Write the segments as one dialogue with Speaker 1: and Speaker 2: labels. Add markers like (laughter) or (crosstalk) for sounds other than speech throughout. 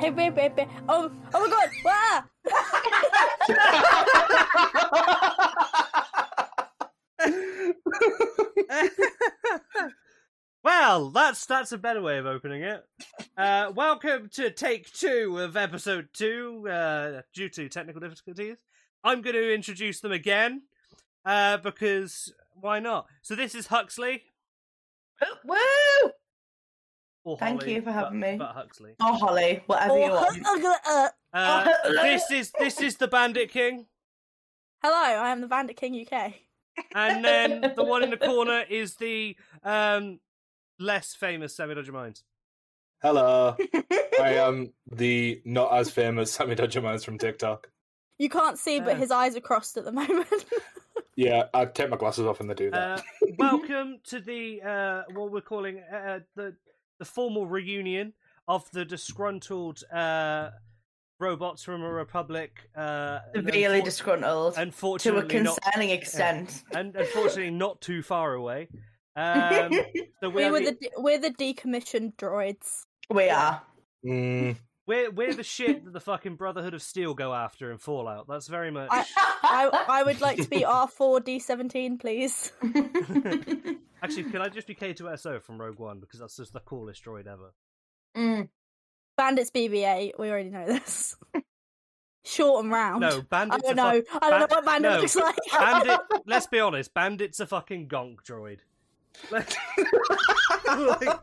Speaker 1: beep, beep, beep. Oh, oh my god! Ah!
Speaker 2: Well, that's that's a better way of opening it. Uh, welcome to take two of episode two. Uh, due to technical difficulties, I'm going to introduce them again uh, because why not? So this is Huxley.
Speaker 3: Woo!
Speaker 2: Or
Speaker 3: Thank
Speaker 2: Holly,
Speaker 3: you for having
Speaker 2: but-
Speaker 3: me.
Speaker 2: But
Speaker 3: (laughs)
Speaker 2: Huxley.
Speaker 3: Or Oh, Holly, whatever you
Speaker 1: Oh,
Speaker 3: want.
Speaker 1: oh, god, (laughs) uh,
Speaker 2: Uh, this is this is the Bandit King,
Speaker 1: hello, I am the Bandit King UK.
Speaker 2: and then the one in the corner is the um, less famous Samuel Dodger Mines.
Speaker 4: Hello. I am the not as famous Sammy Dodger Mines from TikTok.
Speaker 1: You can't see, but
Speaker 2: Uh.
Speaker 1: his eyes are crossed at the moment.
Speaker 2: (laughs)
Speaker 4: Yeah, I take my glasses off and they do that.
Speaker 2: Uh, welcome to the uh, what we're calling uh, the the formal reunion of the disgruntled uh, robots from a republic. Uh,
Speaker 3: Severely
Speaker 2: unfor-
Speaker 3: disgruntled to a
Speaker 2: Unfortunately, not
Speaker 3: concerning extent.
Speaker 2: and unfortunately not too far away.
Speaker 1: (laughs)
Speaker 2: Um, so
Speaker 1: we
Speaker 2: we're,
Speaker 1: were the de- we're the decommissioned droids.
Speaker 3: we are.
Speaker 4: Mm,
Speaker 2: we're we're the
Speaker 1: (laughs)
Speaker 2: shit that the fucking Brotherhood of Steel go after in Fallout. That's very much.
Speaker 1: I- I
Speaker 3: (laughs)
Speaker 1: I would like
Speaker 2: (laughs)
Speaker 1: to be R four D seventeen, please.
Speaker 2: Actually, can I just be K2SO from Rogue One because that's just the coolest droid ever.
Speaker 3: Mm.
Speaker 1: Bandits BBA. We already know this. Short and round.
Speaker 2: No,
Speaker 1: I
Speaker 2: bandits.
Speaker 1: don't
Speaker 2: are
Speaker 1: know. I don't know
Speaker 2: Ban-
Speaker 1: what bandit
Speaker 2: no.
Speaker 1: looks like.
Speaker 2: Fuck- bandit. Let's be honest. Bandits a fucking gonk droid. Like- (laughs) like,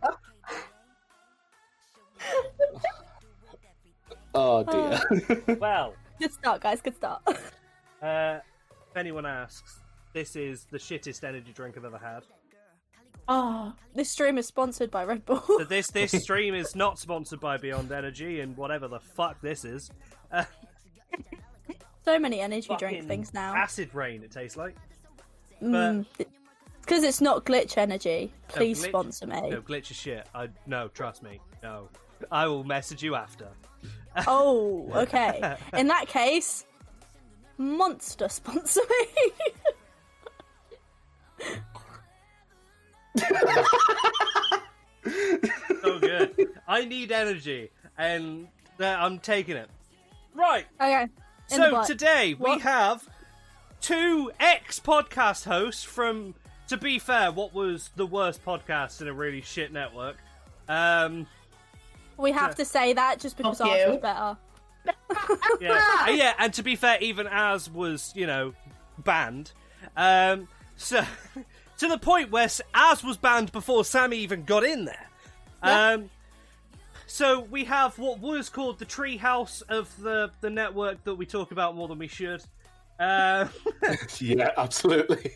Speaker 4: oh dear. (laughs)
Speaker 2: well,
Speaker 1: (laughs) Good start, guys. Good start.
Speaker 2: uh, if anyone asks, this is the shittest energy drink I've ever had. Ah.
Speaker 3: Oh,
Speaker 1: this stream is sponsored by Red Bull.
Speaker 2: So this this stream is not sponsored by Beyond Energy and whatever the fuck this is. Uh,
Speaker 1: (laughs) so many energy drink
Speaker 2: fucking
Speaker 1: things now.
Speaker 2: Acid rain. It tastes like.
Speaker 1: Because Mm, it's not glitch energy.
Speaker 2: No,
Speaker 1: Please
Speaker 2: glitch-
Speaker 1: sponsor me.
Speaker 2: No glitch is shit. I no. Trust me. No. I will message you after.
Speaker 1: (laughs) Oh,
Speaker 2: (laughs)
Speaker 1: okay. In that case, Monster sponsor
Speaker 3: (laughs)
Speaker 1: me. (laughs)
Speaker 2: so good. I need energy, and uh, I'm taking it. Right.
Speaker 1: okay. In the
Speaker 2: so
Speaker 1: butt.
Speaker 2: today we
Speaker 1: What?
Speaker 2: have two ex podcast hosts from, to be fair, what was the worst podcast in a really shit network.
Speaker 1: (laughs)
Speaker 2: Um,
Speaker 1: we have to say that just because
Speaker 3: Fuck
Speaker 1: ours
Speaker 3: you.
Speaker 1: was better.
Speaker 2: yeah, And yeah, and to be fair, even ours was, you know, banned. Um, so (laughs) to the point where S- ours was banned before Sammy even got in there. Um, so we have what was called the treehouse of the the network that we talk about more than we should. Uh, (laughs)
Speaker 4: yeah, absolutely.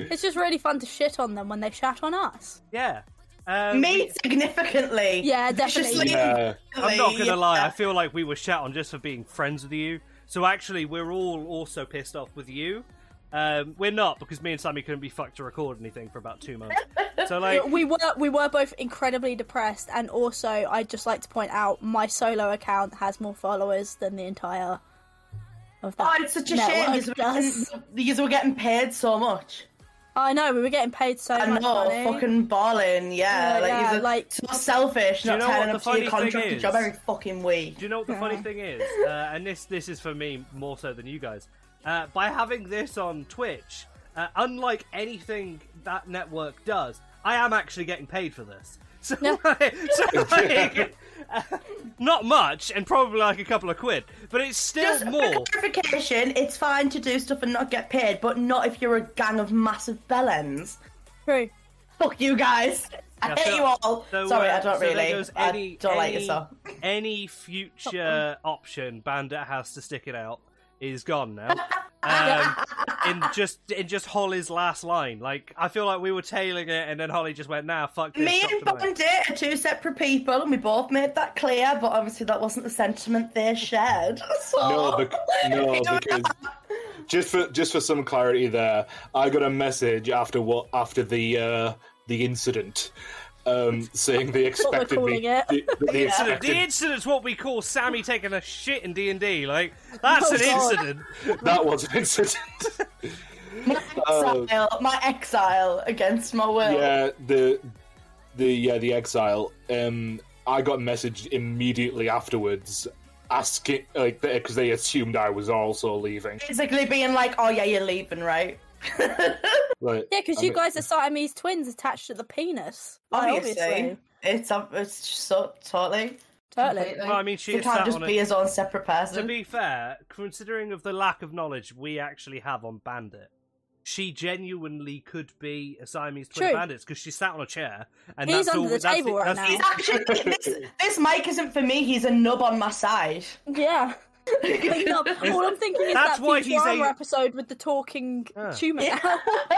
Speaker 1: It's just really fun to shit on them when they shat on us.
Speaker 2: yeah. Um,
Speaker 3: me significantly.
Speaker 1: Yeah, definitely.
Speaker 3: Viciously.
Speaker 4: Yeah.
Speaker 2: I'm not gonna
Speaker 3: Yeah.
Speaker 2: lie. I feel like we were shat on just for being friends with you. So actually, we're all also pissed off with you. Um, we're not because me and Sammy couldn't be fucked to record anything for about two months.
Speaker 3: (laughs)
Speaker 2: So like,
Speaker 1: we were we were both incredibly depressed, and also I'd just like to point out my solo account has more followers than the entire of that.
Speaker 3: Oh, it's such a
Speaker 1: network
Speaker 3: shame because
Speaker 1: (laughs) does.
Speaker 3: we're, because we're getting paid so much.
Speaker 1: I know we were getting paid so
Speaker 3: I
Speaker 1: much
Speaker 3: know,
Speaker 1: money.
Speaker 3: fucking balling, yeah.
Speaker 1: Yeah,
Speaker 3: like,
Speaker 1: yeah,
Speaker 3: he's a,
Speaker 1: like-
Speaker 3: so selfish,
Speaker 2: you
Speaker 3: not
Speaker 2: know what
Speaker 3: turning
Speaker 2: the
Speaker 3: up to
Speaker 2: funny
Speaker 3: your
Speaker 2: thing
Speaker 3: contracted
Speaker 2: is?
Speaker 3: job every fucking week.
Speaker 2: do you know what the funny thing is? Uh, and this this is for me more so than you guys. Uh, by having this on Twitch, uh, unlike anything that network does, I am actually getting paid for this. (laughs) So, like, so, like, (laughs) uh, not much, and probably like a couple of quid, but it's still
Speaker 3: Just
Speaker 2: more.
Speaker 3: for clarification, it's fine to do stuff and not get paid, but not if you're a gang of massive bellends.
Speaker 1: True.
Speaker 3: Fuck you guys. I
Speaker 2: Yeah,
Speaker 3: hate
Speaker 2: so-
Speaker 3: you all.
Speaker 2: so,
Speaker 3: Sorry,
Speaker 2: uh,
Speaker 3: I don't
Speaker 2: so there
Speaker 3: really.
Speaker 2: goes
Speaker 3: I
Speaker 2: any-
Speaker 3: don't like
Speaker 2: any-
Speaker 3: yourself.
Speaker 2: any future option Bandit has to stick it out is gone
Speaker 3: (laughs)
Speaker 2: now. Um, in just in just Holly's last line, like I feel like we were tailing it, and then Holly just went, "Nah, fuck this."
Speaker 3: Me
Speaker 2: stop
Speaker 3: and
Speaker 2: tonight."
Speaker 3: Bandit are two separate people, and we both made that clear. But obviously, that wasn't the sentiment they shared. (laughs) So...
Speaker 4: No, bec-
Speaker 3: (laughs)
Speaker 4: no,
Speaker 3: Here we
Speaker 4: because
Speaker 3: are.
Speaker 4: just for just for some clarity there, I got a message after what after the uh, the incident, um, saying
Speaker 1: what
Speaker 4: they
Speaker 1: we're
Speaker 4: expected
Speaker 1: calling
Speaker 4: me.
Speaker 1: it.
Speaker 4: They, they
Speaker 2: So the-
Speaker 4: expected,
Speaker 2: the incident's what we call Sammy taking a shit in D and D. Like that's
Speaker 1: Oh,
Speaker 2: an
Speaker 1: God.
Speaker 2: incident.
Speaker 4: that was an incident. Oh.
Speaker 3: exile, my exile against my
Speaker 1: Oh.
Speaker 3: will.
Speaker 4: yeah the the yeah the exile um i got messaged immediately afterwards asking, like, because they assumed I was also leaving.
Speaker 3: Basically being like, oh yeah, you're leaving, right?
Speaker 4: Like,
Speaker 1: Yeah, because
Speaker 4: I
Speaker 1: you
Speaker 4: mean-
Speaker 1: guys are Siamese twins attached to the penis. Like,
Speaker 3: obviously. It's, um, it's just so totally.
Speaker 1: Totally.
Speaker 2: Well, I mean, she
Speaker 3: They
Speaker 2: is
Speaker 3: can't
Speaker 2: sat
Speaker 3: just
Speaker 2: on a-
Speaker 3: be his own separate
Speaker 2: To
Speaker 3: person.
Speaker 2: be fair, considering of the lack of knowledge we actually have on Bandit, she genuinely could be a Siamese twin
Speaker 1: True.
Speaker 2: bandits because she sat on a chair and
Speaker 1: He's
Speaker 2: that's
Speaker 1: under
Speaker 2: all,
Speaker 1: the
Speaker 2: that's
Speaker 1: table
Speaker 2: the,
Speaker 1: right
Speaker 2: that's
Speaker 1: now.
Speaker 3: He's actually this, this mic isn't for me. He's a nub on my side.
Speaker 1: Yeah. Clean up. (laughs) All I'm thinking is
Speaker 2: That's
Speaker 1: that
Speaker 2: why he's
Speaker 1: Futurama
Speaker 2: a-
Speaker 1: episode with the talking
Speaker 2: Yeah.
Speaker 1: tumor.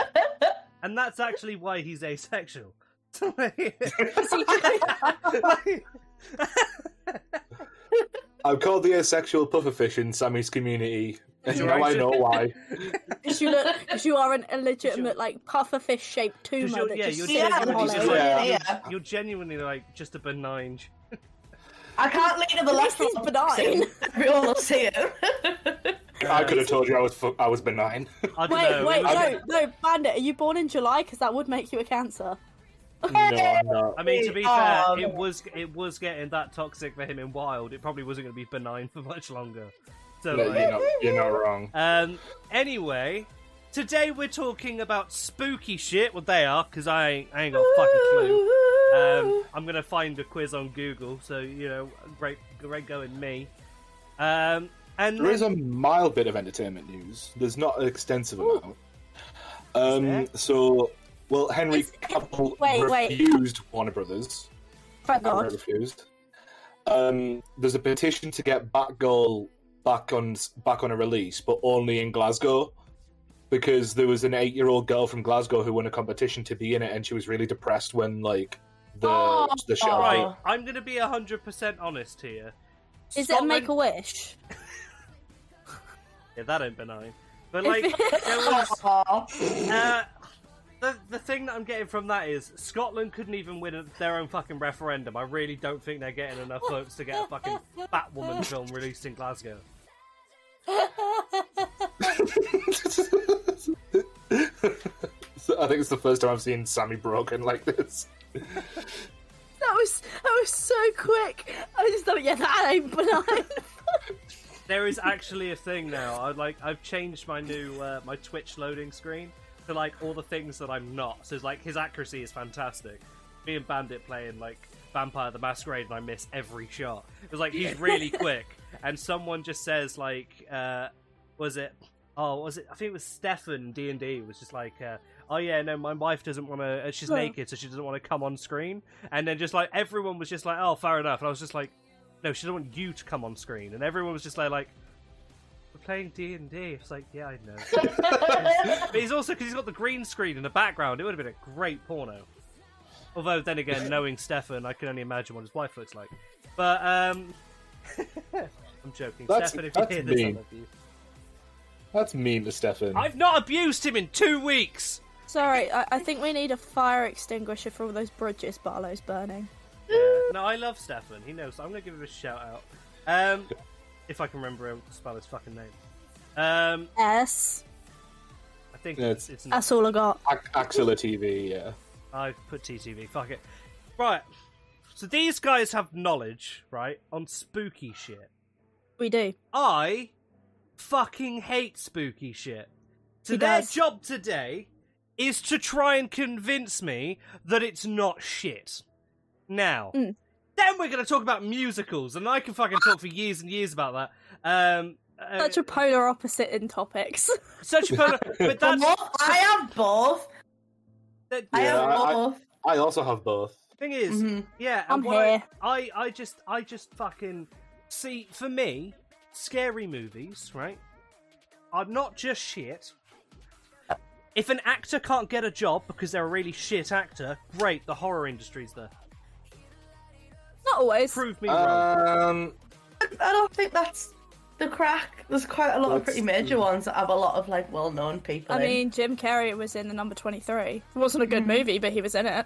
Speaker 1: (laughs)
Speaker 2: And that's actually why he's asexual. (laughs)
Speaker 1: (laughs)
Speaker 4: I'm called the asexual pufferfish in Sammy's community. And
Speaker 2: You're
Speaker 4: now I
Speaker 2: right.
Speaker 4: know why.
Speaker 1: (laughs) Because you look, (laughs) 'cause you are an illegitimate like pufferfish shaped tumor
Speaker 2: you're-
Speaker 1: that
Speaker 2: yeah,
Speaker 1: just
Speaker 2: you're
Speaker 1: sits in
Speaker 2: genuinely
Speaker 1: Hollow.
Speaker 2: just
Speaker 4: like- Yeah.
Speaker 3: yeah.
Speaker 2: You're genuinely like just a benign. ch-
Speaker 3: I can't lean to the left.
Speaker 1: least he's
Speaker 3: one will see (laughs)
Speaker 1: benign.
Speaker 3: him. Everyone will see him.
Speaker 4: I could have told you I was fu- I
Speaker 1: (laughs)
Speaker 4: was benign. (laughs)
Speaker 2: I don't
Speaker 1: Wait,
Speaker 2: know.
Speaker 1: wait,
Speaker 2: I,
Speaker 1: no, no, Bandit, are you born in July? Because that would make you a cancer. (laughs)
Speaker 4: no, I'm not.
Speaker 2: I mean, to be
Speaker 3: Oh,
Speaker 1: um,
Speaker 2: fair, it was it was getting that toxic for him in Wild. It probably wasn't going to be benign for much longer. So
Speaker 4: No,
Speaker 2: like,
Speaker 4: you're not. You're not wrong.
Speaker 2: Um, anyway, today we're talking about spooky shit. Well, they are because I ain't, I ain't got a fucking
Speaker 3: (laughs)
Speaker 2: clue. Um, I'm gonna find a quiz on Google, so you know, great, great going me. Um, and
Speaker 4: There is a mild bit of entertainment news. There's not an extensive amount. Um,
Speaker 2: Is
Speaker 4: so, well, Henry
Speaker 1: Is-
Speaker 4: Cavill
Speaker 1: Wait, wait.
Speaker 4: refused Warner Brothers.
Speaker 1: Thank
Speaker 4: Cameron
Speaker 1: God.
Speaker 4: refused. Um, there's a petition to get Batgirl back on back on a release, but only in Glasgow, because there was an eight-year-old girl from Glasgow who won a competition to be in it, and she was really depressed when like the
Speaker 3: Oh,
Speaker 4: the show.
Speaker 2: right, I'm gonna be hundred percent honest here.
Speaker 1: Is it
Speaker 2: Scotland-
Speaker 1: Make a Wish?
Speaker 2: Yeah, that ain't benign. But like, there was
Speaker 3: (laughs) Aw.
Speaker 2: Uh, the the thing that I'm getting from that is Scotland couldn't even win a- their own fucking referendum. I really don't think they're getting enough votes to get a fucking Batwoman film released in Glasgow.
Speaker 4: So (laughs) I think it's the first time I've seen Sammy broken like this.
Speaker 1: That was that was so quick. I just thought, yeah, that ain't benign. (laughs)
Speaker 2: There is actually a thing now. I like I've changed my new uh, my Twitch loading screen to like all the things that I'm not. So it's like his accuracy is fantastic. Me and Bandit playing like Vampire the Masquerade, and I miss every shot. It's like he's really quick, and someone just says like, uh, was it? Oh, was it? I think it was Stefan D and D was just like. Uh, Oh yeah, no, my wife doesn't want to. Uh, she's
Speaker 1: Oh.
Speaker 2: naked, so she doesn't want to come on screen. And then just like everyone was just like, "Oh, fair enough." And I was just like, "No, she doesn't want you to come on screen." And everyone was just like, "Like, we're playing D and D. It's like, yeah, I
Speaker 4: (laughs)
Speaker 2: know. but he's also because he's got the green screen in the background. It would have been a great porno. Although then
Speaker 4: (laughs)
Speaker 2: again, knowing Stefan, I can only imagine what his wife looks like. But
Speaker 4: (laughs)
Speaker 2: um, I'm joking.
Speaker 4: That's-
Speaker 2: Stefan, if you
Speaker 4: that's
Speaker 2: hear this, I
Speaker 4: mean.
Speaker 2: love you.
Speaker 4: That's mean to Stefan.
Speaker 2: I've not abused him in two weeks.
Speaker 1: Sorry, I, I think we need a fire extinguisher for all those bridges Barlow's burning.
Speaker 2: No, I love Stefan. He knows. I'm gonna give him a shout out. Um, if I can remember how to spell his fucking name. Um,
Speaker 1: Yes,
Speaker 2: I think
Speaker 4: Yeah,
Speaker 2: it's,
Speaker 4: it's-
Speaker 2: it's an
Speaker 1: that's all I got.
Speaker 4: Ac- Axilla TV, yeah.
Speaker 2: I put TTV. Fuck it. Right. So these guys have knowledge, right, on spooky shit.
Speaker 1: We do.
Speaker 2: I fucking hate spooky shit. So
Speaker 1: He
Speaker 2: their
Speaker 1: does.
Speaker 2: job today is to try and convince me that it's not shit. Now,
Speaker 1: Mm.
Speaker 2: then we're going to talk about musicals, and I can fucking talk for years and years about that. Um, uh,
Speaker 1: Such a polar opposite in topics. (laughs)
Speaker 2: such a polar, but that's
Speaker 3: Both- I am both.
Speaker 2: that-
Speaker 3: I
Speaker 4: Yeah,
Speaker 3: am
Speaker 4: I-
Speaker 3: both.
Speaker 4: I also have both.
Speaker 2: thing is,
Speaker 3: Mhm.
Speaker 2: yeah, and
Speaker 1: Mm-hmm. I'm
Speaker 2: what I-
Speaker 1: here.
Speaker 2: I, I just, I just fucking see. For me, scary movies, right? Are not just shit. If an actor can't get a job because they're a really shit actor, great, the horror industry's there.
Speaker 1: Not always.
Speaker 2: Prove me wrong.
Speaker 4: Um,
Speaker 3: I don't think that's the crack. There's quite a lot of pretty major ones that have a lot of like well-known people.
Speaker 1: I
Speaker 3: in.
Speaker 1: mean, Jim Carrey was in the number 23. It wasn't a good movie, but he was in it.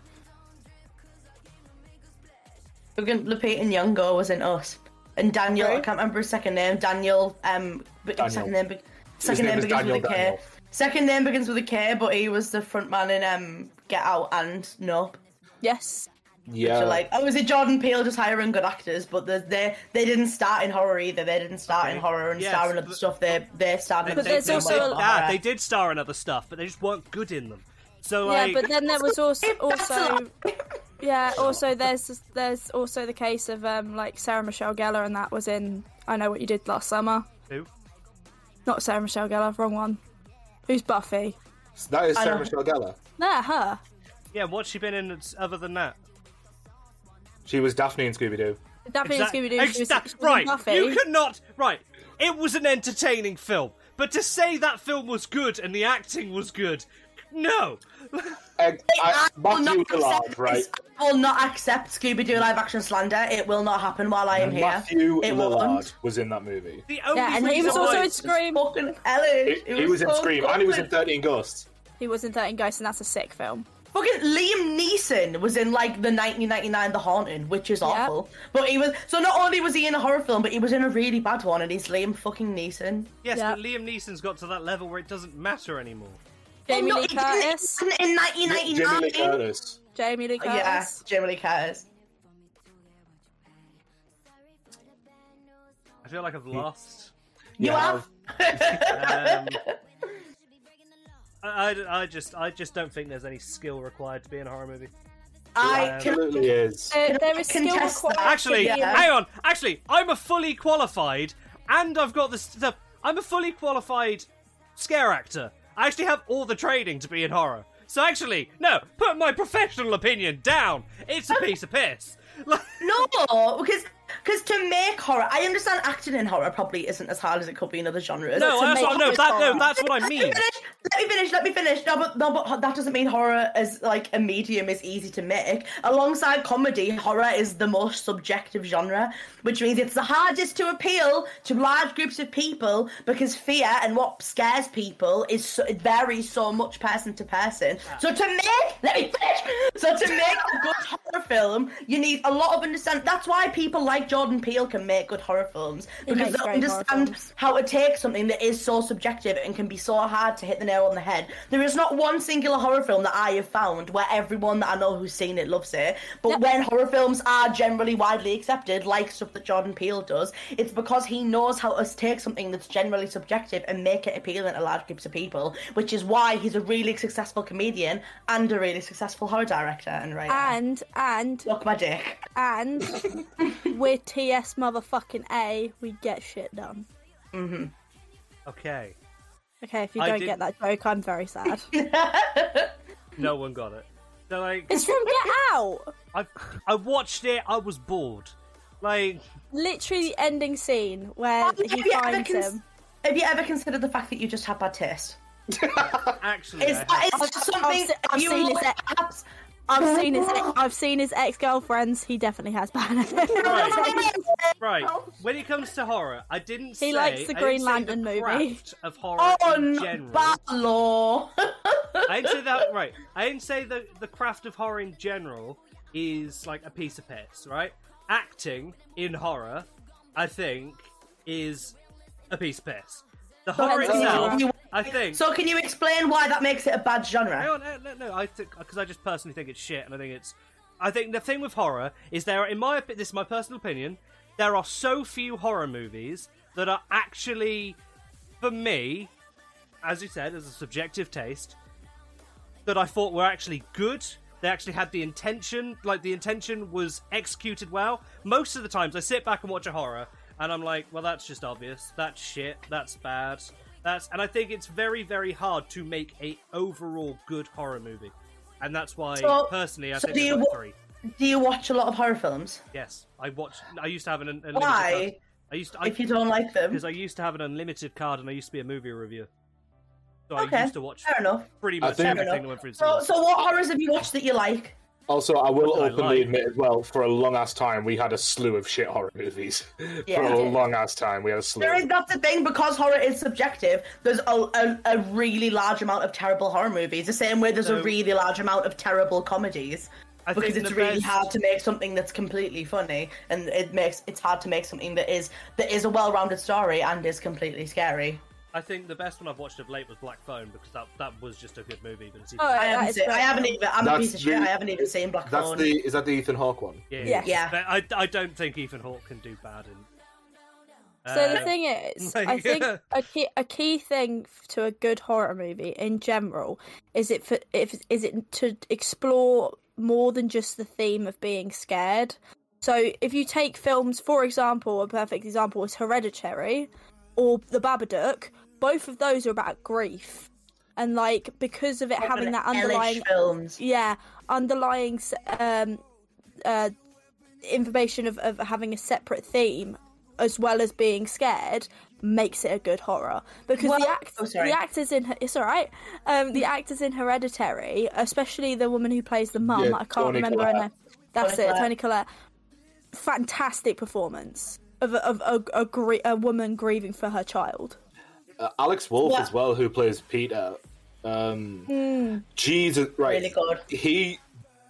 Speaker 3: We're going Lupita Nyong'o was in Us, and Daniel. I
Speaker 1: Right.
Speaker 3: can't remember his second name. Daniel. Um, but
Speaker 4: Daniel.
Speaker 3: second name. be-
Speaker 4: His
Speaker 3: Second
Speaker 4: name
Speaker 3: name
Speaker 4: is
Speaker 3: begins
Speaker 4: Daniel
Speaker 3: with a K.
Speaker 4: Daniel.
Speaker 3: Second name begins with a K, but he was the front man in um Get Out and Nope.
Speaker 1: Yes.
Speaker 4: Yeah.
Speaker 3: You're like, oh, is it Jordan Peele just hiring good actors? But they they they didn't start in horror either. They didn't start
Speaker 2: Okay.
Speaker 3: in horror and
Speaker 2: Yes,
Speaker 3: starring other
Speaker 2: but-
Speaker 3: stuff. They they started.
Speaker 1: But there's
Speaker 2: they,
Speaker 1: also a-
Speaker 2: ah, they did star in other stuff, but they just weren't good in them. So like,
Speaker 1: yeah, but then there was also
Speaker 3: That's a
Speaker 1: also yeah, also there's there's also the case of um like Sarah Michelle Gellar and that was in I know what you did last summer.
Speaker 2: Who?
Speaker 1: Not Sarah Michelle Gellar, wrong one. Who's Buffy?
Speaker 4: That is
Speaker 3: I
Speaker 4: Sarah
Speaker 3: don't-
Speaker 4: Michelle Gellar.
Speaker 1: There, her.
Speaker 2: yeah, what's she been in that's other than that?
Speaker 4: She was Daphne in Scooby Doo.
Speaker 1: Daphne
Speaker 2: Exact-
Speaker 1: and Scooby Doo. She was,
Speaker 2: exact-
Speaker 1: she was
Speaker 2: right,
Speaker 1: in Buffy.
Speaker 2: you cannot. Right, it was an entertaining film, but to say that film was good and the acting was good, no.
Speaker 4: And I,
Speaker 3: I will
Speaker 4: Matthew
Speaker 3: not
Speaker 4: Dillard,
Speaker 3: accept
Speaker 4: right?
Speaker 3: this. I will not accept Scooby Doo live action slander. It will not happen while I am here.
Speaker 4: Matthew
Speaker 3: it
Speaker 4: Lillard was in that movie.
Speaker 2: The only
Speaker 1: Yeah, and
Speaker 2: reason
Speaker 1: he was also
Speaker 2: why-
Speaker 1: in Scream.
Speaker 3: Fucking Ellie.
Speaker 4: He, he was in
Speaker 3: so
Speaker 4: Scream, and he was in
Speaker 3: good.
Speaker 4: 13 Ghosts.
Speaker 1: He was in 13 Ghosts, and that's a sick film.
Speaker 3: Fucking Liam Neeson was in like the 1999 The Haunting, which is awful. But he was so not only was he in a horror film, but he was in a really bad one, and he's Liam fucking Neeson.
Speaker 2: Yes,
Speaker 1: Yeah.
Speaker 2: but Liam Neeson's got to that level where it doesn't matter anymore.
Speaker 1: Jamie
Speaker 3: Well,
Speaker 1: Lee
Speaker 3: no, he didn't-
Speaker 1: Curtis.
Speaker 3: he wasn't in
Speaker 4: Jamie Lee
Speaker 3: 1999.
Speaker 4: Curtis.
Speaker 1: Jamie Lee Curtis.
Speaker 3: Oh, Yeah, Jamie Lee Curtis.
Speaker 2: I feel like I've lost.
Speaker 3: You
Speaker 4: Yeah.
Speaker 1: (laughs)
Speaker 2: Um, I, I, I just, I just don't think there's any skill required to be in a horror movie.
Speaker 3: I
Speaker 2: Yeah.
Speaker 3: can
Speaker 4: Absolutely is.
Speaker 1: There, there is skill
Speaker 3: Contest
Speaker 1: required.
Speaker 3: that.
Speaker 2: Actually,
Speaker 1: to be in-
Speaker 3: Yeah.
Speaker 2: hang on. Actually, I'm a fully qualified, and I've got the stuff. I'm a fully qualified scare actor. I actually have all the training to be in horror. So actually, no, put my professional opinion down. It's a piece of piss. (laughs) Like,
Speaker 3: No, because because to make horror, I understand acting in horror probably isn't as hard as it could be in other genres.
Speaker 2: no,
Speaker 1: to
Speaker 2: that's
Speaker 1: make
Speaker 2: what, no,
Speaker 1: it
Speaker 2: that, no,
Speaker 1: horror.
Speaker 2: that's what I
Speaker 3: Let me
Speaker 2: mean.
Speaker 3: finish. Let me finish. Let me finish. No, but no, but that doesn't mean horror is like a medium is easy to make. Alongside comedy, horror is the most subjective genre, which means it's the hardest to appeal to large groups of people because fear and what scares people is so, it varies so much person to person. So to make let me finish. So to make a good horror film, you need a lot of understand. That's why people like Jordan Peele can make good horror films because
Speaker 1: makes
Speaker 3: they
Speaker 1: great horror
Speaker 3: understand
Speaker 1: films.
Speaker 3: how to take something that is so subjective and can be so hard to hit the nail on the head. There is not one singular horror film that I have found where everyone that I know who's seen it loves it. But
Speaker 1: Yep.
Speaker 3: when horror films are generally widely accepted, like stuff that Jordan Peele does, it's because he knows how to take something that's generally subjective and make it appealing to large groups of people, which is why he's a really successful comedian and a really successful horror director and writer.
Speaker 1: And, and,
Speaker 3: Suck my dick.
Speaker 1: and, we're TS motherfucking A. We get shit done.
Speaker 2: Okay,
Speaker 1: Okay, if you
Speaker 2: I
Speaker 1: don't
Speaker 2: did-
Speaker 1: get that joke, I'm very
Speaker 3: (laughs)
Speaker 1: sad.
Speaker 2: no one got it. So like,
Speaker 1: it's from Get Out!
Speaker 2: I, I watched it. I was bored. Like,
Speaker 1: Literally the ending scene where
Speaker 3: Have
Speaker 1: he
Speaker 3: you ever
Speaker 1: finds
Speaker 3: cons-
Speaker 1: him.
Speaker 3: Have you ever considered the fact that you just had bad taste?
Speaker 2: actually,
Speaker 3: Is
Speaker 2: I
Speaker 3: that
Speaker 1: I've-
Speaker 3: is
Speaker 1: I've
Speaker 3: something
Speaker 1: se- I've
Speaker 3: you
Speaker 1: seen
Speaker 3: look
Speaker 1: his ex-
Speaker 3: at-
Speaker 1: I've seen his ex- I've seen his ex girlfriends. He definitely has bad.
Speaker 2: Right. Right. When it comes to horror, I didn't say
Speaker 1: likes the
Speaker 2: I didn't
Speaker 1: Green
Speaker 2: say
Speaker 1: Lantern
Speaker 2: the
Speaker 1: movie.
Speaker 2: craft of horror
Speaker 3: Oh,
Speaker 2: in
Speaker 3: no,
Speaker 2: general.
Speaker 3: bad law.
Speaker 2: I didn't say that right. I didn't say the the craft of horror in general is like a piece of piss, right? Acting in horror, I think, is a piece of piss. The horror
Speaker 1: that's
Speaker 2: itself,
Speaker 3: you-
Speaker 2: I think.
Speaker 3: so can you explain why that makes it a bad
Speaker 2: Hang
Speaker 3: genre?
Speaker 2: on, eh, no, no, no, I think because I just personally think it's shit, and I think it's. I think the thing with horror is there, are, in my opi- this is my personal opinion, there are so few horror movies that are actually, for me, as you said, as a subjective taste, that I thought were actually good. They actually had the intention, like the intention was executed well. Most of the times, I sit back and watch a horror, and I'm like, well, that's just obvious. That's shit. That's bad. That's, and I think it's very, very hard to make a overall good horror movie, and that's why
Speaker 3: So-
Speaker 2: personally, I
Speaker 3: so
Speaker 2: think
Speaker 3: do
Speaker 2: it's
Speaker 3: you
Speaker 2: like
Speaker 3: wa-
Speaker 2: three.
Speaker 3: Do you watch a lot of horror films?
Speaker 2: Yes, I watched. I used to have an. un- unlimited
Speaker 3: Why?
Speaker 2: card. I used to. I,
Speaker 3: If you don't like them,
Speaker 2: because I used to have an unlimited card, and I used to be a movie reviewer. So I
Speaker 3: Okay,
Speaker 2: used to watch
Speaker 3: fair enough.
Speaker 2: pretty
Speaker 4: I
Speaker 2: much
Speaker 4: think-
Speaker 2: everything that went through. the
Speaker 3: So,
Speaker 2: cinema.
Speaker 3: so what horrors have you watched that you like?
Speaker 4: Also, I will
Speaker 2: What did I
Speaker 4: openly
Speaker 2: like?
Speaker 4: admit as well, for a long ass time, we had a slew of shit horror movies. (laughs)
Speaker 3: Yeah.
Speaker 4: for a long ass time, we had a slew.
Speaker 3: There is that's the thing because horror is subjective. There's a, a, a really large amount of terrible horror movies. The same way there's
Speaker 2: So-
Speaker 3: a really large amount of terrible comedies.
Speaker 2: I
Speaker 3: because
Speaker 2: think
Speaker 3: it's
Speaker 2: the
Speaker 3: really
Speaker 2: best-
Speaker 3: hard to make something that's completely funny, and it makes it's hard to make something that is that is a well-rounded story and is completely scary.
Speaker 2: I think the best one I've watched of late was Black Phone because that that was just a good movie. But it's even,
Speaker 1: Oh,
Speaker 3: I
Speaker 1: that
Speaker 3: haven't,
Speaker 1: is
Speaker 3: seen, I
Speaker 1: great.
Speaker 3: haven't even. I'm a
Speaker 4: That's
Speaker 3: piece of shit.
Speaker 4: the-
Speaker 3: I haven't even seen Black
Speaker 4: That's
Speaker 3: Phorn.
Speaker 4: the is that the Ethan Hawke one?
Speaker 2: yeah,
Speaker 1: Yes.
Speaker 3: Yeah.
Speaker 2: But I I don't think Ethan Hawke can do bad in.
Speaker 1: So the
Speaker 2: Uh,
Speaker 1: thing is,
Speaker 2: (laughs) like-
Speaker 1: I think a key a key thing f- to a good horror movie in general is it for if is it to explore more than just the theme of being scared. So if you take films, for example, a perfect example is Hereditary or The Babadook. Both of those are about grief, and like because of it having that
Speaker 3: Hellish
Speaker 1: underlying
Speaker 3: films.
Speaker 1: yeah underlying s- um uh information of, of having a separate theme as well as being scared makes it a good horror because
Speaker 3: Well-
Speaker 1: the act
Speaker 3: oh, sorry.
Speaker 1: the actors in it's all right um the actors in hereditary especially the woman who plays the mum
Speaker 4: Yeah,
Speaker 1: i can't
Speaker 4: Toni
Speaker 1: remember her
Speaker 4: Collette.
Speaker 1: name that's
Speaker 3: Toni
Speaker 1: it
Speaker 3: Collette.
Speaker 1: tony collette fantastic performance of a, of a, a, gr- a woman grieving for her child
Speaker 4: Uh, Alex Wolf
Speaker 3: Yeah.
Speaker 4: as well, who plays Peter. Um, Jesus, right?
Speaker 3: Hmm. Really good.
Speaker 4: He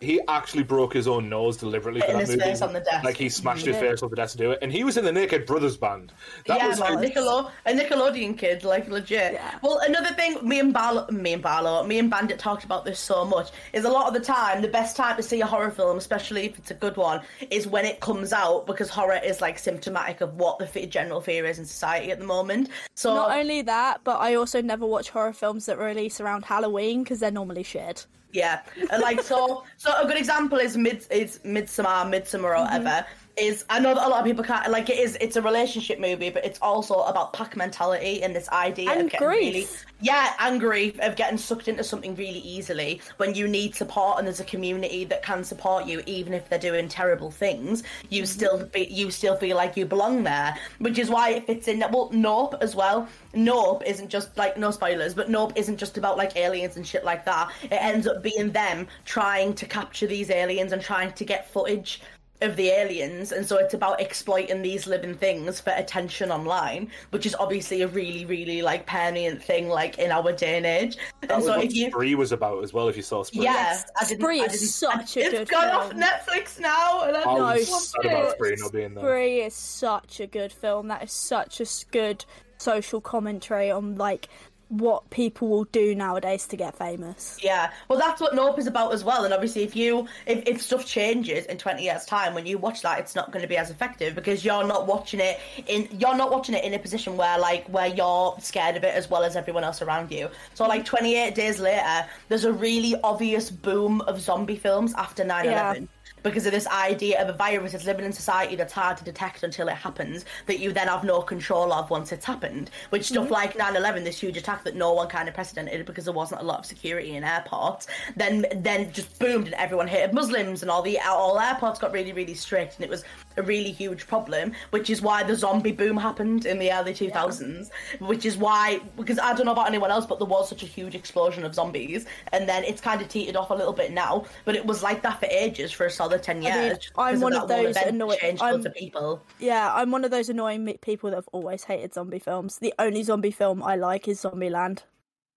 Speaker 4: he actually broke his own nose deliberately for
Speaker 3: Hitting
Speaker 4: that
Speaker 3: his
Speaker 4: movie.
Speaker 3: face on the desk.
Speaker 4: Like he smashed his
Speaker 1: Yeah.
Speaker 4: face on the desk to do it, and he was in the Naked Brothers band. That
Speaker 3: yeah,
Speaker 4: was
Speaker 3: well,
Speaker 4: his-
Speaker 3: Nickelode- a Nickelodeon kid, like legit.
Speaker 1: Yeah.
Speaker 3: Well, another thing, me and Barlo, me and Barlo, me and Bandit talked about this so much. Is a lot of the time the best time to see a horror film, especially if it's a good one, is when it comes out because horror is like symptomatic of what the fe- general fear is in society at the moment. So
Speaker 1: not only that but i also never watch horror films that release around halloween because they're normally shit
Speaker 3: Yeah, and like so. So a good example is mid is Midsummer, Midsummer or
Speaker 1: Mm-hmm.
Speaker 3: whatever. Is I know that a lot of people can't like it is. It's a relationship movie, but it's also about pack mentality and this idea
Speaker 1: And
Speaker 3: of getting
Speaker 1: grief.
Speaker 3: really yeah, and grief of getting sucked into something really easily when you need support and there's a community that can support you, even if they're doing terrible things. You still be, you still feel like you belong there, which is why it fits in. Well, Nope as well. Nope isn't just like no spoilers, but Nope isn't just about like aliens and shit like that. It ends up being them trying to capture these aliens and trying to get footage of the aliens and so it's about exploiting these living things for attention online which is obviously a really really like permanent thing like in our day and age
Speaker 4: That
Speaker 3: and
Speaker 4: was
Speaker 3: so
Speaker 4: what
Speaker 3: if you
Speaker 4: Spree was about as well. If you saw Spree,
Speaker 3: yeah I didn't,
Speaker 1: Spree
Speaker 3: I
Speaker 1: is
Speaker 3: didn't-
Speaker 1: such a
Speaker 3: it's
Speaker 1: good
Speaker 3: gone
Speaker 1: film.
Speaker 3: off Netflix now and I
Speaker 4: I
Speaker 3: don't
Speaker 1: No,
Speaker 4: was
Speaker 3: watch
Speaker 4: sad about
Speaker 3: it.
Speaker 4: Spree not being there.
Speaker 1: Free is such a good film. That is such a s- good social commentary on like what people will do nowadays to get famous.
Speaker 3: Yeah, well, that's what Nope is about as well. And obviously, if you if, if stuff changes in twenty years' time, when you watch that, it's not going to be as effective because you're not watching it in you're not watching it in a position where like where you're scared of it as well as everyone else around you. So like twenty eight days later, there's a really obvious boom of zombie films after 9-11 because of this idea of a virus that's living in society that's hard to detect until it happens that you then have no control of once it's happened which stuff like 9-11 this huge attack that no one kind of precedented because there wasn't a lot of security in airports then then just boomed and everyone hated muslims and all the all airports got really really strict and it was a really huge problem which is why the zombie boom happened in the early 2000s which is why because i don't know about anyone else but there was such a huge explosion of zombies and then it's kind of teetered off a little bit now but it was like that for ages for a solid 10 years
Speaker 1: mean,
Speaker 3: just
Speaker 1: I'm
Speaker 3: because
Speaker 1: one of
Speaker 3: that
Speaker 1: those
Speaker 3: event
Speaker 1: annoy-
Speaker 3: changed
Speaker 1: I'm-
Speaker 3: loads of people
Speaker 1: Yeah, I'm one of those annoying me- people that have always hated zombie films. The only zombie film I like is Zombieland.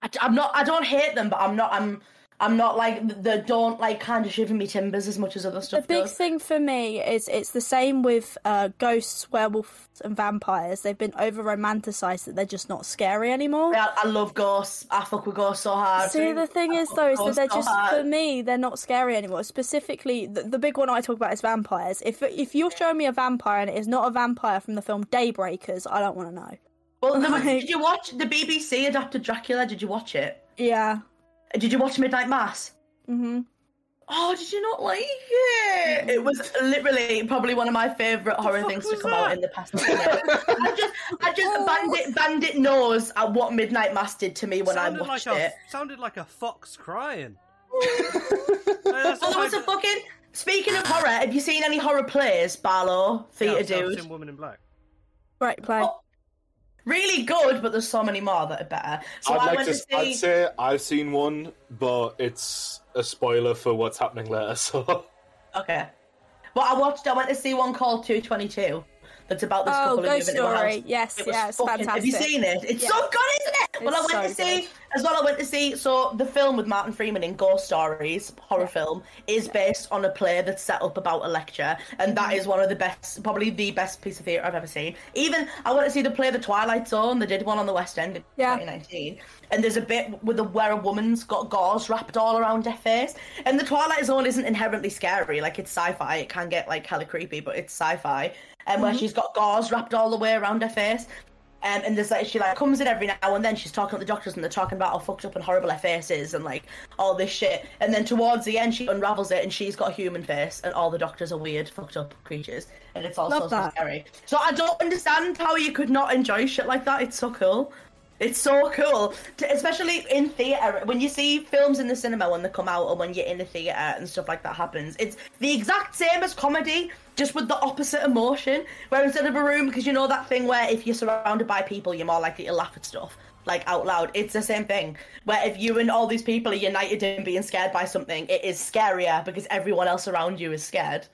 Speaker 3: I, am not i don't hate them but i'm not i'm i'm not like they don't like kind of shiver me timbers as much as other
Speaker 1: The
Speaker 3: stuff
Speaker 1: big
Speaker 3: does.
Speaker 1: thing for me is it's the same with uh, ghosts, werewolves, and vampires. They've been over romanticized that they're just not scary anymore.
Speaker 3: I, I love ghosts i fuck with ghosts so hard
Speaker 1: See, the thing
Speaker 3: Oh,
Speaker 1: is, though, is that they're just
Speaker 3: Vampires.
Speaker 1: for me, they're not scary anymore. Specifically, the, the big one I talk about is vampires. If if you're showing me a vampire and it is not a vampire from the film Daybreakers, I don't want to know.
Speaker 2: (laughs)
Speaker 3: well there was-
Speaker 1: Like-
Speaker 3: did you watch the bbc adapted dracula did you watch it
Speaker 1: Yeah.
Speaker 3: did you watch midnight mass
Speaker 1: hmm
Speaker 2: Mm-hmm.
Speaker 3: Oh, did you not like it? It was literally probably one of my favourite horror
Speaker 2: fuck
Speaker 3: things to
Speaker 2: was
Speaker 3: come
Speaker 2: that? Oh.
Speaker 3: out in the past. few years. I just, I
Speaker 2: (laughs)
Speaker 3: just bandit, bandit knows at what Midnight Mass did to me when I
Speaker 2: sounded
Speaker 3: watched
Speaker 2: like a
Speaker 3: it.
Speaker 2: sounded like a fox
Speaker 3: (laughs)
Speaker 2: crying. Hey, that's
Speaker 3: Oh, that
Speaker 2: the
Speaker 3: was a
Speaker 2: type of-
Speaker 3: fucking. Speaking of horror, have you seen any horror plays, Barlow,
Speaker 2: Yeah,
Speaker 3: Theatre
Speaker 2: I've seen
Speaker 3: Dude?
Speaker 2: Woman in Black.
Speaker 1: Right, play.
Speaker 3: Oh, Really good, but there's so many more that are better. So
Speaker 4: I'd
Speaker 3: I
Speaker 4: like
Speaker 3: went
Speaker 4: to.
Speaker 3: to,
Speaker 4: s- I'd
Speaker 3: see.
Speaker 4: say I've seen one, but it's a spoiler for what's happening later. (laughs) So
Speaker 3: Okay. Well, I watched. I went to see one called Two Twenty Two. It's about this
Speaker 1: Oh,
Speaker 3: couple who live
Speaker 1: Ghost
Speaker 3: in a house.
Speaker 1: Story. Yes,
Speaker 3: It was
Speaker 1: yes,
Speaker 3: fucking- Have you
Speaker 1: fantastic.
Speaker 3: seen it? It's
Speaker 1: Yeah.
Speaker 3: so good, isn't it? Well,
Speaker 1: It's
Speaker 3: I went
Speaker 1: so
Speaker 3: to see
Speaker 1: good.
Speaker 3: as well. I went to see so the film with Martin Freeman in Ghost Stories horror film is based on a play that's set up about a lecture, and that is one of the best, probably the best piece of theatre I've ever seen. Even I went to see the play The Twilight Zone. They did one on the West End in
Speaker 1: Yeah.
Speaker 3: 2019, and there's a bit with the where a woman's got gauze wrapped all around her face, and The Twilight Zone isn't inherently scary. Like it's sci-fi. It can get like hella creepy, but it's sci-fi. And where she's got gauze wrapped all the way around her face, um, and there's like she like comes in every now and then. She's talking to the doctors and they're talking about how fucked up and horrible her face is and like all this shit. And then towards the end, she unravels it and she's got a human face and all the doctors are weird, fucked up creatures. And it's all
Speaker 1: Love
Speaker 3: so, so
Speaker 1: that.
Speaker 3: scary. So I don't understand how you could not enjoy shit like that. It's so cool. It's so cool, to, especially in theatre. When you see films in the cinema when they come out, or when you're in a theatre and stuff like that happens, it's the exact same as comedy, just with the opposite emotion. Where instead of a room, because you know that thing where if you're surrounded by people, you're more likely to laugh at stuff like out loud. It's the same thing. Where if you and all these people are united in being scared by something, it is scarier because everyone else around you is scared.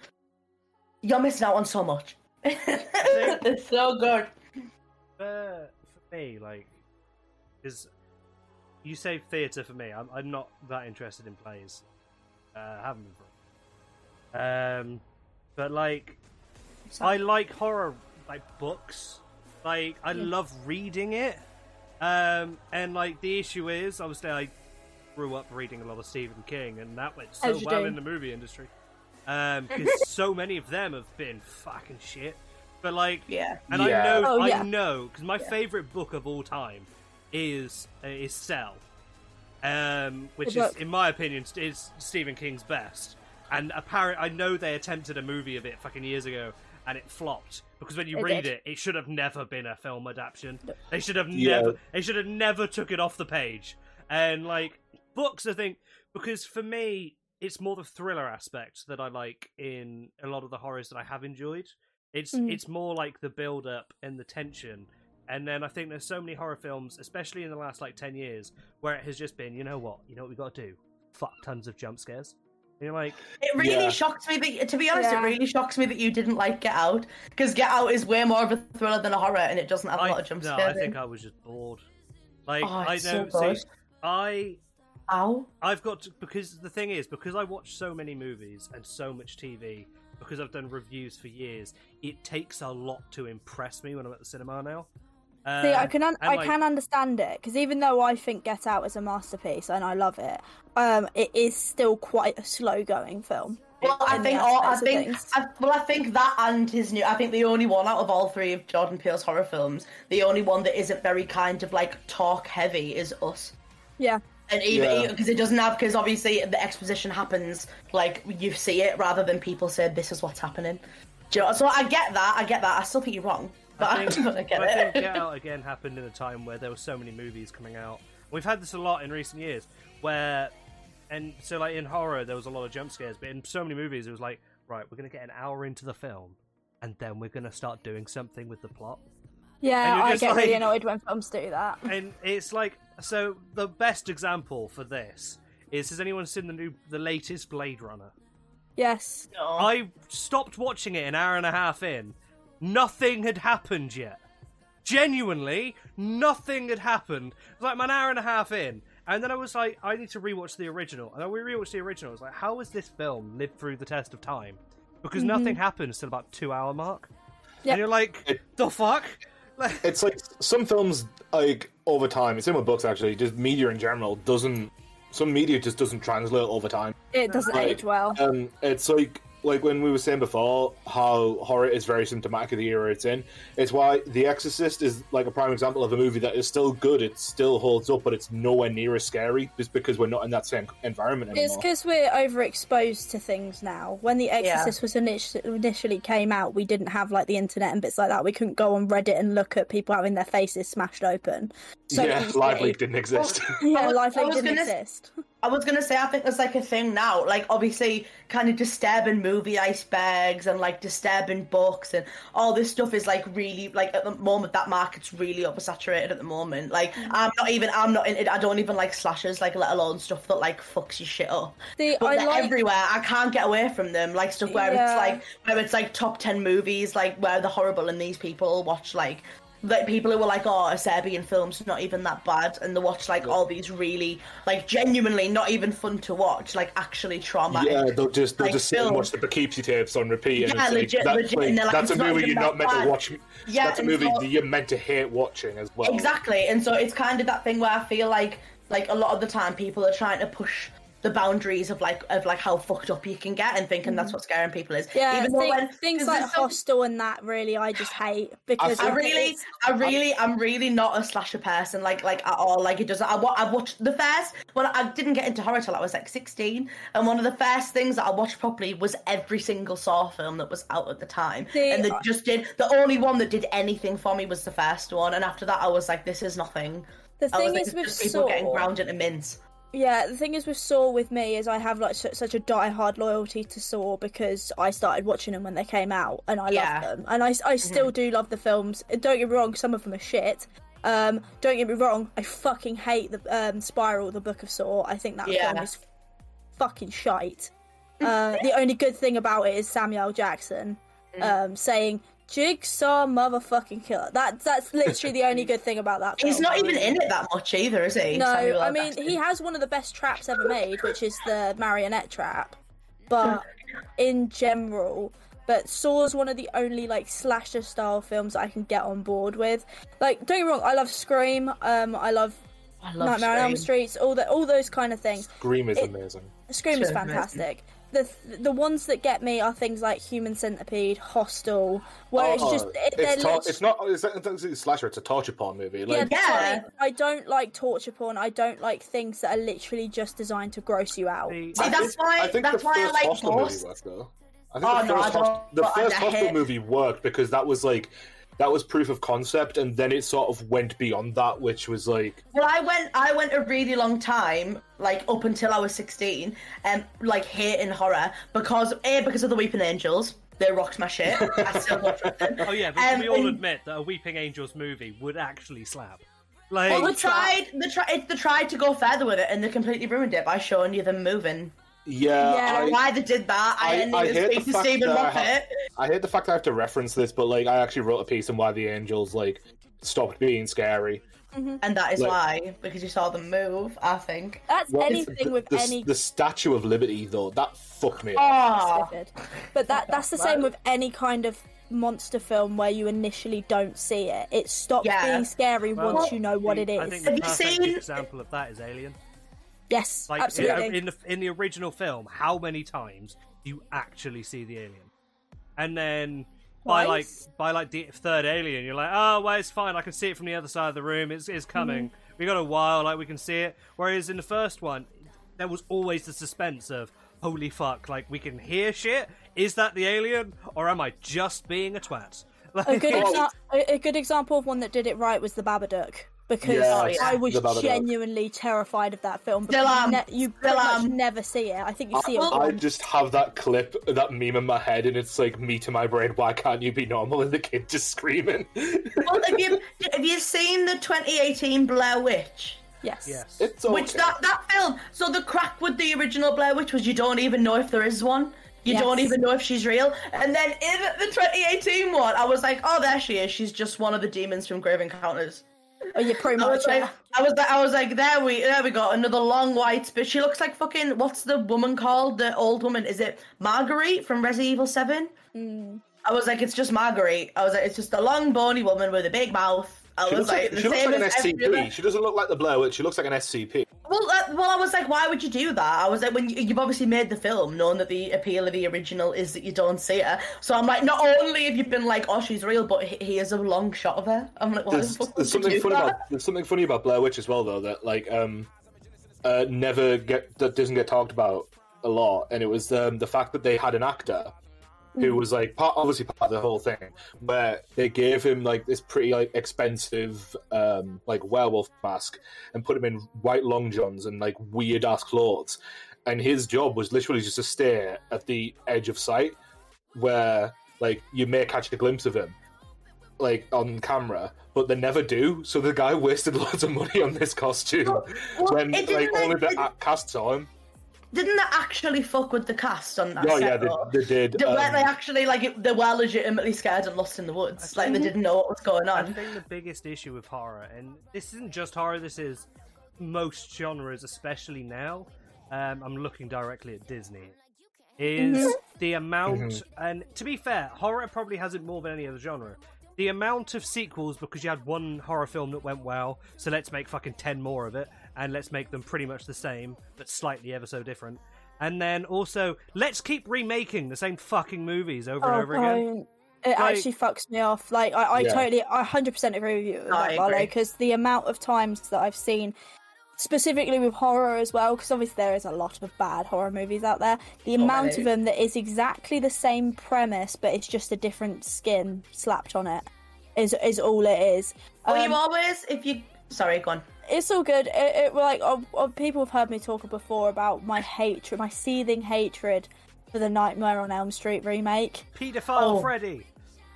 Speaker 3: You're missing out on so much. (laughs) it's so good.
Speaker 2: for, Uh, for me, like, because you say theatre for me, I'm, I'm not that interested in plays. Uh, I haven't been for. Um, but like, I like horror, like books. Like, I love reading it. Um, and like the issue is, obviously, I grew up reading a lot of Stephen King, and that went so
Speaker 1: As you
Speaker 2: well
Speaker 1: do.
Speaker 2: in the movie industry. Um, because
Speaker 1: (laughs)
Speaker 2: so many of them have been fucking shit. But like,
Speaker 3: Yeah.
Speaker 2: and
Speaker 4: Yeah.
Speaker 2: I know,
Speaker 1: Oh, yeah.
Speaker 2: I know, because my favorite book of all time is uh, is Cell, um, which
Speaker 1: Good
Speaker 2: is,
Speaker 1: book.
Speaker 2: in my opinion, st- is Stephen King's best. And apparent, I know they attempted a movie of it fucking years ago, and it flopped because when you
Speaker 1: It
Speaker 2: read
Speaker 1: did.
Speaker 2: it, it should have never been a film adaptation. They should have
Speaker 4: Yeah.
Speaker 2: never, they should have never took it off the page. And like books, I think because for me, it's more the thriller aspect that I like in a lot of the horrors that I have enjoyed. It's
Speaker 3: Mm-hmm.
Speaker 1: Mhm.
Speaker 2: it's more like the build up and the tension. And then I think there's so many horror films, especially in the last like ten years, where it has just been, you know what, you know what we got to do, fuck tons of jump scares. And you're like,
Speaker 3: It really
Speaker 4: Yeah.
Speaker 3: shocks me that, to be honest,
Speaker 1: Yeah.
Speaker 3: it really shocks me that you didn't like Get Out because Get Out is way more of a thriller than a horror, and it doesn't have a
Speaker 2: I,
Speaker 3: lot of jump
Speaker 2: no,
Speaker 3: scares.
Speaker 2: I
Speaker 3: in.
Speaker 2: think I was just bored. Like
Speaker 3: Oh,
Speaker 2: I
Speaker 3: it's so
Speaker 2: know,
Speaker 3: good.
Speaker 2: see, I
Speaker 3: Ow!
Speaker 2: I've got to, because the thing is because I watch so many movies and so much TV because I've done reviews for years. It takes a lot to impress me when I'm at the cinema now. Uh,
Speaker 1: See, I can un-
Speaker 2: and,
Speaker 1: I
Speaker 2: like-
Speaker 1: can understand it because even though I think Get Out is a masterpiece and I love it, um, it is still quite a slow going film.
Speaker 3: Well, I
Speaker 1: in
Speaker 3: think
Speaker 1: the
Speaker 3: all, I
Speaker 1: aspects of
Speaker 3: think
Speaker 1: things.
Speaker 3: I, well, I think that and his new. I think the only one out of all three of Jordan Peele's horror films, the only one that isn't very kind of like talk heavy is Us.
Speaker 1: Yeah,
Speaker 3: And even
Speaker 4: Yeah.
Speaker 3: because it doesn't have because obviously the exposition happens like you see it rather than people say this is what's happening. Do you know, so I get that. I get that. I still think you're wrong, but (laughs) I,
Speaker 2: I think,
Speaker 3: don't get
Speaker 2: I
Speaker 3: it.
Speaker 2: think Get Out again happened in a time where there were so many movies coming out. We've had this a lot in recent years, where and so like in horror there was a lot of jump scares, but in so many movies it was like, right, we're gonna get an hour into the film, and then we're gonna start doing something with the plot. And
Speaker 1: yeah,
Speaker 2: you're
Speaker 1: I
Speaker 2: just
Speaker 1: get really
Speaker 2: like-
Speaker 1: annoyed when films do that.
Speaker 2: and it's like so the best example for this is has anyone seen the new the latest blade runner
Speaker 1: Yes,
Speaker 3: No.
Speaker 2: i stopped watching it an hour and a half in nothing had happened yet genuinely nothing had happened It was like an hour and a half in and then i was like i need to rewatch the original and i rewatched the original i was like how has this film lived through the test of time because nothing happens till about two hour mark
Speaker 1: Yep.
Speaker 2: and you're like the fuck Like-
Speaker 4: It's like some films, like over time, it's in my books actually. Just media in general doesn't. Some media just doesn't translate over time.
Speaker 1: it doesn't
Speaker 4: Right.
Speaker 1: age well.
Speaker 4: Um, it's like like when we were saying before how horror is very symptomatic of the era it's in. It's why The Exorcist is like a prime example of a movie that is still good. It still holds up, but it's nowhere near as scary. Just because we're not in that same environment
Speaker 1: It's
Speaker 4: anymore.
Speaker 1: because we're overexposed to things now. When The Exorcist was init- initially came out, we didn't have like the internet and bits like that. We couldn't go on Reddit and look at people having their faces smashed open. So
Speaker 4: yeah,
Speaker 1: easily-
Speaker 4: Live Leak didn't exist.
Speaker 1: Yeah,
Speaker 3: I was-
Speaker 1: Live
Speaker 3: I
Speaker 1: Leak
Speaker 3: was
Speaker 1: didn't
Speaker 3: gonna s-
Speaker 1: exist.
Speaker 3: I was gonna say, I think there's like a thing now, like obviously, kind of disturbing movie icebergs and like disturbing books and all this stuff is like really like at the moment that market's really oversaturated at the moment. Like
Speaker 2: Mm.
Speaker 3: I'm not even, I'm not, in, I don't even like slashers, like let alone stuff that like fucks your shit up.
Speaker 1: See,
Speaker 3: But
Speaker 1: I
Speaker 3: they're
Speaker 1: like-
Speaker 3: everywhere. I can't get away from them. Like stuff where
Speaker 1: Yeah.
Speaker 3: it's like where it's like top ten movies, like where they're horrible, and these people watch like like people who were like, "Oh, a Serbian film's not even that bad," and they watch like all these really like genuinely not even fun to watch, like actually traumatic.
Speaker 4: Yeah, they'll just they'll
Speaker 3: like,
Speaker 4: just sit and
Speaker 3: film.
Speaker 4: watch the Poughkeepsie tapes on repeat. And
Speaker 3: Yeah,
Speaker 4: it's like,
Speaker 3: legit-
Speaker 4: that-
Speaker 3: legit, and they're like,
Speaker 4: that's a
Speaker 3: it's not
Speaker 4: movie
Speaker 3: even
Speaker 4: you're
Speaker 3: that
Speaker 4: not meant to
Speaker 3: bad.
Speaker 4: watch.
Speaker 3: Yeah,
Speaker 4: that's a
Speaker 3: and
Speaker 4: movie
Speaker 3: so-
Speaker 4: that you're meant to hate watching as well.
Speaker 3: Exactly, and so it's kind of that thing where I feel like like a lot of the time people are trying to push the boundaries of like of like how fucked up you can get and thinking that's what scaring people is.
Speaker 1: Mm-hmm. Yeah,
Speaker 3: Even though
Speaker 1: thing-
Speaker 3: when-
Speaker 1: things
Speaker 3: 'cause
Speaker 1: like
Speaker 3: there's some-
Speaker 1: Hostel and that really I just hate because
Speaker 3: I
Speaker 1: think
Speaker 3: really,
Speaker 1: it's-
Speaker 3: I really, I'm really not a slasher person, like, like at all. Like, it doesn't. I, wa- I watched the first. Well, I didn't get into horror till I was like 16, and one of the first things that I watched properly was every single Saw film that was out at the time,
Speaker 1: See, uh
Speaker 3: and they
Speaker 1: I-
Speaker 3: just did. The only one that did anything for me was the first one, and after that, I was like, this is nothing.
Speaker 1: the
Speaker 3: I was
Speaker 1: thing
Speaker 3: like,
Speaker 1: is
Speaker 3: it's
Speaker 1: with
Speaker 3: just people getting
Speaker 1: Saw. Oh
Speaker 3: ground into mints.
Speaker 1: Yeah, the thing is with Saw with me is I have like su- such a die-hard loyalty to Saw because I started watching them when they came out and I
Speaker 3: Yeah. Mm-hmm.
Speaker 1: love them and I, I still do love the films. And Don't get me wrong, some of them are shit. Um, don't get me wrong, I fucking hate the um, Spiral, the Book of Saw. I think that
Speaker 3: Yeah.
Speaker 1: film is fucking
Speaker 3: (laughs)
Speaker 1: shite. Uh, the only good thing about it is Samuel Jackson
Speaker 3: Mm.
Speaker 1: um, saying "Jigsaw motherfucking killer." That that's literally the
Speaker 3: (laughs)
Speaker 1: only good thing about that.
Speaker 3: He's
Speaker 1: film.
Speaker 3: not even in it that much either, is he?
Speaker 1: No,
Speaker 3: Samuel L.
Speaker 1: I mean
Speaker 3: Jackson?
Speaker 1: he has one of the best traps ever made, which is the marionette trap.
Speaker 4: (laughs)
Speaker 1: But in general, but Saw's one of the only like slasher style films I can get on board with. Like, don't get me wrong, I love Scream. Um, I love,
Speaker 3: I love
Speaker 1: Nightmare on Elm
Speaker 3: Scream.
Speaker 1: Street. All the all those kind of things.
Speaker 4: Scream is
Speaker 1: It-
Speaker 4: amazing.
Speaker 1: Scream is
Speaker 3: Sure, amazing.
Speaker 1: fantastic. The the ones that get me are things like Human Centipede, Hostel, where it's just
Speaker 4: Oh,
Speaker 1: it, they're
Speaker 4: it's, tor-
Speaker 1: lit-
Speaker 4: it's not it's not it's not a slasher. It's a torture porn
Speaker 1: yeah,
Speaker 4: movie. Like,
Speaker 1: that's what
Speaker 3: Yeah.
Speaker 1: I, I don't like torture porn. I don't like things that are literally just designed to gross you out.
Speaker 2: The-
Speaker 3: See, that's why.
Speaker 4: I think
Speaker 3: that's
Speaker 4: the
Speaker 3: why I
Speaker 4: first
Speaker 3: like
Speaker 4: hostel
Speaker 3: Ghost.
Speaker 4: movie worked though. I think
Speaker 3: Oh,
Speaker 4: the
Speaker 3: no,
Speaker 4: first,
Speaker 3: I don't-
Speaker 4: Host- the
Speaker 3: but I
Speaker 4: first hostel
Speaker 3: hate-
Speaker 4: movie worked because that was like that was proof of concept, and then it sort of went beyond that, which was like
Speaker 3: Well, I went. I went a really long time, like up until I was sixteen, and like hating horror because a because of the Weeping Angels. They rocked my shit. I still watch
Speaker 4: (laughs)
Speaker 3: them.
Speaker 2: Oh yeah, but
Speaker 3: Um,
Speaker 2: we all
Speaker 3: and-
Speaker 2: admit that a Weeping Angels movie would actually slap. Like,
Speaker 3: Well, they tried. They tried. They tried to go further with it, and they completely ruined it by showing you them moving.
Speaker 4: yeah.
Speaker 1: Yeah,
Speaker 4: I-
Speaker 3: Why they did that? I,
Speaker 4: I-
Speaker 3: ended
Speaker 4: I
Speaker 3: up
Speaker 4: hate the
Speaker 3: speaking to
Speaker 4: fact
Speaker 3: Stephen
Speaker 4: that I
Speaker 3: Moffat.
Speaker 4: have- I hate the fact that I have to reference this, but like I actually wrote a piece on why the angels like stopped being scary.
Speaker 3: and that is
Speaker 4: Like-
Speaker 3: why because you saw them move. I think.
Speaker 1: That's
Speaker 4: What is
Speaker 1: anything
Speaker 4: the,
Speaker 1: with
Speaker 4: the,
Speaker 1: any Oh,
Speaker 4: the Statue of Liberty though? That fucked me. up.
Speaker 3: Ah,
Speaker 1: stupid. But that
Speaker 3: (laughs)
Speaker 1: that's the same with any kind of monster film where you initially don't see it. It stops
Speaker 3: Yeah.
Speaker 1: being scary
Speaker 2: well,
Speaker 1: once you know what it
Speaker 2: I
Speaker 1: is.
Speaker 2: think the
Speaker 3: Have you
Speaker 2: perfect
Speaker 3: seen-
Speaker 2: example of that is Alien.
Speaker 1: Yes,
Speaker 2: Like
Speaker 1: absolutely.
Speaker 2: in, in the in the original film, how many times do you actually see the alien? And then by like
Speaker 1: Twice.
Speaker 2: by like the third alien, you're like, oh, well, it's fine. I can see it from the other side of the room. It's it's coming.
Speaker 1: Mm-hmm.
Speaker 2: We got a while. Like we can see it. Whereas in the first one, there was always the suspense of holy fuck. Like we can hear shit. Is that the alien, or am I just being a twat? (laughs) Like,
Speaker 1: a good exa- a, a good example of one that did it right was the Babadook because
Speaker 4: Yes,
Speaker 1: I
Speaker 4: The
Speaker 1: was
Speaker 4: Babadook.
Speaker 1: genuinely terrified of that film. because
Speaker 3: am.
Speaker 1: you you
Speaker 3: Oh,
Speaker 1: pretty
Speaker 3: Still
Speaker 1: much
Speaker 3: am.
Speaker 1: never see it. I think you see it.
Speaker 4: I
Speaker 1: once.
Speaker 4: just have that clip, that meme in my head, and it's like me to my brain. Why can't you be normal? And the kid just screaming.
Speaker 3: well, have you have you seen the 2018 Blair Witch?
Speaker 1: yes.
Speaker 2: yes.
Speaker 4: (laughs) It's okay.
Speaker 3: Which that that film. So the crack with the original Blair Witch was you don't even know if there is one. You
Speaker 1: Yes.
Speaker 3: don't even know if she's real. And then in the 2018 one, I was like, oh, there she is. She's just one of the demons from Grave Encounters.
Speaker 1: Oh, you pretty
Speaker 3: I
Speaker 1: much.
Speaker 3: was like,
Speaker 1: yeah.
Speaker 3: I was like, I was like, there we, there we go, another long white. sp- But she looks like fucking what's the woman called? The old woman? Is it Marguerite from Resident Evil Seven?
Speaker 4: Mm.
Speaker 3: I was like, it's just Marguerite. I was like, it's just a long bony woman with a big mouth. I
Speaker 4: She
Speaker 3: was
Speaker 4: looks
Speaker 3: like,
Speaker 4: like,
Speaker 3: the
Speaker 4: she looks
Speaker 3: same
Speaker 4: like an
Speaker 3: as every
Speaker 4: SCP.
Speaker 3: other-
Speaker 4: She doesn't look like the Blair Witch. She looks like an SCP.
Speaker 3: Well, uh, well, I was like, why would you do that? I was like, when you, you've obviously made the film, knowing that the appeal of the original is that you don't see her. So I'm like, not only have you been like, oh, she's real, but he- here's a long shot of her. I'm like, why
Speaker 4: There's,
Speaker 3: the fuck
Speaker 4: there's
Speaker 3: would
Speaker 4: something
Speaker 3: you do
Speaker 4: funny
Speaker 3: that?
Speaker 4: about there's something funny about Blair Witch as well though that like um uh never get that doesn't get talked about a lot, and it was um, the fact that they had an actor
Speaker 3: Mm.
Speaker 4: who was like part, obviously part of the whole thing, where they gave him like this pretty like expensive um like werewolf mask and put him in white long johns and like weird ass clothes, and his job was literally just to stare at the edge of sight where like you may catch a glimpse of him like on camera but they never do so the guy wasted (laughs) lots of money on this costume
Speaker 3: well,
Speaker 4: when
Speaker 3: it
Speaker 4: like
Speaker 3: didn't
Speaker 4: only
Speaker 3: make-
Speaker 4: the act cast saw him
Speaker 3: Didn't that actually fuck with the cast on that?
Speaker 4: oh
Speaker 3: set,
Speaker 4: yeah they,
Speaker 3: though?
Speaker 4: they did
Speaker 3: Did- weren't they
Speaker 4: um,
Speaker 3: actually like it- they were legitimately scared and lost in the woods?
Speaker 2: I
Speaker 3: Like they
Speaker 2: think-
Speaker 3: didn't know what was going
Speaker 2: I
Speaker 3: on.
Speaker 2: think the biggest issue with horror, and this isn't just horror, this is most genres, especially now. Um, I'm looking directly at Disney. Is
Speaker 3: Mm-hmm.
Speaker 2: the amount, and to be fair, horror probably has it more than any other genre. The amount of sequels because you had one horror film that went well, so let's make fucking 10 more of it, and let's make them pretty much the same, but slightly ever so different. And then also, let's keep remaking the same fucking movies over
Speaker 3: Oh,
Speaker 2: and over again.
Speaker 1: don't. Oh, It
Speaker 2: Like-
Speaker 1: actually fucks me off. Like I, I
Speaker 4: Yeah.
Speaker 1: totally, I hundred percent agree with you, with
Speaker 3: I
Speaker 1: that, Lolo,
Speaker 3: agree.
Speaker 1: because the amount of times that I've seen, specifically with horror as well, because obviously there is a lot of bad horror movies out there. The
Speaker 2: Oh,
Speaker 1: amount
Speaker 3: many.
Speaker 1: of them that is exactly the same premise, but it's just a different skin slapped on it, is is all it is.
Speaker 3: Well,
Speaker 1: Um,
Speaker 3: you always if you sorry, go on.
Speaker 1: it's all good. It, it like oh, oh, people have heard me talk before about my hatred, my seething hatred for the Nightmare on Elm Street remake.
Speaker 2: Pedophile
Speaker 3: Oh.
Speaker 2: Freddy.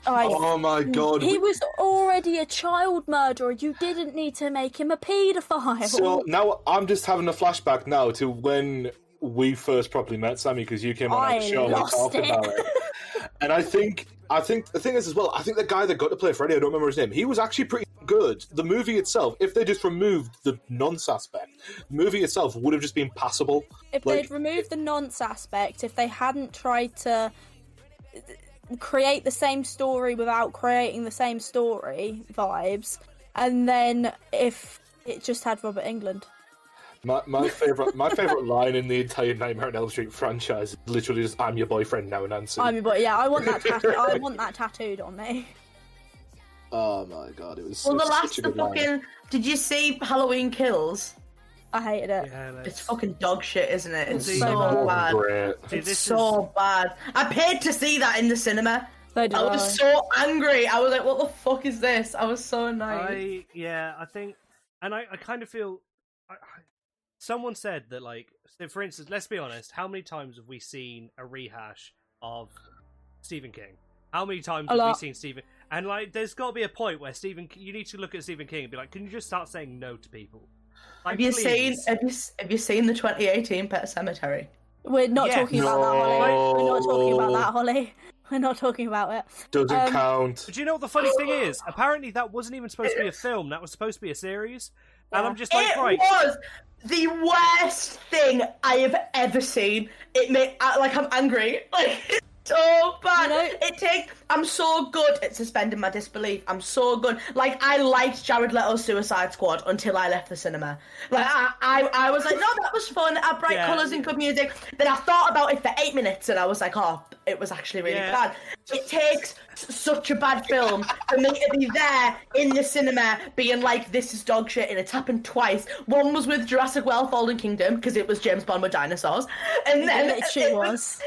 Speaker 1: I
Speaker 4: oh my god
Speaker 1: He was already a child murderer. You didn't need to make him a paedophile.
Speaker 4: So now I'm just having a flashback now to when we first properly met Sammy because you came on
Speaker 1: I
Speaker 4: our show and we
Speaker 1: lost
Speaker 4: talked
Speaker 1: it.
Speaker 4: about it. And I think I think the thing is as well, I think the guy that got to play Freddy, I don't remember his name, he was actually pretty good. The movie itself, if they just removed the nonce aspect, the movie itself would have just been passable.
Speaker 1: if
Speaker 4: like-
Speaker 1: they'd removed the nonce aspect, if they hadn't tried to create the same story without creating the same story vibes, and then if it just had Robert England.
Speaker 4: My, my favorite my favorite line in the entire Nightmare on Elm Street franchise is literally just I'm your boyfriend now, Nancy.
Speaker 1: I mean, but yeah, I want that.
Speaker 4: (laughs)
Speaker 1: Tat- I want that tattooed on me.
Speaker 4: Oh my god, it was
Speaker 3: Well, the
Speaker 4: such
Speaker 3: last
Speaker 4: a
Speaker 3: the
Speaker 4: good line.
Speaker 3: fucking did you see Halloween Kills?
Speaker 1: I hated it.
Speaker 2: Yeah, let's-
Speaker 3: It's fucking dog shit, isn't it? It's
Speaker 2: See,
Speaker 3: so
Speaker 1: no.
Speaker 3: bad.
Speaker 4: Great.
Speaker 2: See,
Speaker 3: It's
Speaker 2: this
Speaker 3: so bad. I paid to see that in the cinema.
Speaker 1: So did
Speaker 3: I
Speaker 1: I.
Speaker 3: was so angry. I was like, "What the fuck is this?" I was so annoyed.
Speaker 2: I yeah, I think, and I, I kind of feel. I, I, someone said that like, so for instance, let's be honest. How many times have we seen a rehash of Stephen King? How many times
Speaker 1: A
Speaker 2: have we
Speaker 1: lot.
Speaker 2: seen Stephen? And like, there's got to be a point where Stephen, you need to look at Stephen King and be like, can you just start saying no to people? Like,
Speaker 3: have you seen
Speaker 2: please.
Speaker 3: have you have you seen the 2018 Pet Cemetery?
Speaker 1: We're not
Speaker 2: Yeah.
Speaker 1: talking about that, Holly. We're not talking about
Speaker 4: No.
Speaker 1: that, Holly. (laughs) We're not talking about it.
Speaker 4: Doesn't
Speaker 1: Um,
Speaker 4: count.
Speaker 2: But you know what the funny thing is?
Speaker 3: (gasps)
Speaker 2: Apparently, that wasn't even supposed to be a film. That was supposed to be a series. And
Speaker 1: Yeah.
Speaker 2: I'm just like,
Speaker 3: it
Speaker 2: right,
Speaker 3: was the worst thing I have ever seen. It made I, like I'm angry. (laughs) Like it's so bad.
Speaker 1: You know-
Speaker 3: it takes. I'm so good at suspending my disbelief. I'm so good. Like I liked Jared Leto's Suicide Squad until I left the cinema. Like I, I, I was like, no, that was fun. I had bright
Speaker 2: Yeah.
Speaker 3: colours and good music. Then I thought about it for eight minutes, and I was like, oh, it was actually really
Speaker 2: Yeah.
Speaker 3: bad. It takes s- such a bad film for me to be there in the cinema being like, this is dog shit, and it's happened twice. One was with Jurassic World Fallen Kingdom because it was James Bond with dinosaurs, and then
Speaker 1: it literally
Speaker 3: (laughs)
Speaker 1: was.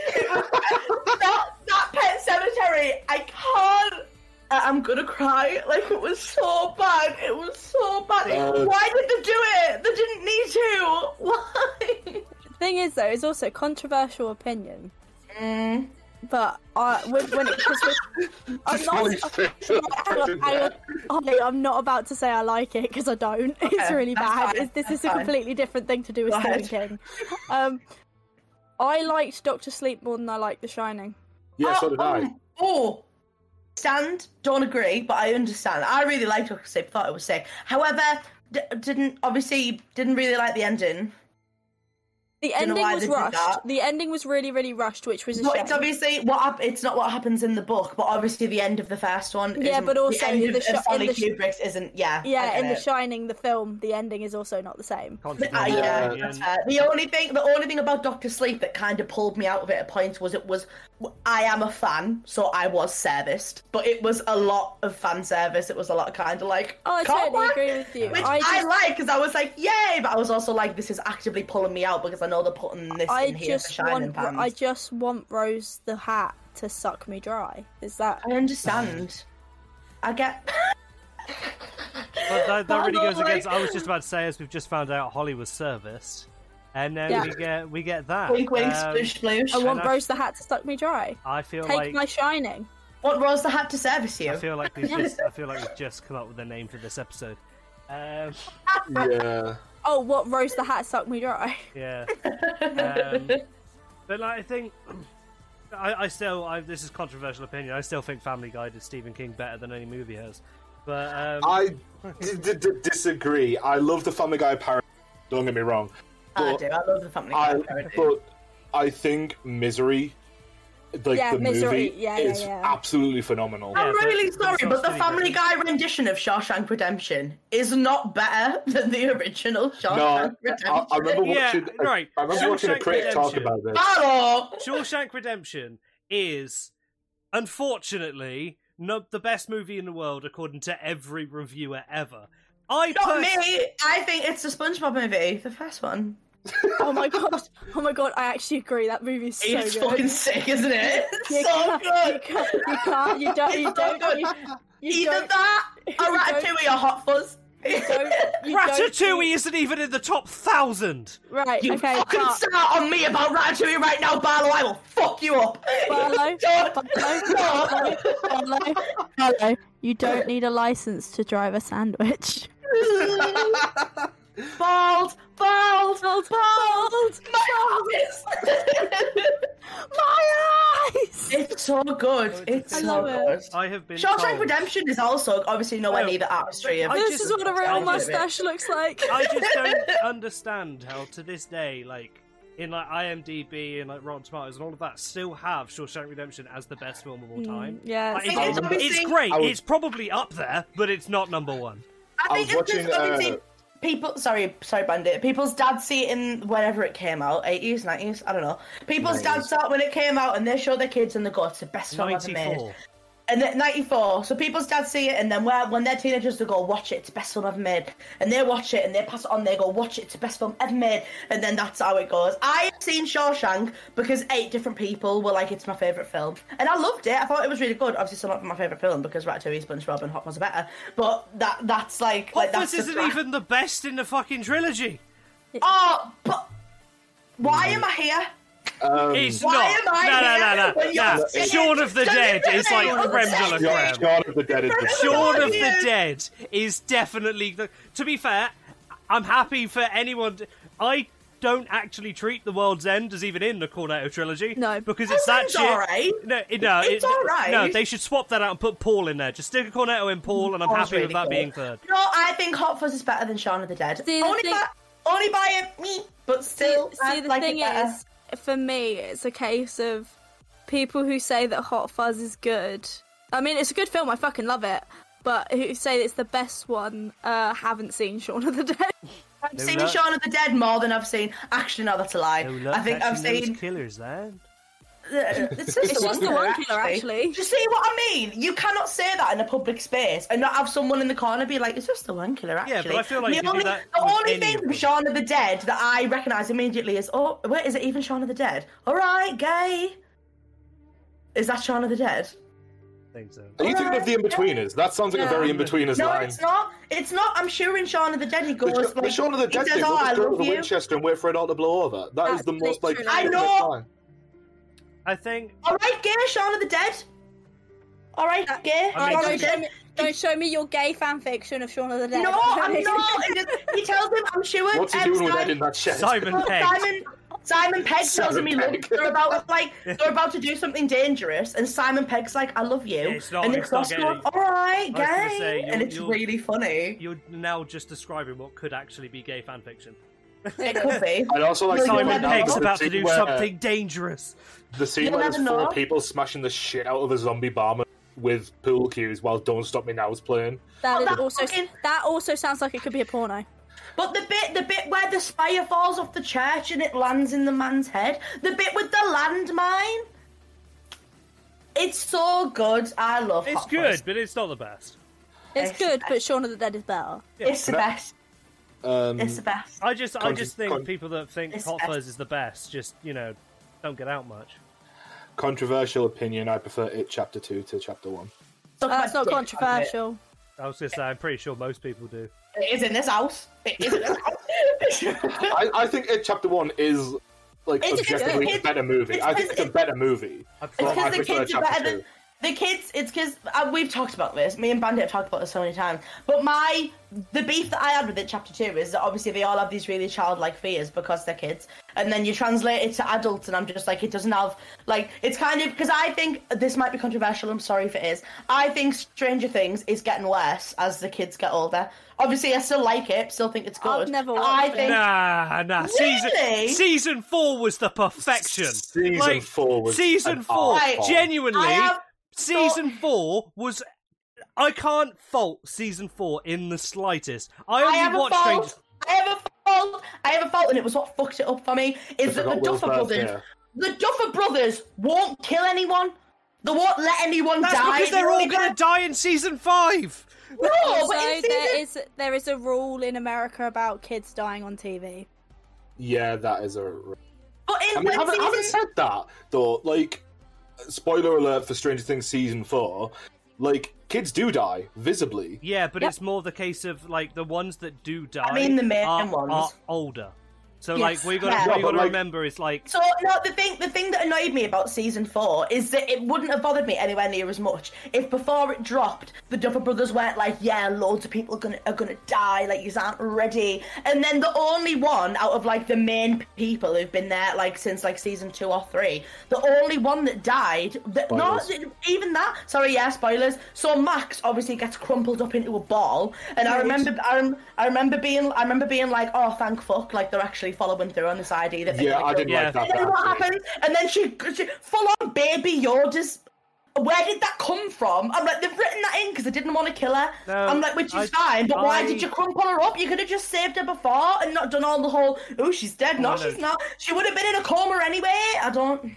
Speaker 3: that, that pet cemetery. I can't. I- I'm gonna cry. Like it was so bad. It was so bad.
Speaker 4: Uh,
Speaker 3: Why did they do it? They didn't need to. (laughs) Why?
Speaker 1: thing is though it's also a controversial opinion
Speaker 3: Mm.
Speaker 1: but I, when, when it, 'cause
Speaker 3: (laughs)
Speaker 1: when- I'm
Speaker 4: Holy
Speaker 1: not
Speaker 4: shit.
Speaker 1: hang on, hang on. Holly, I'm not about to say I like it because I don't. (laughs) it's
Speaker 3: Okay,
Speaker 1: really
Speaker 3: that's
Speaker 1: bad.
Speaker 3: fine,
Speaker 1: It's- this
Speaker 3: that's
Speaker 1: is a
Speaker 3: fine.
Speaker 1: completely different thing to do with
Speaker 3: Go
Speaker 1: Stephen
Speaker 3: ahead.
Speaker 1: King. Um, I liked Doctor Sleep more than I liked The Shining.
Speaker 4: (laughs) Yeah, so did
Speaker 3: Oh,
Speaker 4: I.
Speaker 3: um, (laughs) Oh, stand. Don't agree, but I understand. I really liked Doctor Sleep. Thought it was sick. However, d- didn't obviously didn't really like the ending.
Speaker 1: The
Speaker 3: know
Speaker 1: ending
Speaker 3: why
Speaker 1: was
Speaker 3: they did
Speaker 1: rushed.
Speaker 3: that.
Speaker 1: The ending was really, really rushed, which was a
Speaker 3: No,
Speaker 1: shame.
Speaker 3: it's obviously what hap- it's not what happens in the book, but obviously the end of the first one.
Speaker 1: Yeah,
Speaker 3: isn't-
Speaker 1: but also
Speaker 3: the end
Speaker 1: in
Speaker 3: of,
Speaker 1: the sh-
Speaker 3: of
Speaker 1: in
Speaker 3: Stanley
Speaker 1: the sh-
Speaker 3: Kubrick's isn't. Yeah, I
Speaker 1: yeah,
Speaker 3: get
Speaker 1: in The
Speaker 3: it.
Speaker 1: Shining, the film, the ending is also not the same.
Speaker 3: Uh,
Speaker 2: Controversial
Speaker 3: yeah,
Speaker 2: opinion.
Speaker 3: that's fair. The only thing, the only thing about Doctor Sleep that kind of pulled me out of it at points was it was I am a fan, so I was serviced, but it was a lot of fan service. It was a lot of kind of like,
Speaker 1: Oh, I
Speaker 3: "Can't
Speaker 1: totally
Speaker 3: work,"
Speaker 1: agree with you.
Speaker 3: Which
Speaker 1: I
Speaker 3: I,
Speaker 1: just-
Speaker 3: like because I was like, yay, but I was also like, this is actively pulling me out because I know they're putting this
Speaker 1: I
Speaker 3: in here for
Speaker 1: just
Speaker 3: shining
Speaker 1: want.
Speaker 3: pants.
Speaker 1: I just want Rose the Hat to suck me dry. Is that?
Speaker 3: I understand.
Speaker 2: (sighs)
Speaker 3: I get.
Speaker 2: But that, that really
Speaker 3: Pardon,
Speaker 2: goes against.
Speaker 3: like-
Speaker 2: I was just about to say, as we've just found out, Holly was serviced, and then
Speaker 1: Yeah.
Speaker 2: we get we get that.
Speaker 3: Wink, wink,
Speaker 2: Um,
Speaker 3: sploosh, sploosh.
Speaker 1: I want
Speaker 2: I-
Speaker 1: Rose the Hat to suck me dry.
Speaker 2: I feel
Speaker 1: Take
Speaker 2: like
Speaker 1: my shining.
Speaker 3: What Rose the Hat to service you?
Speaker 2: I
Speaker 3: (laughs)
Speaker 2: feel like
Speaker 1: (laughs)
Speaker 2: we've just I feel like we've just come up with a name for this episode. Um,
Speaker 4: Yeah.
Speaker 1: Oh, what Rose the Hat suck me dry? (laughs)
Speaker 2: yeah. Um, but like, I think I, I still I, this is controversial opinion. I still think Family Guy did Stephen King better than any movie has. But um,
Speaker 4: I d- d- d- disagree. I love the Family Guy parody. Don't get me wrong.
Speaker 3: I
Speaker 4: But
Speaker 3: do. I love the Family Guy
Speaker 4: I,
Speaker 3: parody.
Speaker 4: but I think Misery, like
Speaker 1: Yeah,
Speaker 4: the
Speaker 1: Misery.
Speaker 4: movie,
Speaker 1: Yeah, yeah,
Speaker 4: is
Speaker 1: yeah.
Speaker 4: absolutely phenomenal.
Speaker 2: Yeah,
Speaker 3: I'm
Speaker 2: but-
Speaker 3: really
Speaker 2: but
Speaker 3: sorry,
Speaker 2: it's not
Speaker 3: but the
Speaker 2: Stephen
Speaker 3: Family
Speaker 2: King.
Speaker 3: Guy rendition of Shawshank Redemption is not better (laughs) than the original Shawshank
Speaker 4: No,
Speaker 3: Redemption.
Speaker 4: I, I remember
Speaker 2: Yeah,
Speaker 4: watching.
Speaker 2: right.
Speaker 4: I remember watching a
Speaker 2: Shawshank
Speaker 4: critic talk
Speaker 2: Redemption.
Speaker 4: about this.
Speaker 3: Hello!
Speaker 2: Shawshank Redemption is unfortunately not the best movie in the world according to every reviewer ever. I
Speaker 3: Not
Speaker 2: pers-
Speaker 3: me. I think it's the SpongeBob movie, the first one.
Speaker 1: Oh my god! Oh my god! I actually agree. That movie's so
Speaker 3: it's
Speaker 1: good.
Speaker 3: fucking sick, isn't
Speaker 1: (laughs)
Speaker 3: it? It's
Speaker 1: You
Speaker 3: so
Speaker 1: can't- You
Speaker 3: good.
Speaker 1: can't. You, can't, you don't. You
Speaker 3: It's so
Speaker 1: don't. You, (laughs) you
Speaker 3: Either
Speaker 1: don't.
Speaker 3: that or
Speaker 1: don't-
Speaker 3: Ratatouille or Hot Fuzz.
Speaker 1: don't- you don't
Speaker 2: Ratatouille
Speaker 1: do-
Speaker 2: isn't even in the top thousand.
Speaker 1: Right.
Speaker 3: You
Speaker 1: okay.
Speaker 3: fucking
Speaker 1: but-
Speaker 3: start on me about Ratatouille right now, Barlow. I will fuck you up. (laughs)
Speaker 1: Barlow,
Speaker 3: Don't.
Speaker 1: Barlow, Barlow, Barlow, you don't need a license to drive a
Speaker 3: (laughs)
Speaker 1: sandwich.
Speaker 3: (laughs) Bald, bald,
Speaker 1: Bald,
Speaker 3: bald,
Speaker 1: bald,
Speaker 3: my eyes.
Speaker 1: (laughs) My eyes!
Speaker 3: (laughs) it's so good. It's
Speaker 1: I
Speaker 3: so
Speaker 1: love
Speaker 3: good.
Speaker 2: I have been.
Speaker 3: Shawshank
Speaker 2: told-
Speaker 3: Redemption is also obviously nowhere
Speaker 2: No.
Speaker 3: near the artistry of.
Speaker 2: I
Speaker 1: this
Speaker 2: just-
Speaker 1: is what a
Speaker 3: I
Speaker 1: real
Speaker 3: did it.
Speaker 1: mustache looks like.
Speaker 2: I
Speaker 3: (laughs)
Speaker 2: just don't understand how to this day, like in like IMDb and like Rotten Tomatoes and all of that, still have Shawshank Redemption as the best film of all time.
Speaker 1: yeah.
Speaker 2: Like,
Speaker 1: it's-
Speaker 3: I think
Speaker 2: it's,
Speaker 3: it's obviously-
Speaker 2: it's great.
Speaker 4: I would-
Speaker 2: It's probably up there, but it's not number one.
Speaker 3: I
Speaker 4: I
Speaker 3: think
Speaker 4: was
Speaker 3: it's just
Speaker 4: watching,
Speaker 3: obviously
Speaker 4: uh,
Speaker 3: people. Sorry, sorry, Bandit. People's dads see it in whenever it came out, eighties, nineties. I don't know. People's dads saw it when it came out, and they show their kids, and they go, "It's the best film ever made."
Speaker 2: Ninety-four.
Speaker 3: And then ninety-four. So people's dads see it, and then where, when they're teenagers, they go, "Watch it. It's the best film ever made." And they watch it, and they pass it on. They go, "Watch it. It's the best film ever made." And then that's how it goes. I've seen Shawshank because eight different people were like, "It's my favorite film," and I loved it. I thought it was really good. Obviously, still not my favorite film because Ratatouille, SpongeBob, and Hot Fuzz are better. But that that's like, like
Speaker 2: Like,
Speaker 3: that's
Speaker 2: this
Speaker 3: the
Speaker 2: isn't
Speaker 3: fact.
Speaker 2: even the best in the fucking trilogy.
Speaker 3: Oh, but why
Speaker 2: Mm.
Speaker 3: am I here?
Speaker 4: Um,
Speaker 2: It's
Speaker 3: Why
Speaker 2: not.
Speaker 3: am I
Speaker 2: no, no,
Speaker 3: here when
Speaker 2: no, no,
Speaker 3: you're
Speaker 2: no.
Speaker 3: saying-
Speaker 2: Shaun of the
Speaker 3: Don't
Speaker 2: Dead
Speaker 3: you
Speaker 2: is
Speaker 3: know
Speaker 2: like
Speaker 3: what I'm
Speaker 2: creme de la
Speaker 3: saying?
Speaker 4: yeah,
Speaker 2: creme.
Speaker 4: Shaun of the Dead is the best.
Speaker 2: Shaun of the
Speaker 3: Yeah.
Speaker 2: Dead is definitely the. To be fair, I'm happy for anyone. to- I don't actually treat The World's End as even in the Cornetto trilogy.
Speaker 1: No.
Speaker 2: because it's that
Speaker 3: World's
Speaker 2: shit.
Speaker 3: End's Oh, alright.
Speaker 2: No, it- no,
Speaker 3: It's
Speaker 2: it-
Speaker 3: alright.
Speaker 2: No, they should swap that out and put Paul in there. Just stick a Cornetto in Paul, and I'm
Speaker 3: Paul's
Speaker 2: happy with
Speaker 3: really
Speaker 2: that
Speaker 3: good.
Speaker 2: being third.
Speaker 3: No, I think Hot Fuzz is better than Shaun of the Dead.
Speaker 1: See, the
Speaker 3: only,
Speaker 1: thing-
Speaker 3: by, only by it, me, but still,
Speaker 1: See,
Speaker 3: I
Speaker 1: the
Speaker 3: like
Speaker 1: thing
Speaker 3: it better.
Speaker 1: is, for me, it's a case of people who say that Hot Fuzz is good. I mean, it's a good film. I fucking love it. But who say it's the best one uh, haven't seen Shaun of the
Speaker 3: (laughs)
Speaker 1: Dead.
Speaker 3: I've
Speaker 2: No
Speaker 3: seen
Speaker 2: luck.
Speaker 3: Shaun of the Dead more than I've seen. Actually, no, that's a lie. I think I've seen. (laughs)
Speaker 2: killers then.
Speaker 3: It's just,
Speaker 1: It's just
Speaker 3: the, one
Speaker 1: the one killer, actually.
Speaker 3: Do you see what I mean? You cannot say that in a public space and not have someone in the corner be like, "It's just the one killer." Actually,
Speaker 2: Yeah, but I feel like you
Speaker 3: the
Speaker 2: do
Speaker 3: only,
Speaker 2: that
Speaker 3: the
Speaker 2: with
Speaker 3: only thing
Speaker 2: anyone.
Speaker 3: from Shaun of the Dead that I recognise immediately is, "Oh, where is it? Even Shaun of the Dead? All right, gay." Is that Shaun of the Dead?
Speaker 2: I think so.
Speaker 4: Are you thinking of the In-Betweeners? That sounds like a very In-Betweeners
Speaker 3: No,
Speaker 4: line.
Speaker 3: it's not. It's not. I'm sure in Shaun of the Dead he goes
Speaker 4: The, the
Speaker 3: like,
Speaker 4: Shaun of the
Speaker 3: he
Speaker 4: Dead
Speaker 3: says,
Speaker 4: thing,
Speaker 3: "Oh,
Speaker 4: we'll
Speaker 3: I
Speaker 4: just go to
Speaker 3: love
Speaker 4: the
Speaker 3: you."
Speaker 4: Winchester and wait for it all to blow over. That is
Speaker 1: That's
Speaker 4: the most like.
Speaker 1: literally- I
Speaker 3: know!
Speaker 4: line.
Speaker 2: I think
Speaker 3: All right, gay Shaun of the Dead. All right, gay
Speaker 2: I
Speaker 3: Shaun of the
Speaker 1: don't, show
Speaker 3: Dead.
Speaker 1: me, don't show me your gay fan fiction of Shaun of the Dead.
Speaker 3: No,
Speaker 1: (laughs)
Speaker 3: I'm not. It is- he tells him, I'm sure.
Speaker 4: What's he
Speaker 3: um,
Speaker 4: doing with
Speaker 3: Simon-
Speaker 4: that in that chest?
Speaker 2: Simon
Speaker 3: Well,
Speaker 2: Pegg.
Speaker 3: Simon Simon Pegg tells him he
Speaker 4: Simon
Speaker 3: loves
Speaker 4: Pegg.
Speaker 3: they're about like they're about to do something dangerous, and Simon Pegg's like, "I love you,"
Speaker 2: It's not-
Speaker 3: and
Speaker 2: it's not
Speaker 3: Nick
Speaker 2: getting-
Speaker 3: Frost goes, "All
Speaker 2: I was
Speaker 3: right,
Speaker 2: gonna say,
Speaker 3: gay,"
Speaker 2: you'll-
Speaker 3: and it's
Speaker 2: you'll-
Speaker 3: really
Speaker 2: (laughs)
Speaker 3: funny.
Speaker 2: You're now just describing what could actually be gay fan fiction.
Speaker 3: It could be.
Speaker 4: I'd also like
Speaker 3: Well,
Speaker 4: to
Speaker 3: you'll
Speaker 2: Simon
Speaker 4: point
Speaker 3: never
Speaker 4: out
Speaker 2: Pegg's
Speaker 4: the
Speaker 3: know.
Speaker 2: about to
Speaker 4: scene
Speaker 2: do
Speaker 4: where-
Speaker 2: something dangerous.
Speaker 4: The scene
Speaker 3: You'll
Speaker 4: where there's
Speaker 3: never
Speaker 4: four
Speaker 3: know.
Speaker 4: people smashing the shit out of a zombie barman with pool cues while "Don't Stop Me Now" is playing.
Speaker 1: That, is
Speaker 3: that
Speaker 1: also,
Speaker 3: fucking-
Speaker 1: that also sounds like it could be a porno.
Speaker 3: But the bit, the bit where the spire falls off the church and it lands in the man's head, the bit with the landmine, it's so good. I love.
Speaker 2: It's
Speaker 3: Hot
Speaker 2: good,
Speaker 3: Fuzz.
Speaker 2: but it's not the best.
Speaker 1: It's
Speaker 3: It's
Speaker 1: good,
Speaker 3: best.
Speaker 1: but Shaun of the Dead is better.
Speaker 3: It's the
Speaker 4: Can I-
Speaker 3: best.
Speaker 4: Um,
Speaker 3: It's the best.
Speaker 2: I just, I
Speaker 4: Con-
Speaker 2: just think
Speaker 4: con-
Speaker 2: people that think
Speaker 3: It's
Speaker 2: Hot
Speaker 3: ex-
Speaker 2: Fuzz is the best just, you know, don't get out much.
Speaker 4: controversial opinion. I prefer it chapter two to chapter one.
Speaker 3: Suck my
Speaker 1: That's not
Speaker 3: dick,
Speaker 1: controversial.
Speaker 2: I was gonna say, I'm pretty sure most people do.
Speaker 3: It is in this house. It is in (laughs) this house.
Speaker 4: I, I think it chapter one is like
Speaker 3: It's- it's-
Speaker 4: objectively
Speaker 3: it's-
Speaker 4: a better movie.
Speaker 3: it's-
Speaker 4: I think it's a
Speaker 3: it's-
Speaker 4: better movie.
Speaker 2: I
Speaker 4: Well,
Speaker 3: It's
Speaker 2: probably,
Speaker 4: I
Speaker 3: because the
Speaker 4: prefer
Speaker 3: kids are
Speaker 4: chapter
Speaker 3: better than
Speaker 4: two.
Speaker 3: the kids. It's because uh, we've talked about this. Me and Bandit have talked about this so many times. But my the beef that I had with it, chapter two, is that obviously they all have these really childlike fears because they're kids, and then you translate it to adults, and I'm just like, it doesn't have like it's kind of because I think this might be controversial. I'm sorry if it is. I think Stranger Things is getting worse as the kids get older. Obviously, I still like it, still think it's good.
Speaker 1: I've never
Speaker 3: but
Speaker 1: watched
Speaker 3: I
Speaker 1: it.
Speaker 3: think
Speaker 2: nah, nah.
Speaker 3: Really?
Speaker 2: Season season four was the perfection.
Speaker 4: Season
Speaker 2: Like,
Speaker 4: four was
Speaker 2: season
Speaker 4: an
Speaker 2: four.
Speaker 4: art form.
Speaker 2: Genuinely,
Speaker 3: I have
Speaker 2: season four was. I can't fault season four in the slightest. I
Speaker 3: I
Speaker 2: only
Speaker 3: have a
Speaker 2: watched
Speaker 3: fault.
Speaker 2: Stranger.
Speaker 3: I have a fault. I have a fault, and it was what fucked it up for me. Is that the
Speaker 4: forgot Will's
Speaker 3: Duffer
Speaker 4: birthday.
Speaker 3: brothers? The Duffer brothers won't kill anyone. They won't let anyone
Speaker 2: That's
Speaker 3: die.
Speaker 2: because they're all gonna die in season five.
Speaker 3: No,
Speaker 1: Also,
Speaker 3: Oh, but
Speaker 1: there
Speaker 3: in season-
Speaker 1: is there is a rule in America about kids dying on TV.
Speaker 4: Yeah, that is a.
Speaker 3: But in
Speaker 4: I mean,
Speaker 3: when
Speaker 4: having, having
Speaker 3: season-
Speaker 4: said that, though, like, spoiler alert for Stranger Things season four, like, kids do die visibly.
Speaker 2: Yeah, but
Speaker 1: Yep.
Speaker 2: it's more the case of like the ones that do die.
Speaker 3: mean the main
Speaker 2: are,
Speaker 3: ones.
Speaker 2: are older. So
Speaker 1: Yes.
Speaker 2: like we got
Speaker 3: Yeah.
Speaker 2: to
Speaker 4: Yeah,
Speaker 2: we got
Speaker 4: but,
Speaker 2: to
Speaker 4: like-
Speaker 2: remember is like
Speaker 3: So no, the thing the thing that annoyed me about season four is that it wouldn't have bothered me anywhere near as much if before it dropped the Duffer Brothers weren't like, yeah, loads of people are gonna are gonna die, like you aren't ready. And then the only one out of like the main people who've been there like since like season two or three, the only one that died, that, no,
Speaker 4: Spoilers.
Speaker 3: even that. Sorry, yeah, spoilers. So Max obviously gets crumpled up into a ball, and I remember, I, rem- I remember being, I remember being like, oh, thank fuck, like they're actually following through on this idea that they're
Speaker 4: Yeah,
Speaker 3: gonna
Speaker 4: I
Speaker 3: kill
Speaker 4: didn't
Speaker 2: Yeah.
Speaker 4: like that.
Speaker 3: and then
Speaker 4: bit,
Speaker 3: what
Speaker 4: actually.
Speaker 3: happens? And then she, she full on baby Yoda's. Where did that come from? I'm like, they've written that in because they didn't want to kill her.
Speaker 2: No,
Speaker 3: I'm like, which is
Speaker 2: I-
Speaker 3: fine, but why
Speaker 2: I-
Speaker 3: did you crumple her up? You could have just saved her before and not done all the whole, oh, she's dead. No,
Speaker 2: Oh, no.
Speaker 3: she's not. She would have been in a coma anyway. I don't.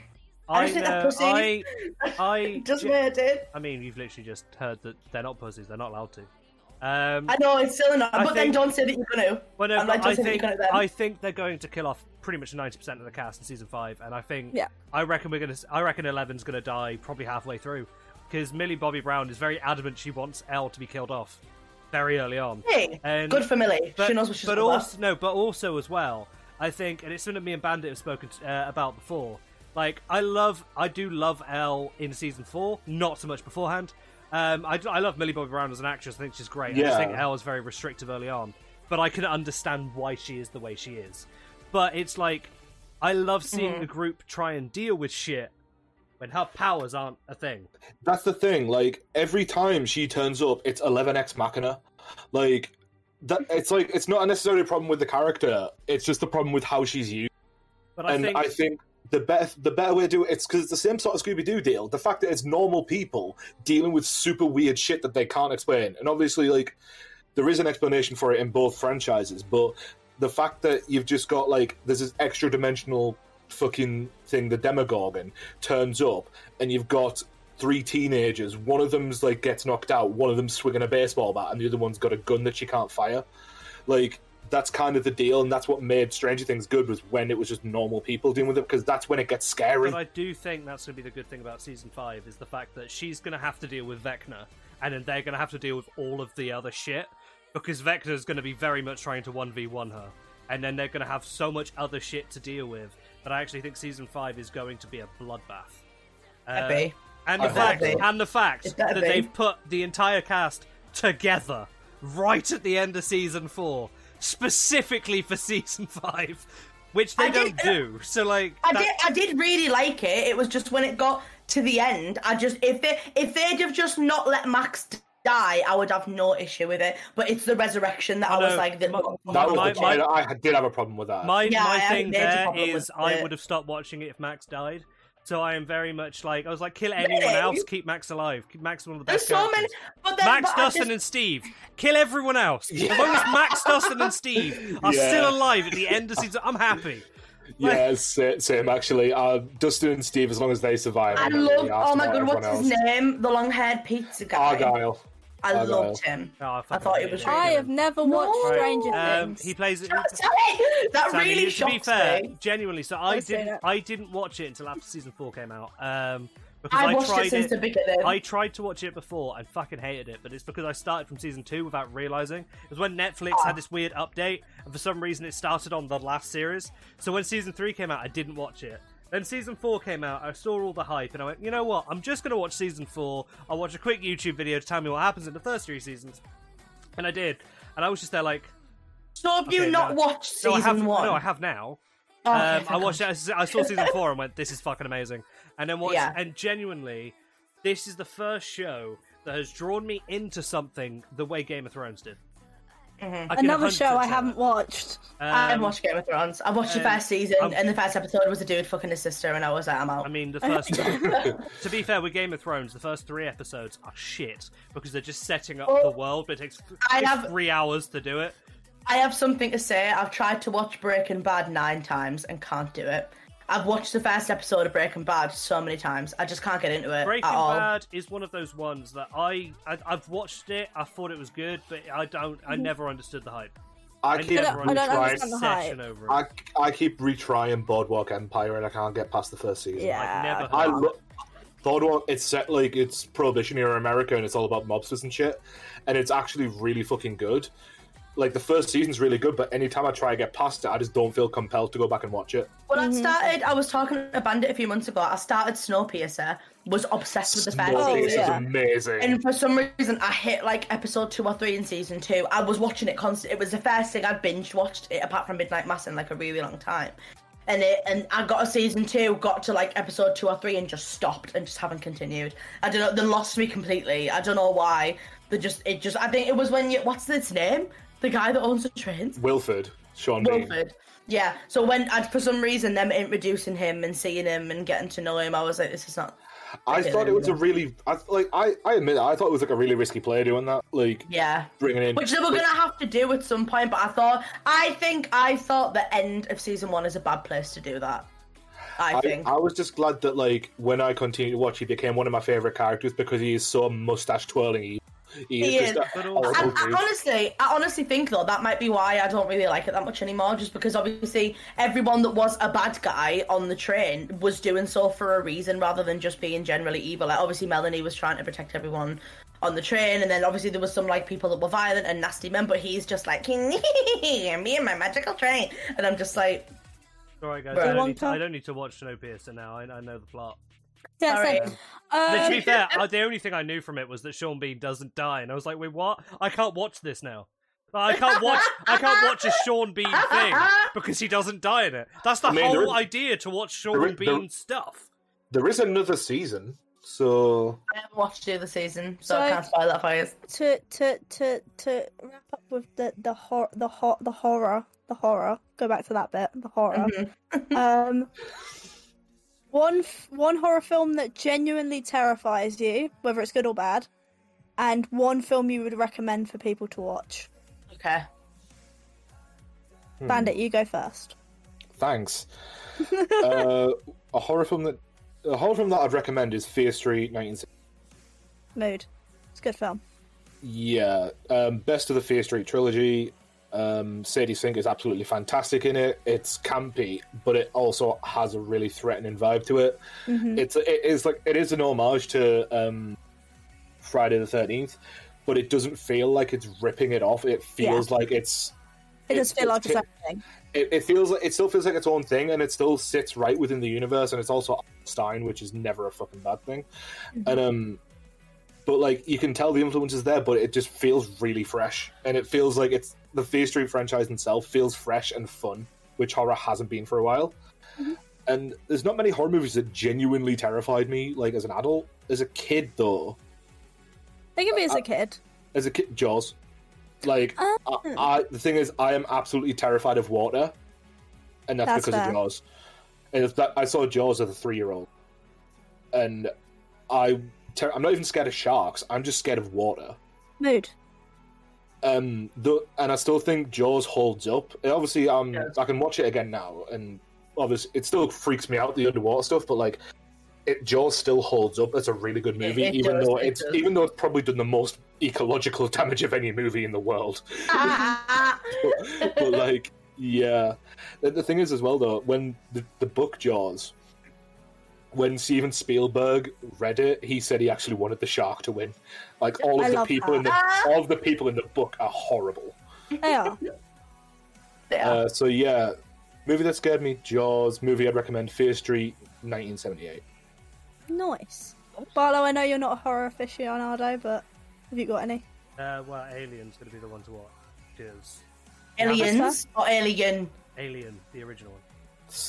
Speaker 3: I
Speaker 2: I
Speaker 3: just think they're
Speaker 2: know,
Speaker 3: pussies.
Speaker 2: I I
Speaker 3: (laughs) It does
Speaker 2: ge-
Speaker 3: where it did.
Speaker 2: I mean you've literally just heard that they're not pussies. They're not allowed to. Um,
Speaker 3: I know, it's silly enough,
Speaker 2: I
Speaker 3: but then
Speaker 2: think-
Speaker 3: don't say that you're going to.
Speaker 2: well, no,
Speaker 3: I'm
Speaker 2: but
Speaker 3: like,
Speaker 2: I
Speaker 3: don't say that you're
Speaker 2: think
Speaker 3: going to then.
Speaker 2: I think they're going to kill off pretty much ninety percent of the cast in season five, and I think
Speaker 1: Yeah.
Speaker 2: I reckon we're gonna s- I reckon Eleven's gonna die probably halfway through because Millie Bobby Brown is very adamant she wants Elle to be killed off very early on.
Speaker 3: Hey,
Speaker 2: And-
Speaker 3: good for Millie. she knows what she's
Speaker 2: Um, but
Speaker 3: all about.
Speaker 2: also no, but also as well, I think, and it's something me and Bandit have spoken uh, about before. Like, I love, I do love Elle in season four, not so much beforehand. Um, I, do- I love Millie Bobby Brown as an actress. I think she's great. I just
Speaker 4: Yeah.
Speaker 2: think Elle is very restrictive early on, but I can understand why she is the way she is. But it's like, I love seeing
Speaker 3: Mm-hmm.
Speaker 2: the group try and deal with shit when her powers aren't a thing.
Speaker 4: That's the thing. Like every time she turns up, it's eleven X Machina. Like that. It's like it's not necessarily a problem with the character. It's just a problem with how she's used.
Speaker 2: But I
Speaker 4: and
Speaker 2: think,
Speaker 4: I think the better the better way to do it, it's because it's the same sort of Scooby Doo deal. The fact that it's normal people dealing with super weird shit that they can't explain, and obviously, like there is an explanation for it in both franchises, but the fact that you've just got like there's this extra dimensional fucking thing, the Demogorgon turns up, and you've got three teenagers. One of them's like gets knocked out, one of them's swinging a baseball bat, and the other one's got a gun that she can't fire. Like that's kind of the deal, and that's what made Stranger Things good was when it was just normal people dealing with it because that's when it gets scary.
Speaker 2: But I do think that's going to be the good thing about season five is the fact that she's going to have to deal with Vecna, and then they're going to have to deal with all of the other shit because Vecna's going to be very much trying to one v one her, and then they're going to have so much other shit to deal with that I actually think season five is going to be a bloodbath. Uh,
Speaker 3: Maybe.
Speaker 2: and
Speaker 4: I
Speaker 2: the
Speaker 4: hope
Speaker 2: fact,
Speaker 3: so.
Speaker 2: and the fact
Speaker 3: It
Speaker 2: that
Speaker 3: better be.
Speaker 2: they've put the entire cast together right at the end of season four, specifically for (laughs) season five, which they
Speaker 3: I
Speaker 2: don't
Speaker 3: did-
Speaker 2: do. So like,
Speaker 3: I
Speaker 2: that-
Speaker 3: did, I did really like it. It was just when it got to the end, I just if they if they'd have just not let Max d- die, I would have no issue with it. But it's the resurrection that I,
Speaker 2: I
Speaker 3: was
Speaker 2: know.
Speaker 3: like, that,
Speaker 2: My-
Speaker 4: that was
Speaker 2: my-
Speaker 4: the
Speaker 2: my-
Speaker 4: I, I did have a problem with that.
Speaker 2: My
Speaker 3: Yeah, I
Speaker 2: my
Speaker 3: had a
Speaker 2: thing
Speaker 3: major
Speaker 2: there
Speaker 3: problem
Speaker 2: is
Speaker 3: with
Speaker 2: I
Speaker 3: it.
Speaker 2: would have stopped watching it if Max died. So I am very much like I was like, kill anyone
Speaker 3: Really?
Speaker 2: else, keep Max alive. Keep Max one of the
Speaker 3: there's
Speaker 2: best.
Speaker 3: so many.
Speaker 2: characters.
Speaker 3: But then,
Speaker 2: Max
Speaker 3: but I
Speaker 2: Dustin
Speaker 3: just-
Speaker 2: and Steve, kill everyone
Speaker 3: (laughs)
Speaker 2: else. As long as Max Dustin and Steve are
Speaker 4: Yeah.
Speaker 2: still alive at the end of season, I'm happy.
Speaker 4: yeah, sa- same actually. Uh, Dustin and Steve, as long as they survive,
Speaker 3: I
Speaker 4: I'm not
Speaker 3: love.
Speaker 4: really asked
Speaker 3: Oh my
Speaker 4: about
Speaker 3: god, what's
Speaker 4: everyone
Speaker 3: his
Speaker 4: else.
Speaker 3: name? The long-haired pizza guy.
Speaker 4: Argyle.
Speaker 3: I
Speaker 4: Oh, no.
Speaker 3: loved him.
Speaker 2: Oh, I,
Speaker 3: I
Speaker 2: fucking
Speaker 3: thought
Speaker 2: hate
Speaker 3: it was.
Speaker 2: him.
Speaker 1: I have never watched
Speaker 3: No.
Speaker 1: Stranger
Speaker 2: Um,
Speaker 1: Things.
Speaker 2: he plays it.
Speaker 3: (laughs) Tell it! That
Speaker 2: Sammy,
Speaker 3: really
Speaker 2: to be
Speaker 3: shocked
Speaker 2: fair,
Speaker 3: me.
Speaker 2: genuinely. So I
Speaker 1: Don't say
Speaker 2: didn't.
Speaker 1: that.
Speaker 2: I didn't watch it until after season four came out. Um, because
Speaker 3: I
Speaker 2: I,
Speaker 3: watched
Speaker 2: tried
Speaker 3: it since the beginning.
Speaker 2: I tried to watch it before and fucking hated it, but it's because I started from season two without realizing. It was when Netflix
Speaker 3: Ah.
Speaker 2: had this weird update, and for some reason it started on the last series. So when season three came out, I didn't watch it. Then season four came out, I saw all the hype, and I went, you know what? I'm just going to watch season four. I'll watch a quick YouTube video to tell me what happens in the first three seasons. And I did. And I was just there like,
Speaker 3: So have you
Speaker 2: Okay,
Speaker 3: not
Speaker 2: no.
Speaker 3: watched
Speaker 2: no, I
Speaker 3: season
Speaker 2: have,
Speaker 3: one?
Speaker 2: no, I have now.
Speaker 3: Oh, okay,
Speaker 2: Um, I
Speaker 3: thank
Speaker 2: watched.
Speaker 3: God.
Speaker 2: it- I saw season four and went, "This is fucking amazing." And then watched.
Speaker 3: Yeah.
Speaker 2: And genuinely, this is the first show that has drawn me into something the way Game of Thrones did.
Speaker 3: Mm-hmm.
Speaker 2: I can
Speaker 1: Another
Speaker 2: 100%
Speaker 1: show I
Speaker 2: say
Speaker 1: haven't
Speaker 2: that.
Speaker 1: watched.
Speaker 3: I
Speaker 2: Um,
Speaker 3: watched Game of Thrones. I watched the
Speaker 2: um,
Speaker 3: first season,
Speaker 2: I'm-
Speaker 3: and the first episode was a dude fucking his sister, and I was like, I'm out.
Speaker 2: Um, I mean, the first.
Speaker 1: (laughs)
Speaker 2: (laughs) to be fair, with Game of Thrones, the first three episodes are shit because they're just setting up the world, but it takes th-
Speaker 3: Oh, I
Speaker 2: takes
Speaker 3: have-
Speaker 2: three hours to do it.
Speaker 3: I have something to say. I've tried to watch Breaking Bad nine times and can't do it. I've watched the first episode of Breaking Bad so many times. I just can't get into it
Speaker 2: Breaking
Speaker 3: at all.
Speaker 2: Bad is one of those ones that I, I I've watched it. I thought it was good, but I don't.
Speaker 3: Mm-hmm.
Speaker 2: I never understood the hype.
Speaker 4: I
Speaker 2: I
Speaker 4: keep
Speaker 2: don't- I
Speaker 1: don't understand
Speaker 4: retrying.
Speaker 1: the
Speaker 2: Session
Speaker 1: hype.
Speaker 2: over it.
Speaker 4: I, I keep retrying Boardwalk Empire, and I can't get past the first season.
Speaker 1: Yeah.
Speaker 2: I've never.
Speaker 4: I
Speaker 2: heard of
Speaker 4: lo- Boardwalk. It's set like it's Prohibition era America, and it's all about mobsters and shit. And it's actually really fucking good. Like the first season's really good, but anytime I try to get past it, I just don't feel compelled to go back and watch it.
Speaker 3: When I started, I was talking to Bandit a few months ago. I started Snowpiercer, was obsessed with the first
Speaker 4: Snowpiercer
Speaker 1: Oh,
Speaker 4: is
Speaker 3: season.
Speaker 1: yeah.
Speaker 4: amazing.
Speaker 3: And for some reason, I hit like episode two or three in season two. I was watching it constant. It was the first thing I binge watched, it, apart from Midnight Mass, in like a really long time. And it and I got a season two, got to like episode two or three, and just stopped and just haven't continued. I don't know. They lost me completely. I don't know why. They just it just. I think it was when you what's his name? The guy that owns the trains.
Speaker 4: Wilford, Sean Bean.
Speaker 3: Wilford. Yeah. So when I, for some reason them introducing him and seeing him and getting to know him, I was like, this is not.
Speaker 4: I thought it was a really, I, like, I, I admit, it, I thought it was like a really risky play doing that, like
Speaker 3: Yeah.
Speaker 4: bringing in.
Speaker 3: Which they were going to have to do at some point, but I thought, I think, I thought the end of season one is a bad place to do that. I,
Speaker 4: I,
Speaker 3: think.
Speaker 4: I was just glad that like when I continued to watch, he became one of my favorite characters because he is so mustache twirling. He, he is
Speaker 3: He
Speaker 4: just
Speaker 3: is.
Speaker 4: a
Speaker 2: But
Speaker 4: horrible
Speaker 2: also-
Speaker 3: I,
Speaker 4: dude.
Speaker 3: I honestly, I honestly think though that might be why I don't really like it that much anymore. Just because obviously everyone that was a bad guy on the train was doing so for a reason rather than just being generally evil. Like obviously Melanie was trying to protect everyone on the train, and then obviously there was some like people that were violent and nasty men. But he's just like (laughs) me and my magical train, and I'm just like,
Speaker 2: Sorry, guys. I
Speaker 3: Right.
Speaker 1: Long
Speaker 2: don't, need to,
Speaker 1: time.
Speaker 2: I don't need to watch Snowpiercer now. I, I know the plot.
Speaker 1: Yeah,
Speaker 3: Sorry.
Speaker 1: same. Um,
Speaker 2: But to (laughs) be fair, I, the only thing I knew from it was that Sean Bean doesn't die, and I was like, "Wait, what? I can't watch this now. I can't watch. I can't watch a Sean Bean (laughs) thing because he doesn't die in it. That's the
Speaker 4: I mean, there
Speaker 2: whole
Speaker 4: is-
Speaker 2: idea to watch Sean
Speaker 4: there is-
Speaker 2: Bean
Speaker 4: there-
Speaker 2: stuff."
Speaker 4: There is another season, so
Speaker 3: I haven't watched the other season, so, I
Speaker 1: So-
Speaker 3: can't spoil that for you.
Speaker 1: to to to to wrap up with the the hor- the hor- the horror the horror go back to that bit the horror um one f- one horror film that genuinely terrifies you whether it's good or bad and one film you would recommend for people to watch
Speaker 3: Okay.
Speaker 1: (laughs) bandit you go first
Speaker 3: (laughs)
Speaker 4: thanks. uh, a horror film that a horror film that I'd recommend is Fear Street 19.
Speaker 1: mood it's a good film
Speaker 4: Yeah, um, best of the Fear Street trilogy. Um, Sadie Sink is absolutely fantastic in it. It's campy, but it also has a really threatening vibe to it. It's it is like it is an homage to um, Friday the Thirteenth, but it doesn't feel like it's ripping it off. It feels like it's
Speaker 1: it does feel like it's
Speaker 4: it-
Speaker 1: happening
Speaker 4: it, it feels like it still feels like its own thing and it still sits right within the universe and it's also Stein, which is never a fucking bad thing. And um but like you can tell the influence is there, but it just feels really fresh. And it feels like it's the Fear Street franchise itself feels fresh and fun, which horror hasn't been for a while. And there's not many horror movies that genuinely terrified me, like as an adult. As a kid though,
Speaker 1: i think of me as a kid
Speaker 4: as a kid, Jaws. Like,
Speaker 1: Um,
Speaker 4: I, I, the thing is, I am absolutely terrified of water, and that's,
Speaker 1: That's
Speaker 4: because
Speaker 1: fair.
Speaker 4: of Jaws. And it's that I saw Jaws as a three-year-old, and I, ter- I'm not even scared of sharks. I'm just scared of water.
Speaker 1: mood
Speaker 4: Um, though, and I still think Jaws holds up. And obviously, um,
Speaker 3: Yeah.
Speaker 4: I can watch it again now, and obviously, it still freaks me out the underwater stuff. But like, it, Jaws still holds up as a really good movie,
Speaker 3: it
Speaker 4: even
Speaker 3: does,
Speaker 4: though
Speaker 3: it
Speaker 4: it's
Speaker 3: does.
Speaker 4: even though it's probably done the most ecological (laughs) damage of any movie in
Speaker 3: (laughs)
Speaker 4: the world. but, but, like, yeah. The, the thing is, as well though, when the, the book Jaws, when Steven Spielberg read it, he said he actually wanted the shark to win. Like all of
Speaker 1: I
Speaker 4: the
Speaker 1: love
Speaker 4: people in the
Speaker 3: that.
Speaker 4: all of the people in the book are horrible.
Speaker 1: They are.
Speaker 3: Yeah.
Speaker 4: Uh, so yeah, movie that scared me, Jaws. Movie I'd recommend, Fear Street, 1978.
Speaker 1: Nice. Barlow, I know you're not a horror aficionado, but have you got any?
Speaker 2: Uh, well, Alien's going to be the one to watch because
Speaker 3: Aliens or Alien?
Speaker 2: Alien, the original one,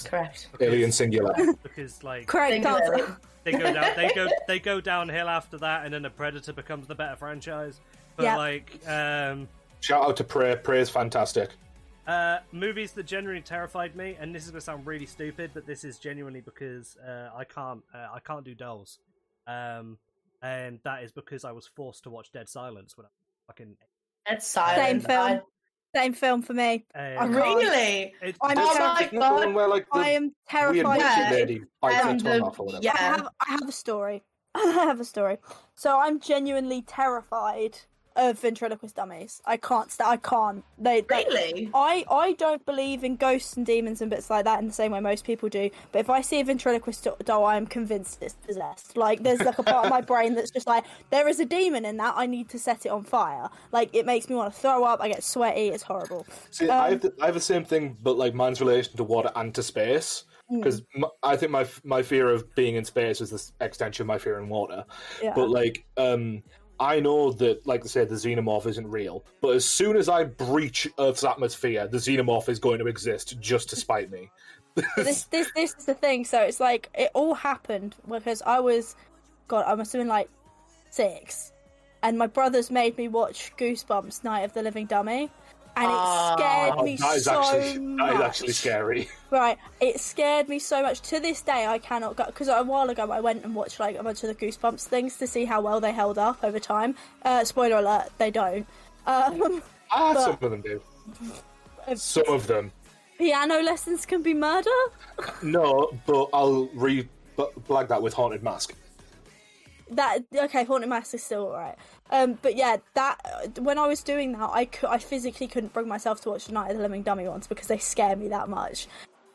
Speaker 3: Correct.
Speaker 4: Alien Singular.
Speaker 2: because like
Speaker 1: Correct answer.
Speaker 3: Singular.
Speaker 2: they go down, they go, they go downhill after that, and then the Predator becomes the better franchise. But
Speaker 1: Yeah.
Speaker 2: like, um,
Speaker 4: Shout out to Prayer. Prayer's fantastic.
Speaker 2: Uh, movies that generally terrified me, and this is gonna sound really stupid, but this is genuinely because uh, I can't uh, I can't do dolls, um, and that is because I was forced to watch Dead Silence when I was fucking.
Speaker 3: That's silent.
Speaker 1: Same film. Same film for me.
Speaker 3: I-
Speaker 2: Um,
Speaker 1: can't.
Speaker 3: Oh, really?
Speaker 2: it-
Speaker 1: I'm
Speaker 3: Oh
Speaker 1: sorry.
Speaker 3: my
Speaker 4: Isn't that the one
Speaker 3: god.
Speaker 4: where, like, the
Speaker 1: I am
Speaker 4: weird
Speaker 1: terrified.
Speaker 4: witchy
Speaker 3: Yeah.
Speaker 4: lady bites her
Speaker 3: Um,
Speaker 4: tongue
Speaker 3: the-
Speaker 4: off or whatever?
Speaker 3: yeah.
Speaker 1: I have I have a story. (laughs) I have a story. So I'm genuinely terrified of ventriloquist dummies. I can't. St- I can't. They, they
Speaker 3: Really?
Speaker 1: I I don't believe in ghosts and demons and bits like that in the same way most people do. But if I see a ventriloquist do- doll, I am convinced it's possessed. Like there's like a part of my brain that's just like there is a demon in that. I need to set it on fire. Like it makes me want to throw up. I get sweaty. It's horrible.
Speaker 4: See,
Speaker 1: Um,
Speaker 4: I, have the, I have the same thing, but like mine's relation to water and to space.
Speaker 1: Hmm.
Speaker 4: Because I think my f- my fear of being in space is the s- extension of my fear in water.
Speaker 1: Yeah.
Speaker 4: But like, um, I know that, like I said, the xenomorph isn't real. But as soon as I breach Earth's atmosphere, the xenomorph is going to exist just to spite me.
Speaker 1: But this this this is the thing. So it's like it all happened because I was, God, I must have been like six, and my brothers made me watch Goosebumps: Night of the Living Dummy, and it scared
Speaker 4: Oh,
Speaker 1: me
Speaker 4: that is
Speaker 1: so
Speaker 4: actually
Speaker 1: much.
Speaker 4: that is actually scary. (laughs)
Speaker 1: Right, it scared me so much. To this day, I cannot go because a while ago I went and watched like a bunch of the Goosebumps things to see how well they held up over time. Uh, spoiler alert: they don't. Um,
Speaker 4: Ah,
Speaker 1: But-
Speaker 4: some of them do. Some of them.
Speaker 1: piano lessons can be murder.
Speaker 4: No, but I'll re flag that with haunted mask.
Speaker 1: that okay haunted mask is still alright um but yeah that uh, when i was doing that i could i physically couldn't bring myself to watch the night of the living dummy ones because they scare me that much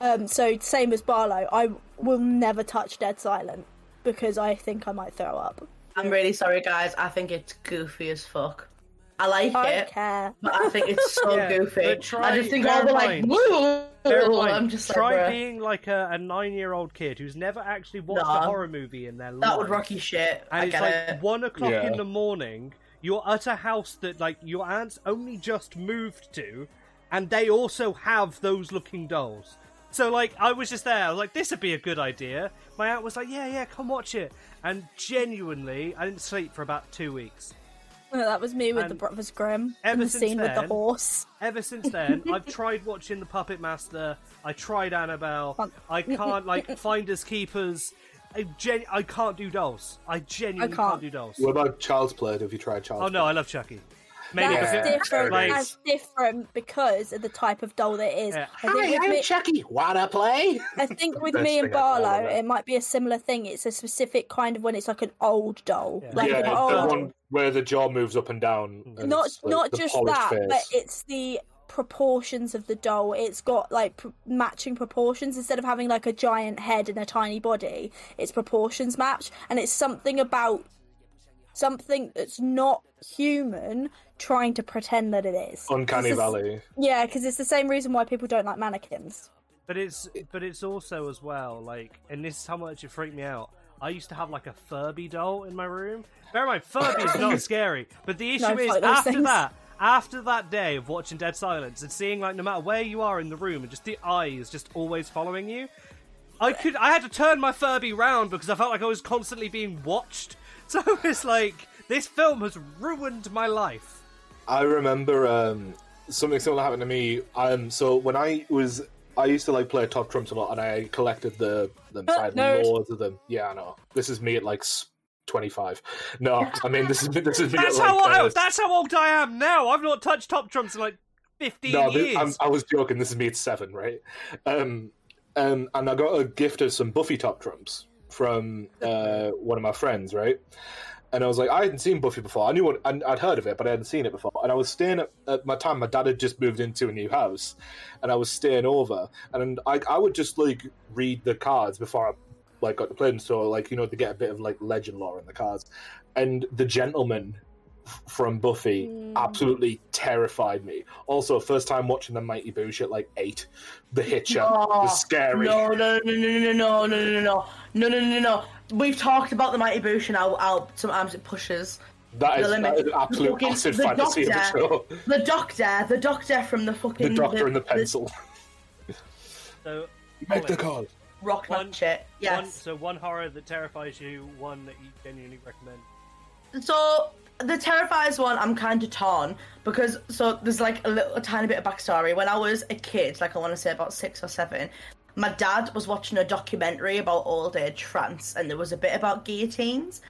Speaker 1: um so same as barlow i will never touch dead silent because i think i might throw up
Speaker 3: I'm really sorry, guys. I think it's goofy as fuck. I like
Speaker 1: i
Speaker 3: it.
Speaker 1: don't care
Speaker 3: But I think it's
Speaker 2: (laughs)
Speaker 3: so
Speaker 2: Yeah,
Speaker 3: goofy.
Speaker 2: but try-
Speaker 3: I just think
Speaker 2: bear
Speaker 3: all
Speaker 2: in
Speaker 3: the like,
Speaker 2: mind- Bear in
Speaker 3: woo.
Speaker 2: mind,
Speaker 3: I'm just like,
Speaker 2: try
Speaker 3: bruh,
Speaker 2: being like a, a nine-year-old kid who's never actually watched a
Speaker 3: Nah.
Speaker 2: horror movie in their life.
Speaker 3: that would rock your shit.
Speaker 2: and
Speaker 3: I
Speaker 2: it's
Speaker 3: get
Speaker 2: like
Speaker 3: it.
Speaker 2: one o'clock
Speaker 4: Yeah.
Speaker 2: in the morning. You're at a house that like your aunt's only just moved to, and they also have those looking dolls. So like I was just there, I was like, this would be a good idea. My aunt was like, yeah, yeah, come watch it. And genuinely, I didn't sleep for about two weeks.
Speaker 1: no, that was me with the
Speaker 2: And
Speaker 1: brothers grimm
Speaker 2: ever
Speaker 1: and the
Speaker 2: since
Speaker 1: scene with the
Speaker 2: then-
Speaker 1: horse
Speaker 2: Ever since then, I've tried watching The Puppet Master. I tried Annabelle.
Speaker 1: Fun.
Speaker 2: I can't like Finders Keepers. I, gen- I can't do dolls. I genuinely
Speaker 1: can't.
Speaker 2: do dolls.
Speaker 4: What about Child's Play? Have you tried Child's
Speaker 2: Oh
Speaker 4: Play?
Speaker 2: no, I love Chucky. Maybe
Speaker 1: that's
Speaker 4: Yeah.
Speaker 2: because it-
Speaker 1: different
Speaker 2: like-
Speaker 1: that's different because of the type of doll that it is
Speaker 2: Yeah.
Speaker 1: I think with me-
Speaker 4: Chucky. Wanna play?
Speaker 1: I
Speaker 4: (laughs)
Speaker 1: think with
Speaker 4: best
Speaker 1: me and
Speaker 4: thing I've heard
Speaker 1: Barlow,
Speaker 4: of it.
Speaker 1: it might be a similar thing. It's a specific kind of when it's like an old doll, like
Speaker 4: yeah,
Speaker 1: an
Speaker 4: it's
Speaker 1: old,
Speaker 4: the one where the jaw moves up and down. and
Speaker 1: not
Speaker 4: it's, like,
Speaker 1: not
Speaker 4: the
Speaker 1: just
Speaker 4: polished
Speaker 1: that,
Speaker 4: face.
Speaker 1: but it's the proportions of the doll. It's got like pr- matching proportions instead of having like a giant head and a tiny body. Its proportions match, and it's something about something that's not human trying to pretend that it is.
Speaker 4: Uncanny
Speaker 1: It's the s-
Speaker 4: Valley.
Speaker 1: Yeah, because it's the same reason why people don't like mannequins.
Speaker 2: But it's but it's also as well like, and this is how much it freaked me out. I used to have like a Furby doll in my room. Bear in mind, Furby is
Speaker 1: (laughs)
Speaker 2: not scary. But the issue
Speaker 1: No,
Speaker 2: is
Speaker 1: fuck those
Speaker 2: after
Speaker 1: things.
Speaker 2: that, after that day of watching Dead Silence and seeing like no matter where you are in the room and just the eyes just always following you, I could I had to turn my Furby round because I felt like I was constantly being watched. (laughs) So it's like this film has ruined my life.
Speaker 4: I remember um, something similar happened to me. Um, so when I was, I used to like play top trumps a lot, and I collected the them. So I had
Speaker 1: nerd.
Speaker 4: loads of them. Yeah, I know. This is me at like twenty five.
Speaker 1: (laughs)
Speaker 4: No, I mean this is this is me.
Speaker 2: That's
Speaker 4: at,
Speaker 2: how
Speaker 4: like, uh,
Speaker 2: old, that's how old I am now. I've not touched Top Trumps in like fifteen
Speaker 4: no,
Speaker 2: years.
Speaker 4: this, I'm, I was joking. This is me at seven, right? Um, um, and I got a gift of some Buffy top trumps from uh, one of my friends, right? And I was like, I hadn't seen Buffy before. I knew what and I'd heard of it, but I hadn't seen it before. And I was staying at, at my time. My dad had just moved into a new house, and I was staying over. And I, I would just like read the cards before I like got to play them, so like you know to get a bit of like legend lore in the cards. And the gentleman f- from Buffy
Speaker 3: Hmm.
Speaker 4: absolutely terrified me. Also, first time watching the Mighty Boosh at like eight. The Hitcher
Speaker 3: Oh,
Speaker 4: was scary.
Speaker 3: No, no, no, no, no, no, no, no, no, no, no, no, no, no. We've talked about the Mighty Boosh and how, how sometimes it pushes.
Speaker 4: That
Speaker 3: The
Speaker 4: is,
Speaker 3: limit.
Speaker 4: that is an absolute
Speaker 3: Fucking-
Speaker 4: acid
Speaker 3: the
Speaker 4: fantasy of
Speaker 3: doctor.
Speaker 4: the show.
Speaker 3: The Doctor, the Doctor from the fucking
Speaker 4: The doctor and the pencil.
Speaker 2: So
Speaker 4: Make the
Speaker 2: Colin,
Speaker 4: call.
Speaker 3: rock
Speaker 2: One-
Speaker 3: shit.
Speaker 2: One,
Speaker 3: Yes.
Speaker 2: so one horror that terrifies you, one that you genuinely recommend.
Speaker 3: So the terrifies one, I'm kind of torn because so there's like a little a tiny bit of backstory. When I was a kid, like I want to say about six or seven, my dad was watching a documentary about old age France, and there was a bit about guillotines.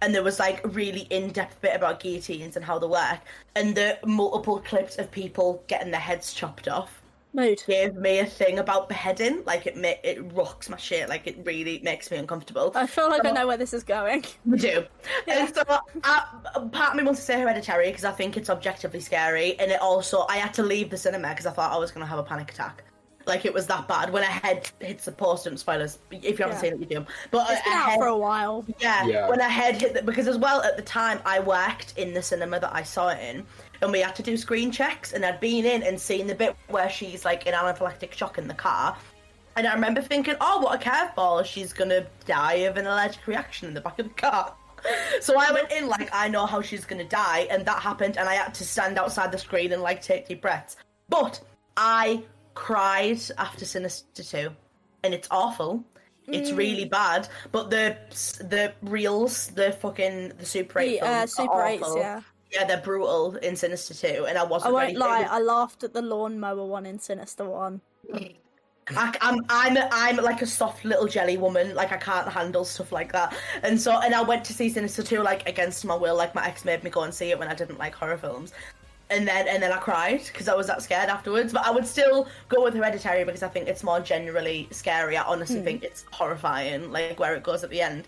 Speaker 3: and there was like a really in-depth bit about guillotines and how they work and the multiple clips of people getting their heads chopped off
Speaker 1: Mood.
Speaker 3: gave me a thing about beheading like it ma- it rocks my shit like it really makes me uncomfortable
Speaker 1: I feel like I
Speaker 3: So-
Speaker 1: know where this is going.
Speaker 3: (laughs) we do. And so, I, part of me wants to say hereditary because I think it's objectively scary, and it also I had to leave the cinema because I thought I was going to have a panic attack. Like it was that bad when a head hits the post. And spoilers, if you haven't
Speaker 1: Yeah.
Speaker 3: seen it, you do. But
Speaker 1: It's
Speaker 3: a
Speaker 1: been out
Speaker 3: head,
Speaker 1: for a while.
Speaker 3: yeah,
Speaker 4: Yeah.
Speaker 3: when I had hit the, because as well at the time I worked in the cinema that I saw it in, and we had to do screen checks, and I'd been in and seen the bit where she's like in anaphylactic shock in the car, and I remember thinking, oh, what a curveball! She's gonna die of an allergic reaction in the back of the car. (laughs) So I went in like I know how she's gonna die, and that happened, and I had to stand outside the screen and like take deep breaths. But I cried after Sinister Two, and it's awful. It's really
Speaker 1: Mm.
Speaker 3: bad, but the the reels, the fucking the Super Eight,
Speaker 1: The uh,
Speaker 3: films are
Speaker 1: Super 8s,
Speaker 3: awful.
Speaker 1: yeah.
Speaker 3: yeah, they're brutal in Sinister Two, and I
Speaker 1: I
Speaker 3: wasn't.
Speaker 1: won't
Speaker 3: ready
Speaker 1: lie,
Speaker 3: For
Speaker 1: I laughed at the lawnmower one in Sinister 1.
Speaker 3: I, I'm I'm I'm like a soft little jelly woman. Like I can't handle stuff like that. And so and I went to see Sinister Two like against my will. Like my ex made me go and see it when I didn't like horror films. And then and then I cried because I was that scared afterwards. But I would still go with Hereditary because I think it's more generally scary. I honestly think it's horrifying, like where it goes at the end.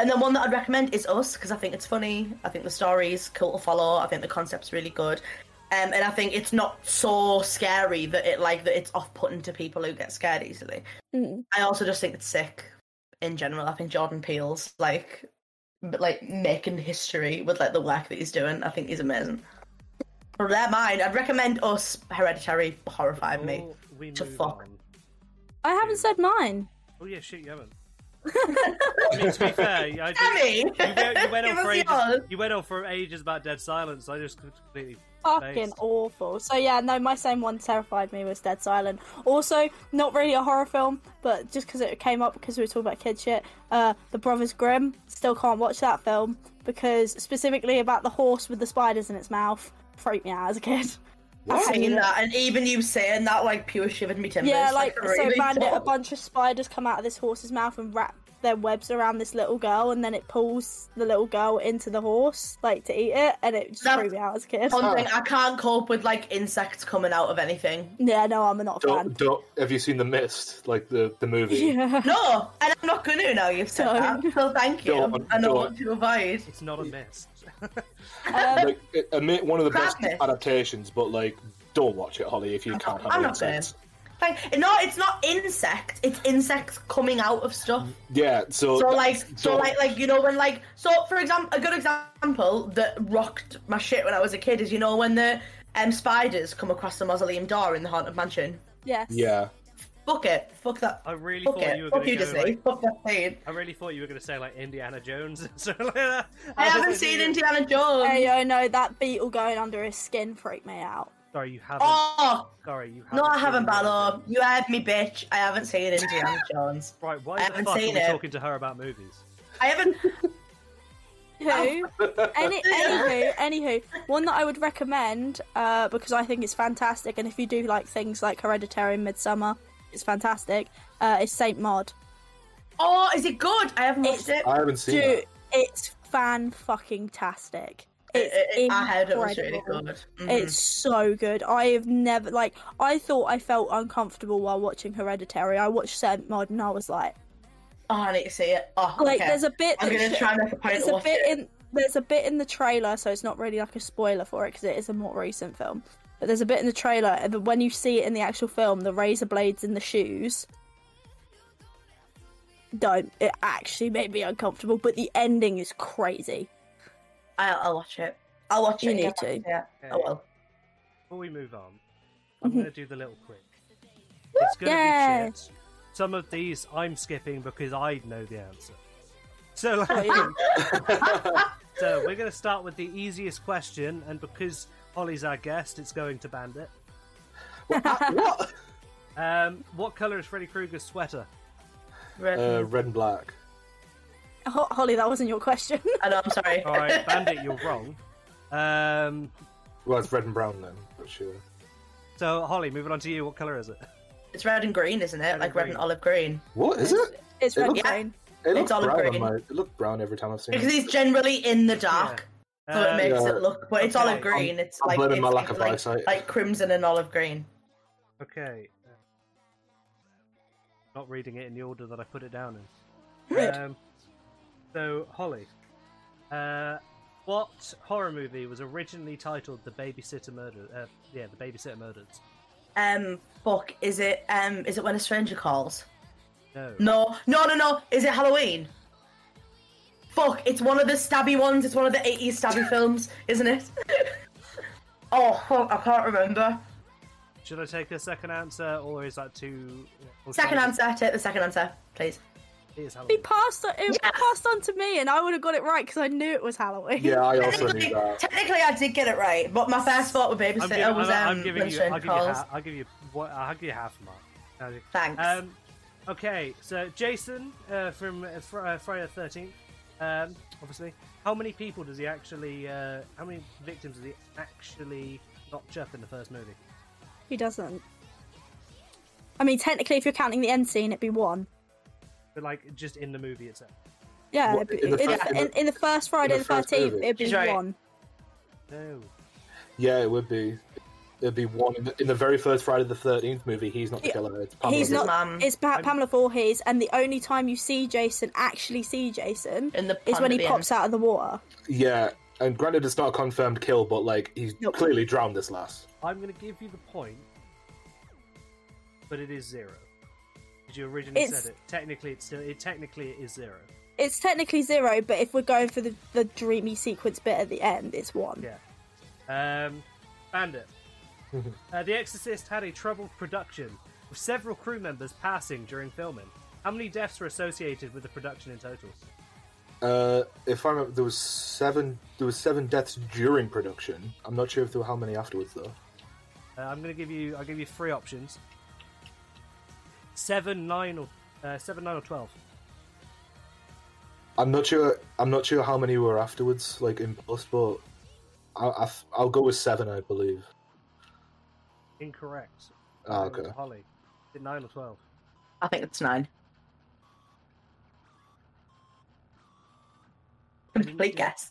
Speaker 3: And then one that I'd recommend is Us because I think it's funny. I think the story's cool to follow. I think the concept's really good. Um, and I think it's not so scary that it like that it's off putting to people who get scared easily.
Speaker 1: Mm.
Speaker 3: I also just think it's sick in general. I think Jordan Peele's like m- like making history with like the work that he's doing. I think he's amazing. But they're mine. I'd recommend us Hereditary horrified me. (laughs)
Speaker 2: Before we
Speaker 3: To
Speaker 2: move
Speaker 3: fuck.
Speaker 2: on-
Speaker 1: I haven't said mine.
Speaker 2: Oh yeah, shit, you
Speaker 3: (laughs)
Speaker 2: haven't. I mean, to be fair, I did-
Speaker 1: (laughs)
Speaker 3: Sammy!
Speaker 2: you, went, you went
Speaker 3: Give
Speaker 2: on for
Speaker 3: us
Speaker 2: ages.
Speaker 3: yours.
Speaker 2: You went on for ages about Dead Silence. I just completely.
Speaker 1: Fucking
Speaker 2: Based.
Speaker 1: awful. So yeah, no, my same one terrified me was Dead Silent. Also, not really a horror film, but just because it came up because we were talking about kid shit. Uh, the Brothers Grimm. Still can't watch that film because specifically about the horse with the spiders in its mouth freaked me out as a kid.
Speaker 3: I've
Speaker 1: Okay.
Speaker 3: seen that, and even you saying that like pure shivered me timbers.
Speaker 1: Yeah, like
Speaker 3: I really
Speaker 1: so bandit, a
Speaker 3: don't.
Speaker 1: bunch of spiders come out of this horse's mouth and wrap their webs around this little girl, and then it pulls the little girl into the horse like to eat it, and it just
Speaker 3: That's
Speaker 1: freaked me out as a kid.
Speaker 3: One thing I can't cope with like insects coming out of anything.
Speaker 1: Yeah, no, I'm not a fan.
Speaker 4: Don't, don't, have you seen The Mist? Like the, the movie?
Speaker 1: Yeah. (laughs)
Speaker 3: No, and I'm not going to now you've said
Speaker 1: Don't.
Speaker 3: that. So thank you.
Speaker 4: Don't,
Speaker 3: I know
Speaker 4: don't.
Speaker 3: what to avoid.
Speaker 2: It's not a miss.
Speaker 1: Um,
Speaker 4: Like, it- admit one of the
Speaker 3: Crap
Speaker 4: best
Speaker 3: Mist.
Speaker 4: adaptations, but like, don't watch it, Holly, if you can't
Speaker 3: Oh, I'm
Speaker 4: handle
Speaker 3: not gonna.
Speaker 4: insects.
Speaker 3: Thank- no, it's not insects. It's insects coming out of stuff.
Speaker 4: Yeah, so.
Speaker 3: So like, so
Speaker 4: don't-
Speaker 3: like, like you know when like, so for example, a good example that rocked my shit when I was a kid is you know when the um spiders come across the mausoleum door in the haunted mansion.
Speaker 1: yes.
Speaker 3: (laughs)
Speaker 4: Yeah.
Speaker 3: Fuck it. Fuck that.
Speaker 2: I really
Speaker 3: Fuck
Speaker 2: thought
Speaker 3: it.
Speaker 2: Oh, you were
Speaker 3: Fuck
Speaker 2: going
Speaker 3: you,
Speaker 2: to go.
Speaker 3: Disney.
Speaker 2: Like,
Speaker 3: Fuck that scene.
Speaker 2: I really thought you were going to say like Indiana Jones. so, like that.
Speaker 3: I haven't seen Indiana Jones.
Speaker 1: Hey, oh no, that beetle going under his skin freaked me out.
Speaker 2: Sorry, you haven't.
Speaker 3: Oh
Speaker 2: Sorry, you haven't.
Speaker 3: no, I
Speaker 2: seen
Speaker 3: haven't, uh,
Speaker 2: Indiana
Speaker 3: Balor.
Speaker 2: Jones.
Speaker 3: You heard me, bitch. I haven't seen Indiana Jones.
Speaker 2: Right, why
Speaker 3: I
Speaker 2: the
Speaker 3: haven't
Speaker 2: fuck are we
Speaker 3: seen it.
Speaker 2: talking to her about movies?
Speaker 3: I haven't.
Speaker 1: Who? Any, anywho, anywho, one that I would recommend uh, because I think it's fantastic, and if you do like things like Hereditary and Midsummer, it's fantastic. Uh, is Saint Maud.
Speaker 3: Oh, is it good? I haven't watched
Speaker 1: It's-
Speaker 3: it.
Speaker 4: I haven't seen
Speaker 1: Dude,
Speaker 4: it.
Speaker 1: it's fan fucking tastic. It's
Speaker 3: I- I I heard it was really
Speaker 1: incredible.
Speaker 3: good. Mhm.
Speaker 1: It's so good. I have never like I thought I felt uncomfortable while watching Hereditary. I watched Saint Maud and I was like,
Speaker 3: Oh, I need to see it. Oh,
Speaker 1: Like,
Speaker 3: okay.
Speaker 1: there's a bit.
Speaker 3: I'm
Speaker 1: that
Speaker 3: gonna
Speaker 1: sh-
Speaker 3: try and make a point
Speaker 1: there's
Speaker 3: to
Speaker 1: a
Speaker 3: watch
Speaker 1: bit
Speaker 3: it.
Speaker 1: in there's a bit in the trailer, so it's not really like a spoiler for it because it is a more recent film. But there's a bit in the trailer, and then when you see it in the actual film, the razor blades in the shoes. Don't. It actually made me uncomfortable, but the ending is crazy.
Speaker 3: I'll, I'll watch it. I'll watch
Speaker 1: You
Speaker 3: it. and
Speaker 1: need
Speaker 3: get back
Speaker 1: to.
Speaker 3: Yeah, I will.
Speaker 2: Before we move on, I'm going to do the little quick. It's going to
Speaker 1: Yay.
Speaker 2: be shit. Some of these I'm skipping because I know the answer. So, like,
Speaker 1: (laughs)
Speaker 4: (laughs)
Speaker 2: so we're going to start with the easiest question, and because Holly's our guest, it's going to Bandit.
Speaker 3: (laughs)
Speaker 4: what?
Speaker 2: Um, what color is Freddy Krueger's sweater?
Speaker 3: Right.
Speaker 4: Uh, red and black.
Speaker 1: Ho- Holly, that wasn't your question. (laughs)
Speaker 3: I know, I'm sorry.
Speaker 2: (laughs) All right, Bandit, you're wrong. Um,
Speaker 4: Well, it's red and brown then, but sure.
Speaker 2: so Holly, moving on to you. What color is it?
Speaker 3: (laughs) It's red and green, isn't it?
Speaker 2: and
Speaker 3: like red
Speaker 2: green.
Speaker 3: and olive green.
Speaker 4: What is it?
Speaker 1: It's red
Speaker 4: looks-
Speaker 1: brain.
Speaker 4: It looked
Speaker 3: olive
Speaker 4: brown. On
Speaker 3: green.
Speaker 4: my, it looked brown every time I've seen
Speaker 3: Because
Speaker 4: it.
Speaker 3: he's generally in the dark, so
Speaker 2: Um,
Speaker 3: Oh, it makes
Speaker 4: Yeah.
Speaker 3: it look. But it's
Speaker 2: Okay.
Speaker 3: olive green. It's
Speaker 4: I'm
Speaker 3: like
Speaker 4: blaming
Speaker 3: it's
Speaker 4: my lack of
Speaker 3: like,
Speaker 4: eyesight.
Speaker 3: like crimson and olive green.
Speaker 2: Okay. Uh, Not reading it in the order that I put it down in.
Speaker 1: Right.
Speaker 2: Um, so, Holly, uh, what horror movie was originally titled "The Babysitter Murder"? Uh, yeah, "The Babysitter Murders."
Speaker 3: Um, fuck. Is it? Um, is it when a stranger calls?
Speaker 2: No.
Speaker 3: No, no, no, no. Is it Halloween? Fuck. It's one of the stabby ones. It's one of the '80s stabby films, isn't it? (laughs) oh, fuck, I can't remember.
Speaker 2: Should I take a second answer, or is that too? uh, or
Speaker 3: Second
Speaker 2: should I-
Speaker 3: answer. Take the second answer, please.
Speaker 2: It is
Speaker 1: He
Speaker 2: Halloween.
Speaker 1: passed on, it was passed on to me, and I would have got it right because I knew it was Halloween.
Speaker 3: (laughs)
Speaker 4: Yeah, I also knew
Speaker 3: Technically,
Speaker 4: that.
Speaker 3: technically, I did get it right, but my first thought with
Speaker 2: I'm
Speaker 3: babysitter
Speaker 2: giving, I'm,
Speaker 3: was um,
Speaker 2: I'm giving
Speaker 3: when a
Speaker 2: you. I'll
Speaker 3: stranger
Speaker 2: give you,
Speaker 3: calls.
Speaker 2: ha- I'll give you. What? I'll give you half a mark. I'll give-
Speaker 3: Thanks.
Speaker 2: Um, okay, so Jason uh, from uh, Fr- uh, Friday the Thirteenth, um, obviously. How many people does he actually? Uh, how many victims does he actually notch up in the first movie?
Speaker 1: (laughs) He doesn't. I mean, technically, if you're counting the end scene, it'd be one.
Speaker 2: But like just in the movie itself.
Speaker 1: Yeah,
Speaker 4: What,
Speaker 1: it'd be-
Speaker 4: in the
Speaker 1: in,
Speaker 4: first-
Speaker 1: the, in, in the first Friday
Speaker 4: in
Speaker 1: the
Speaker 4: the first
Speaker 1: Thirteenth,
Speaker 4: movie?
Speaker 1: it'd be
Speaker 3: She's right.
Speaker 1: one.
Speaker 2: No.
Speaker 4: Yeah, it would be. It'd be one in the, in the very first Friday the Thirteenth movie. He's not the killer. It's Pamela
Speaker 1: He's
Speaker 4: Gibbs.
Speaker 1: not.
Speaker 3: mum.
Speaker 1: It's pa- Pamela Voorhees, and the only time you see Jason actually see Jason
Speaker 3: In the
Speaker 1: is
Speaker 3: pond
Speaker 1: when he
Speaker 3: at the
Speaker 1: pops out of the water.
Speaker 4: Yeah, and granted, it's not a confirmed kill, but like he's
Speaker 1: Nope.
Speaker 4: clearly drowned this lass.
Speaker 2: I'm going to give you the point, but it is zero. Because you originally
Speaker 1: It's-
Speaker 2: said it. Technically, it's still. It technically it is zero.
Speaker 1: It's technically zero, but if we're going for the, the dreamy sequence bit at the end, it's one.
Speaker 2: Yeah. Um,
Speaker 4: (laughs)
Speaker 2: Bandit. uh, the Exorcist had a troubled production, with several crew members passing during filming. How many deaths were associated with the production in total?
Speaker 4: Uh, if I remember, there was seven. There was seven deaths during production. I'm not sure if there were how many afterwards though.
Speaker 2: Uh, I'm going to give you. I'll give you three options: seven, nine, or uh, seven, nine, or twelve.
Speaker 4: I'm not sure. I'm not sure how many were afterwards, like in post, but I, I, I'll go with seven, I believe.
Speaker 2: Incorrect.
Speaker 4: Ah,
Speaker 2: Over to
Speaker 4: okay.
Speaker 2: Holly, Is it nine or twelve?
Speaker 3: I think it's nine. Complete guess.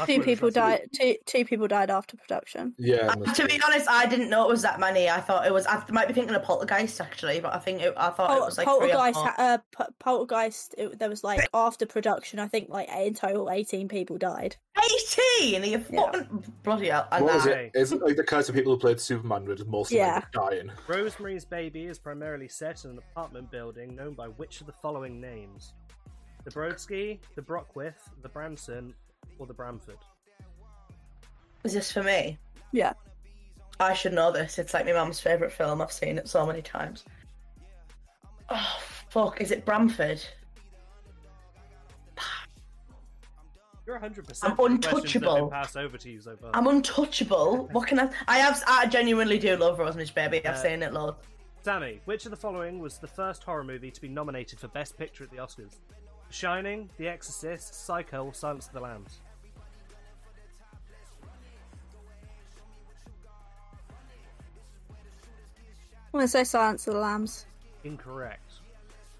Speaker 2: I
Speaker 1: Two
Speaker 2: thought it
Speaker 1: people
Speaker 2: was less
Speaker 1: died. Two two people died after production.
Speaker 4: Yeah. it
Speaker 3: Uh,
Speaker 4: must
Speaker 3: to
Speaker 4: be.
Speaker 3: be honest, I didn't know it was that many. I thought it was. I might be thinking of Poltergeist actually, but I think it, I thought it
Speaker 1: Pol-
Speaker 3: was like three or
Speaker 1: Poltergeist.
Speaker 3: four.
Speaker 1: ha- Uh, P- Poltergeist. It, there was like after production, I think like in total eighteen people died.
Speaker 3: eighteen. Are you fucking bloody hell? And
Speaker 4: What was
Speaker 3: I-
Speaker 4: it? Is it like the curse of people who played Superman with most of
Speaker 1: Yeah.
Speaker 4: them dying?
Speaker 2: Rosemary's Baby is primarily set in an apartment building known by which of the following names? The Brodsky, the Brockwith, the Bramson, or the Bramford?
Speaker 3: Is this for me?
Speaker 1: Yeah.
Speaker 3: I should know this. It's like my mum's favorite film. I've seen it so many times. Oh fuck! Is it Bramford?
Speaker 2: You're 100%.
Speaker 3: I'm
Speaker 2: the questions have
Speaker 3: untouchable.
Speaker 2: Been passed over to you so far.
Speaker 3: I'm untouchable. What can I? I have. I genuinely do love Rosemary's Baby. I've
Speaker 2: Uh,
Speaker 3: seen it loads.
Speaker 2: Sammy, which of the following was the first horror movie to be nominated for Best Picture at the Oscars? The Shining, The Exorcist, Psycho, or Silence of the Lambs?
Speaker 1: I'm gonna say Silence of the Lambs.
Speaker 2: Incorrect.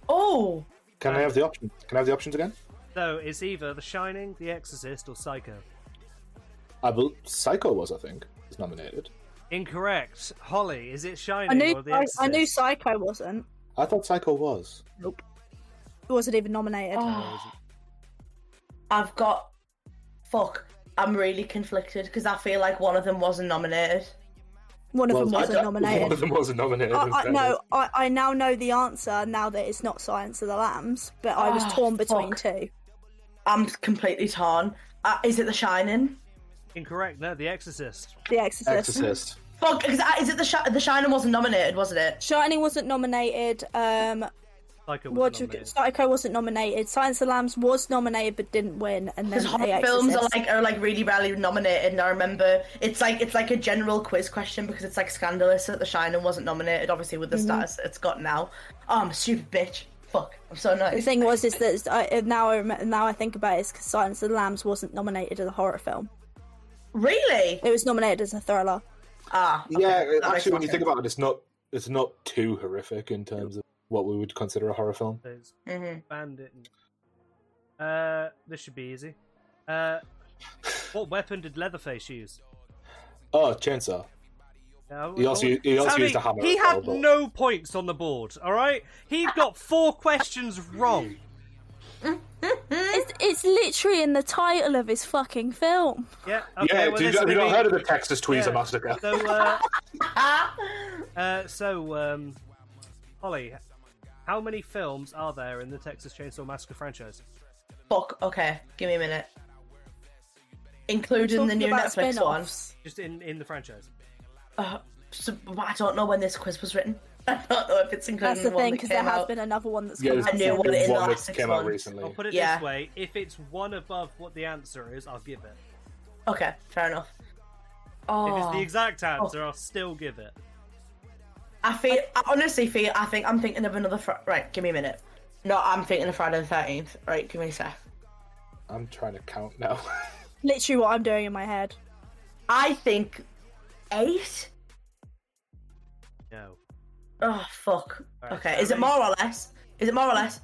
Speaker 3: Oh,
Speaker 4: Can I have the option? Can I have the options again?
Speaker 2: So it's either The Shining, The Exorcist, or Psycho.
Speaker 4: I believe Psycho was, I think, was nominated.
Speaker 2: Incorrect. Holly, is it Shining
Speaker 1: I knew
Speaker 2: or The
Speaker 1: I,
Speaker 2: Exorcist?
Speaker 1: I knew Psycho wasn't.
Speaker 4: I thought Psycho was.
Speaker 1: Nope. wasn't even nominated.
Speaker 3: Oh. I've got. Fuck. I'm really conflicted because I feel like one of them wasn't nominated.
Speaker 1: One of
Speaker 4: Well,
Speaker 1: them
Speaker 4: I
Speaker 1: wasn't
Speaker 4: don't- One of
Speaker 1: nominated.
Speaker 4: them wasn't nominated.
Speaker 1: I, I,
Speaker 4: okay.
Speaker 1: no, I, I now know the answer now that it's not Science of the Lambs, but I was
Speaker 3: Ah,
Speaker 1: torn between
Speaker 3: fuck.
Speaker 1: two.
Speaker 3: I'm completely torn. Uh, is it The Shining?
Speaker 2: Incorrect. No, The Exorcist.
Speaker 1: The Exorcist.
Speaker 4: Exorcist.
Speaker 3: Fuck. 'cause I- Is it The Shi- The Shining wasn't nominated, wasn't it?
Speaker 1: Shining wasn't nominated. Um,
Speaker 2: Psycho was
Speaker 1: what you,
Speaker 2: nominated.
Speaker 1: Psycho wasn't nominated. Science of the Lambs was nominated but didn't win. And then
Speaker 3: Because
Speaker 1: The
Speaker 3: horror films are
Speaker 1: Exorcist.
Speaker 3: like are like really rarely nominated, and I remember it's like it's like a general quiz question because it's like scandalous that The Shining wasn't nominated, obviously with the
Speaker 1: Mm-hmm.
Speaker 3: status it's got now. Oh, I'm a stupid bitch. Fuck, I'm so
Speaker 1: The
Speaker 3: nice.
Speaker 1: thing was is that I, and now I rem- now I think about it, it's 'cause Silence of the Lambs wasn't nominated as a horror film.
Speaker 3: Really?
Speaker 1: It was nominated as a thriller.
Speaker 3: Ah, okay,
Speaker 4: Yeah,
Speaker 3: that makes
Speaker 4: actually, when
Speaker 3: more
Speaker 4: you think
Speaker 3: sense.
Speaker 4: about it, it's not it's not too horrific in terms of what we would consider a horror film.
Speaker 2: It's
Speaker 1: Mm-hmm.
Speaker 3: Mhm.
Speaker 2: Bandit. Uh, this should be easy. Uh, what weapon did Leatherface use?
Speaker 4: Oh, chainsaw.
Speaker 2: No,
Speaker 4: He also- he also
Speaker 2: Sammy,
Speaker 4: used a hammer
Speaker 2: oh, He
Speaker 4: as
Speaker 2: had
Speaker 4: well, but-
Speaker 2: no points on the board. All right, he got four questions wrong.
Speaker 1: It's, it's literally in the title of his fucking film.
Speaker 2: Yeah. Okay,
Speaker 4: yeah,
Speaker 2: well,
Speaker 4: dude,
Speaker 2: this
Speaker 4: have you
Speaker 2: will
Speaker 4: not
Speaker 2: be-
Speaker 4: heard of the Texas Tweezer
Speaker 2: Yeah.
Speaker 4: Massacre?
Speaker 2: (laughs) So, uh,
Speaker 3: Ah,
Speaker 2: uh, so, um, Holly, how many films are there in the Texas Chainsaw Massacre franchise?
Speaker 3: fuck. Okay, give me a minute. Including the
Speaker 1: Talking
Speaker 3: new
Speaker 1: about
Speaker 3: Netflix one.
Speaker 1: spin-offs.
Speaker 2: Just in in the franchise.
Speaker 3: Uh, so, but I don't know when this quiz was written. (laughs) I don't know if it's including
Speaker 1: That's the
Speaker 3: the one
Speaker 1: thing
Speaker 3: that
Speaker 1: because there
Speaker 3: came
Speaker 1: has
Speaker 3: out.
Speaker 1: been another one that's
Speaker 4: Yeah,
Speaker 1: come
Speaker 4: there's
Speaker 1: out.
Speaker 3: I knew
Speaker 1: since.
Speaker 3: what it- in the
Speaker 4: one
Speaker 3: last
Speaker 4: that
Speaker 3: six
Speaker 4: came out
Speaker 3: months.
Speaker 2: I'll
Speaker 4: recently.
Speaker 2: put it
Speaker 3: Yeah.
Speaker 2: this way: if it's one above what the answer is, I'll give it.
Speaker 3: Okay, fair enough.
Speaker 2: If it's
Speaker 3: Oh,
Speaker 2: the exact answer, I'll still give it.
Speaker 3: I feel. I honestly feel. I think I'm thinking of another. Fr- right, give me a minute. No, I'm thinking of Friday the Thirteenth. Right, give me a sec.
Speaker 4: I'm trying to count now. (laughs)
Speaker 1: Literally what I'm doing in my head.
Speaker 3: I think eight.
Speaker 2: No.
Speaker 3: Oh fuck.
Speaker 2: Alright,
Speaker 3: okay,
Speaker 2: so
Speaker 3: is it
Speaker 2: we-
Speaker 3: more or less? Is it more or less?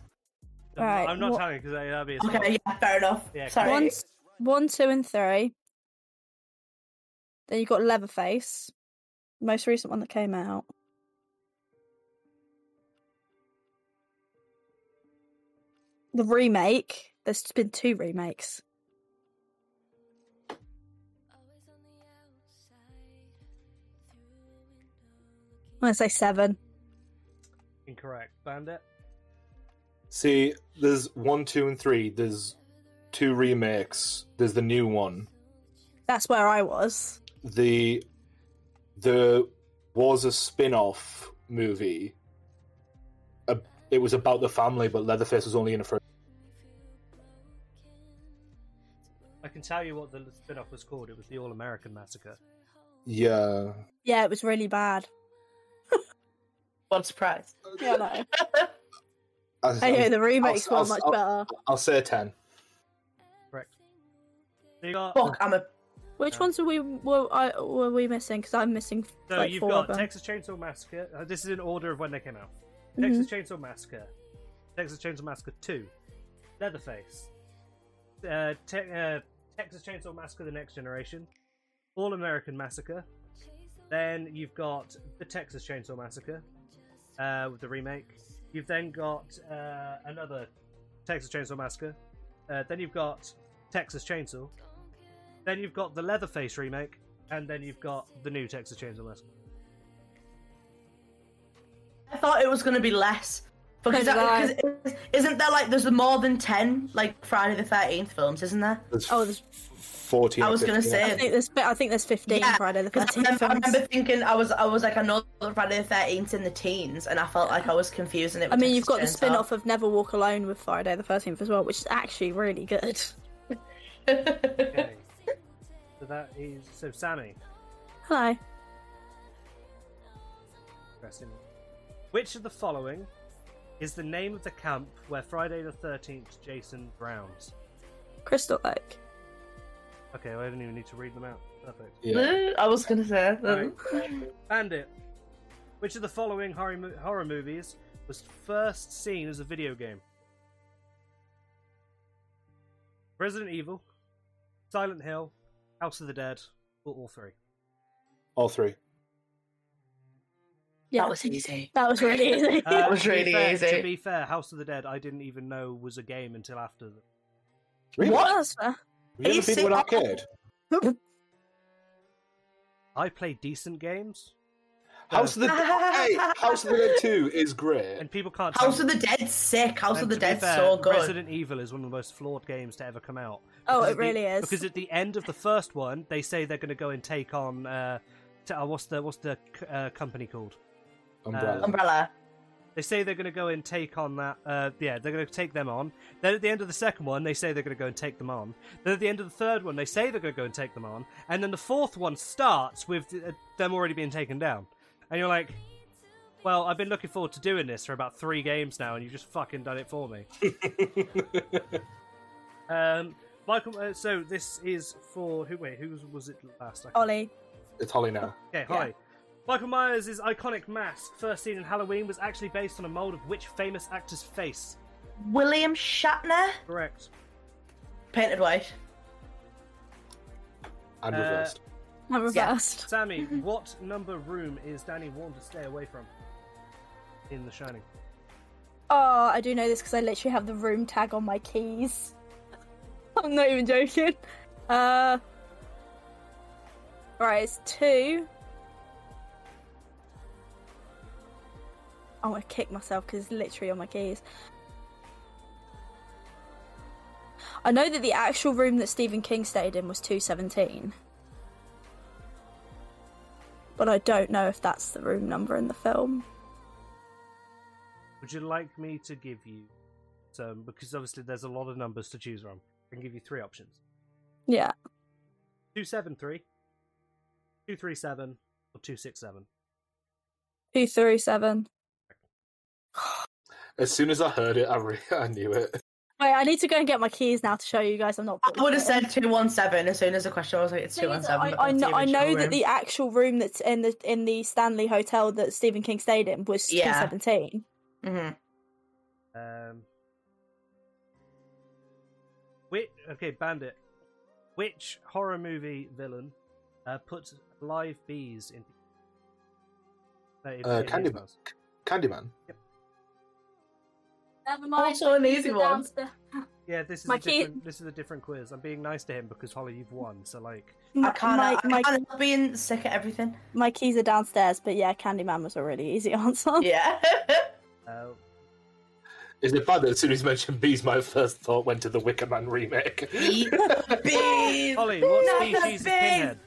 Speaker 2: I'm,
Speaker 1: Right,
Speaker 2: I'm not
Speaker 1: what-
Speaker 2: telling because that'd be a spoiler.
Speaker 3: Okay, yeah, fair enough.
Speaker 2: Yeah,
Speaker 3: Sorry.
Speaker 1: One, s- one, two, and three. Then you've got Leatherface, most recent one that came out. The remake. There's been two remakes. I'm gonna say seven.
Speaker 2: Incorrect. Bandit.
Speaker 4: See, there's one, two, and three. There's two remakes. There's the new one.
Speaker 1: That's where I was.
Speaker 4: The the was a spin-off movie. Uh, It was about the family, but Leatherface was only in a first.
Speaker 2: I can tell you what the spin-off was called. It was the All American Massacre.
Speaker 4: Yeah.
Speaker 1: Yeah, it was really bad.
Speaker 3: What a surprise.
Speaker 1: Yeah, no.
Speaker 4: I,
Speaker 1: I know the remakes
Speaker 4: I'll-
Speaker 1: were much
Speaker 4: I'll-
Speaker 1: better.
Speaker 4: I'll say ten.
Speaker 2: Correct. So you got,
Speaker 3: Fuck, I'm a.
Speaker 1: Which ones were we were, I, were we missing? Because I'm missing
Speaker 2: so
Speaker 1: like
Speaker 2: you've
Speaker 1: four
Speaker 2: got
Speaker 1: of them.
Speaker 2: Texas Chainsaw Massacre. Uh, this is in order of when they came out.
Speaker 1: Mhm.
Speaker 2: Texas Chainsaw Massacre. Texas Chainsaw Massacre Two. Leatherface. Uh, te- uh, Texas Chainsaw Massacre: The Next Generation. All American Massacre. Then you've got the Texas Chainsaw Massacre uh, with the remake. You've then got uh, another Texas Chainsaw Massacre. Uh, then you've got Texas Chainsaw. Then you've got the Leatherface remake, and then you've got the new Texas Chainsaw Massacre.
Speaker 3: I thought it was gonna be less because
Speaker 1: So did I.
Speaker 3: that, because isn't there like there's more than ten like Friday the Thirteenth films, isn't there?
Speaker 4: There's
Speaker 1: Oh,
Speaker 4: f-
Speaker 1: there's-
Speaker 4: fourteen.
Speaker 3: I
Speaker 4: or
Speaker 3: was gonna
Speaker 4: 15.
Speaker 1: I
Speaker 3: say-
Speaker 1: think there's I think there's 15 Friday the
Speaker 3: 'cause I
Speaker 1: 13th
Speaker 3: remember, I
Speaker 1: films.
Speaker 3: remember thinking I was I was like I know that Friday the Thirteenth in the teens, and I felt like I was confusing it.
Speaker 1: I
Speaker 3: With
Speaker 1: mean, you've got the
Speaker 3: Texas Chainsaw.
Speaker 1: spin-off of Never Walk Alone with Friday the 13th as well, which is actually really good. (laughs)
Speaker 2: Okay. so that is so Sammy.
Speaker 1: Hello.
Speaker 2: Interesting. Which of the following is the name of the camp where Friday the Thirteenth Jason drowns?
Speaker 1: Crystal Lake.
Speaker 2: Okay, I don't even need to read them out. Perfect.
Speaker 4: Yeah.
Speaker 3: I was gonna say. um,
Speaker 2: Right. Bandit. Which of the following horror, mo- horror movies was first seen as a video game? Resident Evil, Silent Hill,
Speaker 3: (laughs)
Speaker 2: House of the Dead, or all three?
Speaker 4: All three.
Speaker 1: Yeah,
Speaker 3: That was easy.
Speaker 1: that was really easy.
Speaker 2: (laughs) Uh,
Speaker 3: was
Speaker 2: to be
Speaker 3: really
Speaker 2: fair- To
Speaker 3: easy.
Speaker 2: be fair, House of the Dead, I didn't even know was a game until after. The...
Speaker 4: Really?
Speaker 3: What?
Speaker 1: That's fair.
Speaker 4: Have you ever been to an
Speaker 3: AC?
Speaker 4: arcade?
Speaker 2: I play decent games,
Speaker 4: House of the hey, House of the Dead Two is great.
Speaker 2: and people can't.
Speaker 3: House of
Speaker 2: stand
Speaker 3: the Dead, sick. House
Speaker 2: And
Speaker 3: of the
Speaker 2: to be
Speaker 3: Dead,
Speaker 2: fair,
Speaker 3: so good.
Speaker 2: Resident Evil is one of the most flawed games to ever come out.
Speaker 1: Oh,
Speaker 2: Because
Speaker 1: it
Speaker 2: at the-
Speaker 1: really is.
Speaker 2: Because at the end of the first one, they say they're going to go and take on uh, t- uh, what's the what's the c- uh, company called?
Speaker 4: Umbrella.
Speaker 3: (laughs) Umbrella.
Speaker 2: They say they're going to go and take on that. Uh, yeah, they're going to take them on. Then at the end of the second one, they say they're going to go and take them on. Then at the end of the third one, they say they're going to go and take them on. And then the fourth one starts with uh, them already being taken down. And you're like, well, I've been looking forward to doing this for about three games now, and you've just fucking done it for me. um, Michael, uh, so this is for who? Wait, who was, was it last? I can't-
Speaker 1: Ollie.
Speaker 4: It's Holly now.
Speaker 2: Okay, hi. Michael Myers' iconic mask, first seen in Halloween, was actually based on a mold of which famous actor's face?
Speaker 3: William Shatner,
Speaker 2: Correct.
Speaker 3: painted white.
Speaker 4: And
Speaker 2: Uh,
Speaker 4: reversed.
Speaker 1: I'm reversed.
Speaker 2: Sammy, what number room is Danny warned to stay away from in The Shining?
Speaker 1: Oh, I do know this because I literally have the room tag on my keys. (laughs) I'm not even joking. Uh, right, it's two. I'm gonna kick myself because it's literally on my keys. I know that the actual room that Stephen King stayed in was 217. But I don't know if that's the room number in the film.
Speaker 2: Would you like me to give you some? Because obviously there's a lot of numbers to choose from. I can give you three options
Speaker 1: Yeah.
Speaker 2: 273, 237, or 267.
Speaker 1: 237.
Speaker 4: As soon as I heard it, I, re- (laughs) I knew it.
Speaker 1: Wait, I need to go and get my keys now to show you guys I'm not.
Speaker 3: I would have said 217 as soon as the question was like, it's
Speaker 1: Thing is, I,
Speaker 3: 217.
Speaker 1: I know, I know that
Speaker 3: the.
Speaker 1: the actual room that's in the in the Stanley Hotel that Stephen King stayed in was
Speaker 3: Yeah.
Speaker 1: 217.
Speaker 3: Mhm.
Speaker 2: Um, which, okay, Bandit. Which horror movie villain uh, puts live bees in? Uh, in-
Speaker 4: Uh,
Speaker 2: in his
Speaker 4: Candyman.
Speaker 2: house?
Speaker 4: Candyman.
Speaker 1: Never
Speaker 3: Also an easy one.
Speaker 2: Yeah, this is
Speaker 1: My
Speaker 2: a
Speaker 1: kid-
Speaker 2: different, this is a different quiz. I'm being nice to him because Holly, you've won. So like,
Speaker 3: I
Speaker 1: My,
Speaker 3: can't,
Speaker 1: my,
Speaker 3: I
Speaker 1: my,
Speaker 3: can't help being sick
Speaker 1: (laughs)
Speaker 3: at everything.
Speaker 1: my keys are downstairs, but yeah, Candyman was a really easy (laughs) answer.
Speaker 3: Yeah.
Speaker 2: uh,
Speaker 4: Is it bad that as soon as you mentioned bees, my first thought went to the Wicker Man remake? (laughs)
Speaker 3: Bees.
Speaker 2: Holly, what
Speaker 3: Not the
Speaker 2: species is
Speaker 3: bees.
Speaker 2: Pinhead?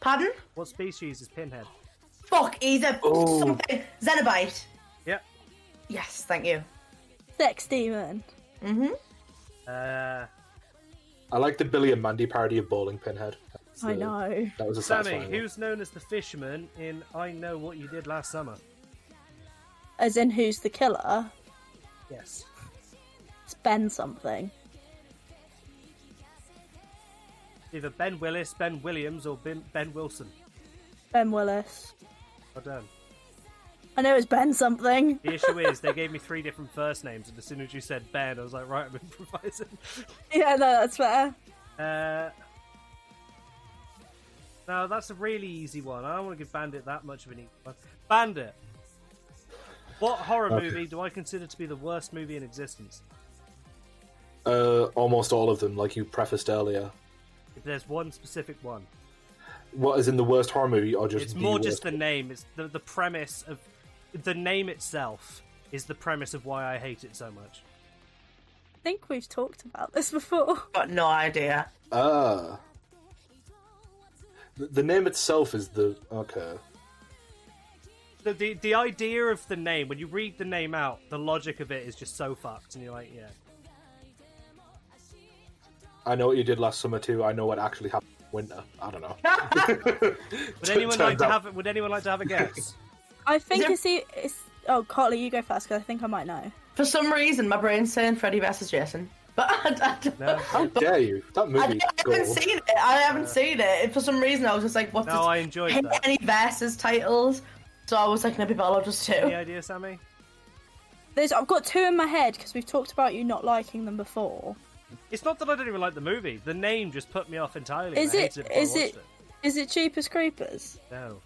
Speaker 3: Pardon?
Speaker 2: What species is Pinhead?
Speaker 3: Fuck, he's a
Speaker 4: Oh.
Speaker 3: something. Xenobite.
Speaker 2: Yep.
Speaker 3: Yes, thank you.
Speaker 1: Sex demon.
Speaker 3: Mm-hmm.
Speaker 2: Uh,
Speaker 4: I like the Billy and Mandy parody of Bowling Pinhead. That's
Speaker 1: I
Speaker 4: the-
Speaker 1: know.
Speaker 4: That was a
Speaker 2: Sammy,
Speaker 4: satisfying one.
Speaker 2: who's known as the fisherman in I Know What You Did Last Summer?
Speaker 1: As in, who's the killer?
Speaker 2: Yes.
Speaker 1: It's Ben something.
Speaker 2: Either Ben Willis, Ben Williams, or ben, ben Wilson.
Speaker 1: Ben Willis.
Speaker 2: Well done.
Speaker 1: I know it's Ben something. (laughs)
Speaker 2: The issue is they gave me three different first names, and as soon as you said Ben, I was like, right, I'm improvising.
Speaker 1: Yeah, no, that's fair.
Speaker 2: Uh, now that's a really easy one. I don't want to give Bandit that much of an easy one. Bandit, what horror
Speaker 4: Okay.
Speaker 2: movie do I consider to be the worst movie in existence?
Speaker 4: Uh, almost all of them, like you prefaced earlier.
Speaker 2: If there's one specific one,
Speaker 4: What is in the worst horror movie, or just
Speaker 2: it's
Speaker 4: the
Speaker 2: more
Speaker 4: worst?
Speaker 2: just the name. It's the the premise of the name itself is the premise of why I hate it so much.
Speaker 1: I think we've talked about this before.
Speaker 3: Got no idea.
Speaker 4: Ah. The, the name itself is the okay.
Speaker 2: The, the the idea of the name when you read the name out, the logic of it is just so fucked, and you're like, yeah.
Speaker 4: I know what you did last summer too. I know what actually happened in winter. I don't know.
Speaker 2: (laughs) Would anyone
Speaker 4: (laughs) Turns
Speaker 2: like to
Speaker 4: out-
Speaker 2: have? Would anyone like to have
Speaker 4: (laughs)
Speaker 2: a guess?
Speaker 1: I think
Speaker 3: there-
Speaker 1: it's, e- it's. Oh, Carly, you go first because I think I might know.
Speaker 3: For some reason, my brain's saying Freddy vs. Jason. But (laughs) I, I, don't-
Speaker 2: No.
Speaker 4: How dare you?
Speaker 3: (laughs)
Speaker 4: That
Speaker 3: I,
Speaker 4: movie.
Speaker 3: don't- I haven't
Speaker 4: gold.
Speaker 3: seen it. I haven't seen it. For some reason, I was just like, what's
Speaker 2: No, I enjoyed
Speaker 3: any,
Speaker 2: that.
Speaker 3: any versus titles? So I was like, maybe I'll just two.
Speaker 2: Any idea, Sammy?
Speaker 1: There's, I've got two in my head because we've talked about you not liking them before.
Speaker 2: It's not that I don't even like the movie. The name just put me off entirely.
Speaker 1: Is
Speaker 2: I
Speaker 1: it-
Speaker 2: hated it? before I
Speaker 1: is
Speaker 2: watched
Speaker 1: it- Is it Cheapest Creepers?
Speaker 2: No.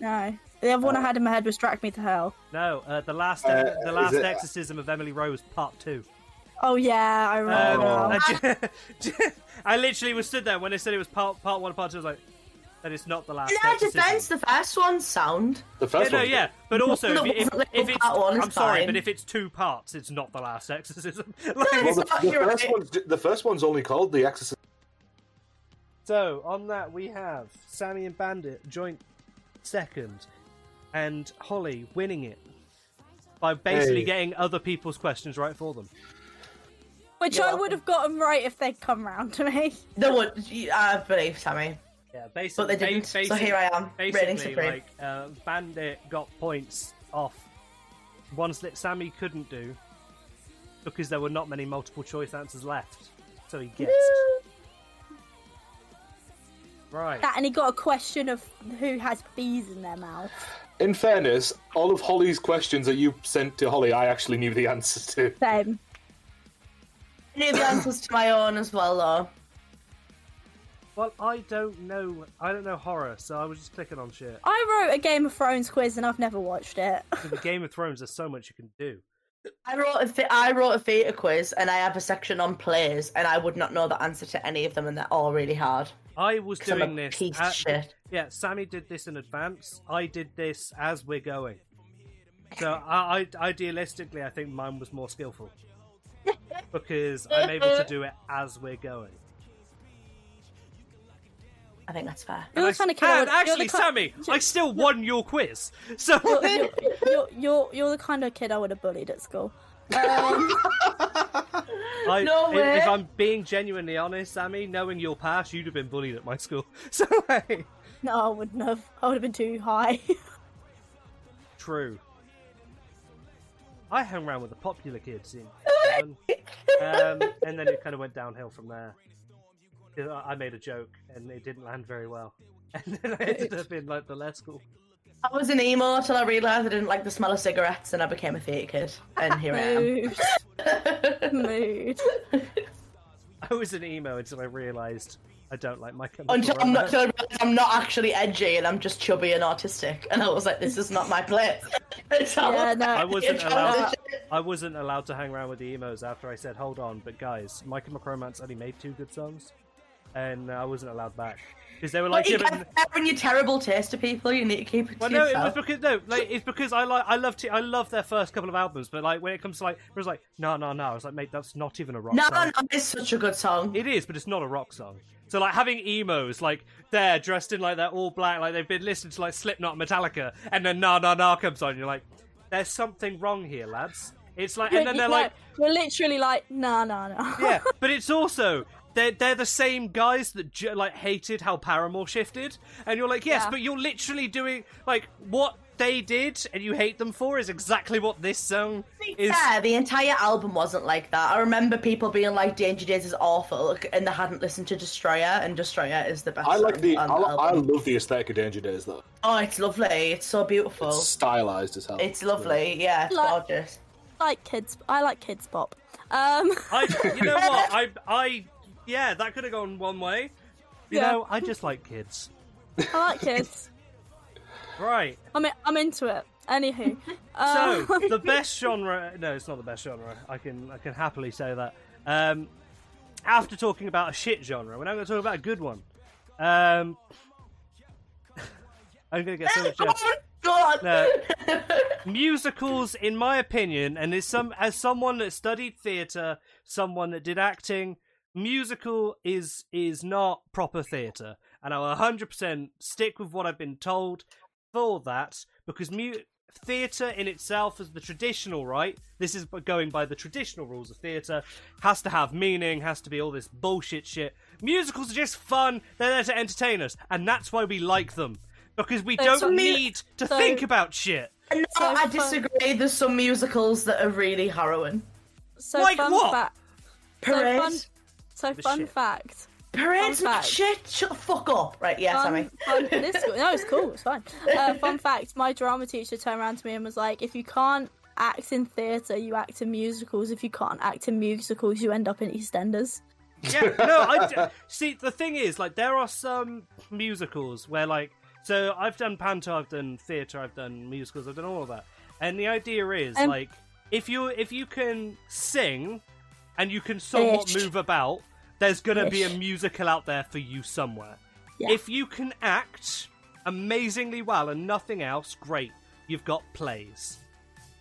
Speaker 1: No. The other one I had in my head was Drag Me to Hell.
Speaker 2: No, uh, the last
Speaker 4: Uh,
Speaker 2: the
Speaker 4: is
Speaker 2: last
Speaker 4: it-
Speaker 2: exorcism of Emily Rose, part two. Um,
Speaker 1: Oh yeah, I remember.
Speaker 4: Oh.
Speaker 1: now.
Speaker 3: Ah.
Speaker 2: I, ju- (laughs) I literally was stood there when they said it was part part one, part two. I was like, that it's not the last.
Speaker 3: In our
Speaker 2: exorcism.
Speaker 3: defense, the first one's sound.
Speaker 4: The
Speaker 2: Yeah,
Speaker 4: first
Speaker 2: no,
Speaker 4: one.
Speaker 2: yeah, but also if,
Speaker 3: (laughs) No,
Speaker 2: if,
Speaker 3: the
Speaker 2: if it's,
Speaker 3: part one is
Speaker 2: I'm sorry,
Speaker 3: fine.
Speaker 2: but if it's two parts, it's not the last exorcism. (laughs) Like,
Speaker 4: (laughs) Well, the,
Speaker 3: Fuck,
Speaker 4: the
Speaker 3: you're
Speaker 4: first
Speaker 3: right.
Speaker 4: one's, the first one's only called The Exorcist.
Speaker 2: So on that we have Sammy and Bandit joint second, and Holly winning it by basically
Speaker 4: Hey.
Speaker 2: getting other people's questions right for them.
Speaker 1: Which I would have gotten right if they'd come round to me. (laughs)
Speaker 3: There would, I believe, Sammy.
Speaker 2: Yeah, basically.
Speaker 3: But they didn't, so here I am, reigning
Speaker 2: Basically,
Speaker 3: supreme.
Speaker 2: like uh, Bandit got points off ones that Sammy couldn't do because there were not many multiple choice answers left, so he guessed. Right.
Speaker 1: That and he got a question of who has bees in their mouth.
Speaker 4: In fairness, all of Holly's questions that you sent to Holly, I actually knew the answers to.
Speaker 1: Same.
Speaker 3: I knew the answers to my own as well, though.
Speaker 2: Well, I don't know. I don't know horror, so I was just clicking on shit.
Speaker 1: I wrote a Game of Thrones quiz and I've never watched it. (laughs)
Speaker 2: In the Game of Thrones, there's so much you can do.
Speaker 3: I wrote a th- I wrote a theatre quiz, and I have a section on plays, and I would not know the answer to any of them, and they're all really hard.
Speaker 2: I was
Speaker 3: 'Cause I'm a
Speaker 2: doing this.
Speaker 3: piece of
Speaker 2: at-
Speaker 3: shit.
Speaker 2: Yeah, Sammy did this in advance. I did this as we're going.
Speaker 3: (laughs)
Speaker 2: So I, I idealistically, I think mine was more skillful because I'm able to do it as we're going.
Speaker 3: I think that's fair.
Speaker 1: You're the kind of kid I
Speaker 2: and
Speaker 1: would- you're
Speaker 2: actually,
Speaker 1: the ki-
Speaker 2: Sammy, I still won your quiz. (laughs) So
Speaker 1: You're, you're, you're, you're the kind of kid I would have bullied at school. (laughs)
Speaker 2: I,
Speaker 3: No
Speaker 2: if-
Speaker 3: way.
Speaker 2: if I'm being genuinely honest, Sammy, knowing your past, you'd have been bullied at my school. (laughs) So like,
Speaker 1: No, I wouldn't have. I would have been too high. (laughs)
Speaker 2: True. I hung around with the popular kids
Speaker 3: (laughs)
Speaker 2: in um, and then it kind of went downhill from there. 'Cause I- I made a joke and it didn't land very well, (laughs) and then I ended up in like the less cool.
Speaker 3: I was an emo till I realised I didn't like the smell of cigarettes, and I became a theatre kid, and here I
Speaker 1: (laughs)
Speaker 3: am.
Speaker 2: (laughs)
Speaker 1: Mood. Mood.
Speaker 2: I was an emo until I realised I don't like my chemical
Speaker 3: Until I'm not,
Speaker 2: romance.
Speaker 3: till I realised I'm not actually edgy, and I'm just chubby and autistic, and I was like, this is not my place. (laughs)
Speaker 1: Yeah, no.
Speaker 2: I wasn't allowed.
Speaker 3: Transition.
Speaker 2: I wasn't allowed to hang around with the emos after I said, "Hold on," but guys, My Chemical Romance only made two good songs, and I wasn't allowed back because they were like,
Speaker 3: But you
Speaker 2: "Yeah, but-
Speaker 3: can't when your terrible taste to people, you need to keep it
Speaker 2: Well,
Speaker 3: to
Speaker 2: no, it was
Speaker 3: yourself.
Speaker 2: because no, like it's because I like I love t- I love their first couple of albums, but like when it comes to like, it was like no, no, no, I was like, mate, that's not even a rock
Speaker 3: No,
Speaker 2: song.
Speaker 3: no, it's such a good song.
Speaker 2: It is, but it's not a rock song. So like having emos like they're dressed in like they're all black, like they've been listening to like Slipknot, and Metallica, and then na na na comes on, you're like, there's something wrong here, lads. It's like, and then they're
Speaker 1: No,
Speaker 2: like,
Speaker 1: we're literally like, no, no, no.
Speaker 2: yeah, (laughs) but it's also they're they're the same guys that ju- like hated how Paramore shifted, and you're like, yes,
Speaker 1: Yeah.
Speaker 2: but you're literally doing like what they did, and you hate them for is exactly what this song is.
Speaker 3: Yeah, the entire album wasn't like that. I remember people being like, "Danger Days is awful," and they hadn't listened to Destroyer, and Destroyer is the best.
Speaker 4: I like
Speaker 3: song
Speaker 4: the. I,
Speaker 3: on the
Speaker 4: I
Speaker 3: album.
Speaker 4: love the aesthetic of Danger Days though.
Speaker 3: Oh, it's lovely. It's so beautiful.
Speaker 2: Oh.
Speaker 4: It's
Speaker 3: It's,
Speaker 4: stylized as hell.
Speaker 3: lovely. Yeah, it's
Speaker 1: Like-
Speaker 3: gorgeous.
Speaker 1: (laughs) I like kids. I like kids pop. Um, (laughs)
Speaker 2: I, you know what? I I yeah, that could have gone one way. You
Speaker 1: Yeah.
Speaker 2: know, I just like kids.
Speaker 1: I like kids.
Speaker 2: Right.
Speaker 1: I'm in, I'm into it.
Speaker 2: (laughs)
Speaker 1: Anywho,
Speaker 2: So
Speaker 1: um,
Speaker 2: the
Speaker 1: (laughs)
Speaker 2: best genre? No, it's not the best genre. I can I can happily say that. Um, after talking about a shit genre, we're now going to talk about a good one. Um, (laughs) I'm going to get so much. Uh,
Speaker 3: Go
Speaker 2: Jeff.
Speaker 3: on, go on.
Speaker 2: No. Musicals, in my opinion, and as some as someone that studied theatre, someone that did acting, musical is is not proper theatre, and I will 100% stick with what I've been told for that because mu- theatre in itself, as the traditional right, this is going by the traditional rules of theatre, has to have meaning, has to be all this bullshit shit. Musicals are just fun; they're there to entertain us, and that's why we like them. Because we
Speaker 1: That's what
Speaker 2: don't
Speaker 1: mu-
Speaker 2: need to
Speaker 1: so-
Speaker 2: think about shit.
Speaker 3: No,
Speaker 1: So
Speaker 3: I
Speaker 1: fun.
Speaker 3: disagree. There's some musicals that are really harrowing.
Speaker 1: so
Speaker 2: Like
Speaker 1: fun
Speaker 2: what?
Speaker 1: fact.
Speaker 3: Parade,
Speaker 1: fun- So fun
Speaker 2: shit.
Speaker 1: fact.
Speaker 3: parade's
Speaker 1: fun
Speaker 3: not
Speaker 1: fact.
Speaker 3: shit. Shut the fuck up. Right? Yeah, Sammy.
Speaker 1: Fun, fun, this, no, it's cool. It's fine. Uh, fun fact: My drama teacher turned around to me and was like, "If you can't act in theatre, you act in musicals. If you can't act in musicals, you end up in EastEnders."
Speaker 2: Yeah, no, I d- see. The thing is, like, there are some musicals where, like, So I've done panto, I've done theatre, I've done musicals, I've done all of that. And the idea is
Speaker 1: Um,
Speaker 2: like if you if you can sing and you can somewhat
Speaker 1: Ish.
Speaker 2: move about, there's gonna be a
Speaker 1: Oh, Ish.
Speaker 2: musical out there for you somewhere.
Speaker 1: Yeah.
Speaker 2: If you can act amazingly well and nothing else, great. You've got plays.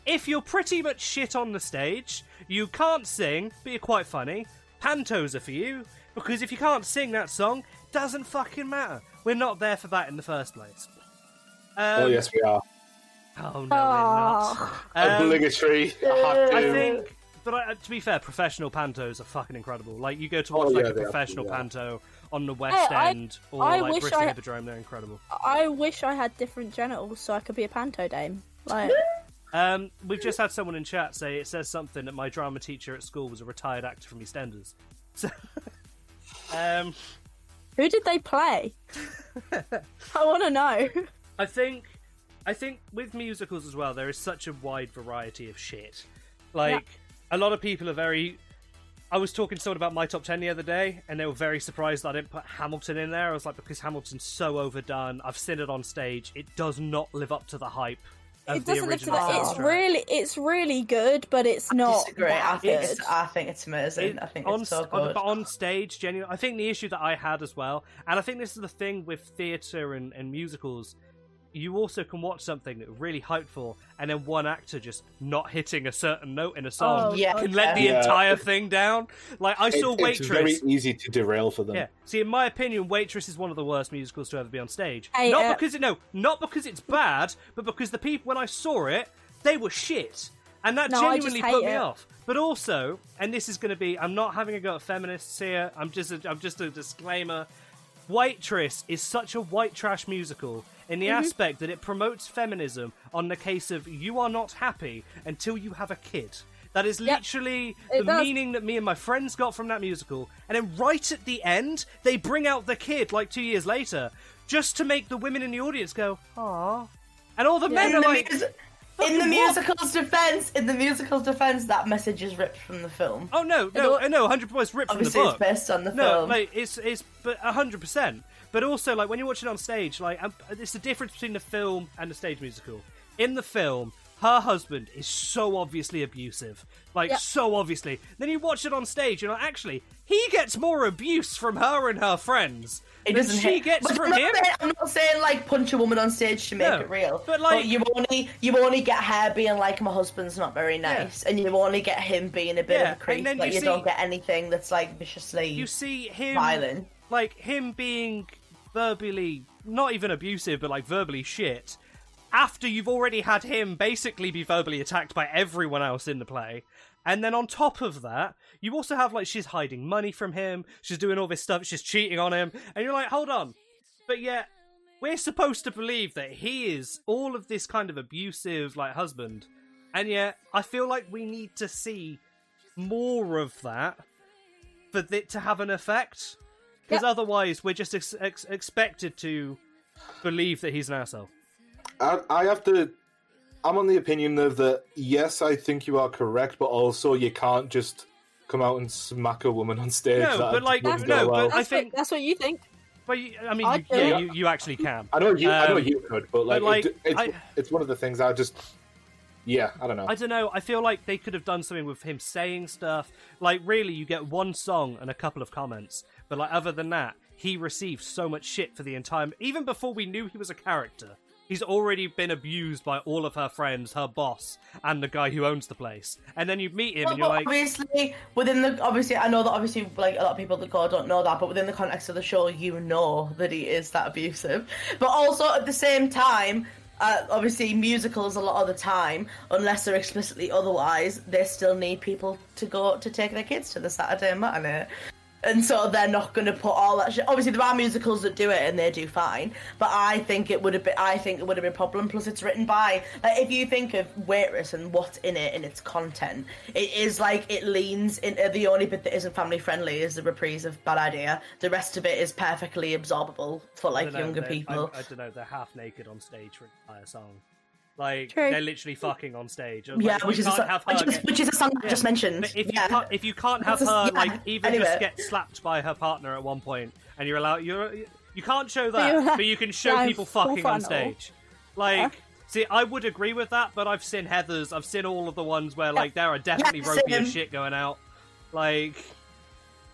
Speaker 2: If you're pretty much shit on the stage, you can't sing, but you're quite funny, pantos are for you, because if you can't sing that song, doesn't fucking matter. We're not there for that in the first place. Um,
Speaker 4: oh yes, we are
Speaker 2: Oh, no, we're not.
Speaker 1: Oh,
Speaker 2: Um,
Speaker 4: obligatory. I had
Speaker 2: I
Speaker 4: to.
Speaker 2: think, but I, to be fair, professional pantos are fucking incredible. Like you go to
Speaker 4: Oh,
Speaker 2: watch like
Speaker 4: yeah,
Speaker 2: a
Speaker 4: they are,
Speaker 2: professional
Speaker 4: yeah.
Speaker 2: panto on the West
Speaker 1: I-
Speaker 2: End or
Speaker 1: I
Speaker 2: like
Speaker 1: wish
Speaker 2: Bristol
Speaker 1: I-
Speaker 2: Hippodrome, they're incredible.
Speaker 1: I wish I had different genitals so I could be a panto dame.
Speaker 3: (laughs)
Speaker 1: Like,
Speaker 2: Um, we've just had someone in chat say it says something that my drama teacher at school was a retired actor from EastEnders. So, (laughs) um,
Speaker 1: who did they
Speaker 3: (laughs)
Speaker 1: play? I want to know.
Speaker 2: I think, I think with musicals as well, there is such a wide variety of shit. Like a lot of people are very. I was talking to someone about my top ten the other day, and they were very surprised that I didn't put Hamilton in there. I was like, because Hamilton's so overdone. I've seen it on stage; it does not live up to the hype of
Speaker 1: It
Speaker 2: the
Speaker 1: doesn't look to
Speaker 2: original
Speaker 1: that. It's
Speaker 2: soundtrack.
Speaker 1: really, it's really good, but it's not.
Speaker 3: Disagree. I
Speaker 1: that
Speaker 3: think
Speaker 1: good.
Speaker 3: it's, uh, I think it's amazing.
Speaker 2: It-
Speaker 3: I think
Speaker 2: on,
Speaker 3: it's so
Speaker 2: s- on-
Speaker 3: good.
Speaker 2: but on stage, genuinely, I think the issue that I had as well, and I think this is the thing with theatre and, and musicals, you also can watch something that you're really hyped for, and then one actor just not hitting a certain note in a song
Speaker 1: Oh,
Speaker 3: yeah,
Speaker 2: can let the
Speaker 4: Yeah.
Speaker 2: entire thing down. Like I
Speaker 4: It-
Speaker 2: saw
Speaker 4: it's
Speaker 2: Waitress.
Speaker 4: very easy to derail for them.
Speaker 2: Yeah. See, in my opinion, Waitress is one of the worst musicals to ever be on stage.
Speaker 1: Hey,
Speaker 2: not
Speaker 1: uh,
Speaker 2: because it, no, not because it's bad, but because the people when I saw it, they were shit, and that
Speaker 1: No, I just
Speaker 2: genuinely
Speaker 1: hate
Speaker 2: put me
Speaker 1: it.
Speaker 2: off. But also, and this is going to be, I'm not having a go at feminists here. I'm just, a, I'm just a disclaimer. Waitress is such a white trash musical in the
Speaker 3: Mm-hmm.
Speaker 2: aspect that it promotes feminism on the case of you are not happy until you have a kid. That is
Speaker 1: Yep.
Speaker 2: literally
Speaker 1: It
Speaker 2: the
Speaker 1: does.
Speaker 2: meaning that me and my friends got from that musical. And then right at the end, they bring out the kid like two years later just to make the women in the audience go, aww. And all the men
Speaker 3: in
Speaker 2: are
Speaker 3: the,
Speaker 2: like,
Speaker 3: mus-
Speaker 2: fucking
Speaker 3: in the
Speaker 2: what?
Speaker 3: musical's defense, in the musical's defense, that message is ripped from the film.
Speaker 2: oh no, no,
Speaker 1: all-
Speaker 2: no, 100% it's ripped from the
Speaker 3: Obviously,
Speaker 2: book.
Speaker 3: it's based on the
Speaker 2: No,
Speaker 3: film.
Speaker 2: like it's it's but hundred percent. But also like when you're watching on stage, like um, it's the difference between the film and the stage musical. In the film, her husband is so obviously abusive, like
Speaker 1: Yeah.
Speaker 2: so obviously. Then you watch it on stage, and like, actually, he gets more abuse from her and her friends
Speaker 3: it
Speaker 2: than
Speaker 3: doesn't
Speaker 2: she
Speaker 3: hit.
Speaker 2: gets
Speaker 3: But
Speaker 2: from
Speaker 3: I'm not
Speaker 2: him.
Speaker 3: Saying, I'm not saying like punch a woman on stage to make
Speaker 2: No,
Speaker 3: it real.
Speaker 2: but, like-
Speaker 3: you only you only get her being like my husband's not very nice, and you only get him being a bit
Speaker 2: Yeah,
Speaker 3: of a creep.
Speaker 2: and then
Speaker 3: Like
Speaker 2: you
Speaker 3: you, don't
Speaker 2: see-
Speaker 3: get anything that's like viciously
Speaker 2: You see him
Speaker 3: violent.
Speaker 2: like him being verbally not even abusive but like verbally shit after you've already had him basically be verbally attacked by everyone else in the play and then on top of that you also have like she's hiding money from him she's doing all this stuff she's cheating on him and you're like hold on but yet we're supposed to believe that he is all of this kind of abusive like husband and yet i feel like we need to see more of that for it to have an effect because
Speaker 1: Yep.
Speaker 2: otherwise we're just ex- ex- expected to believe that he's an asshole
Speaker 4: I, I have to. I'm on the opinion of that. Yes, I think you are correct, but also you can't just come out and smack a woman on stage.
Speaker 2: No,
Speaker 4: That
Speaker 2: but, like,
Speaker 4: wouldn't
Speaker 2: no,
Speaker 4: go
Speaker 2: but
Speaker 4: well.
Speaker 1: That's
Speaker 2: I think-
Speaker 1: what, that's what you think.
Speaker 2: but you, i mean
Speaker 1: I
Speaker 2: you,
Speaker 1: do.
Speaker 2: yeah you, you actually can
Speaker 4: I know you. I know
Speaker 2: um,
Speaker 4: you could, but like,
Speaker 2: like,
Speaker 4: it, it's,
Speaker 2: I-
Speaker 4: it's one of the things I just. Yeah, I don't know.
Speaker 2: I don't know. I feel like they could have done something with him saying stuff. Like, really, you get one song and a couple of comments, but like, other than that, he received so much shit for the entire. Even before we knew he was a character, he's already been abused by all of her friends, her boss, and the guy who owns the place. And then you meet him, and you're
Speaker 3: Well,
Speaker 2: like,
Speaker 3: obviously within the obviously I know that obviously like a lot of people at the core don't know that, but within the context of the show, you know that he is that abusive. But also at the same time, uh, obviously musicals a lot of the time, unless they're explicitly otherwise, they still need people to go to take their kids to the Saturday matinee. And so they're not going to put all that shit. Obviously, there are musicals that do it, and they do fine. But I think it would have been. I think it would have been a problem. Plus, it's written by. Like, if you think of Waitress and what's in it and its content, it is like it leans into the only bit that isn't family friendly is the reprise of Bad Idea. The rest of it is perfectly absorbable for
Speaker 2: I
Speaker 3: like
Speaker 2: dunno,
Speaker 3: younger
Speaker 2: they're-
Speaker 3: people.
Speaker 2: I, I don't know. They're half naked on stage for an entire song. Like
Speaker 1: True.
Speaker 2: they're literally fucking on stage. I was
Speaker 3: yeah,
Speaker 2: like, if
Speaker 3: which
Speaker 2: you
Speaker 3: is, a,
Speaker 2: can't
Speaker 3: song-
Speaker 2: have her
Speaker 3: which, is,
Speaker 2: get-
Speaker 3: which is a song I just mentioned.
Speaker 2: But if you
Speaker 3: yeah.
Speaker 2: can't, if you can't have
Speaker 3: That's
Speaker 2: her
Speaker 3: just- yeah,
Speaker 2: like even
Speaker 3: anyway.
Speaker 2: just get slapped by her partner at one point, and you're allowed, you're You can't show
Speaker 1: But you're
Speaker 2: that,
Speaker 1: like-
Speaker 2: but you can show
Speaker 1: like,
Speaker 2: people
Speaker 1: full
Speaker 2: fucking on
Speaker 1: frontal.
Speaker 2: stage. Like, see, I would agree with that, but I've seen Heather's, I've seen all of the ones where like there are definitely
Speaker 3: I've
Speaker 2: ropey
Speaker 3: seen 'em.
Speaker 2: as shit going out. Like,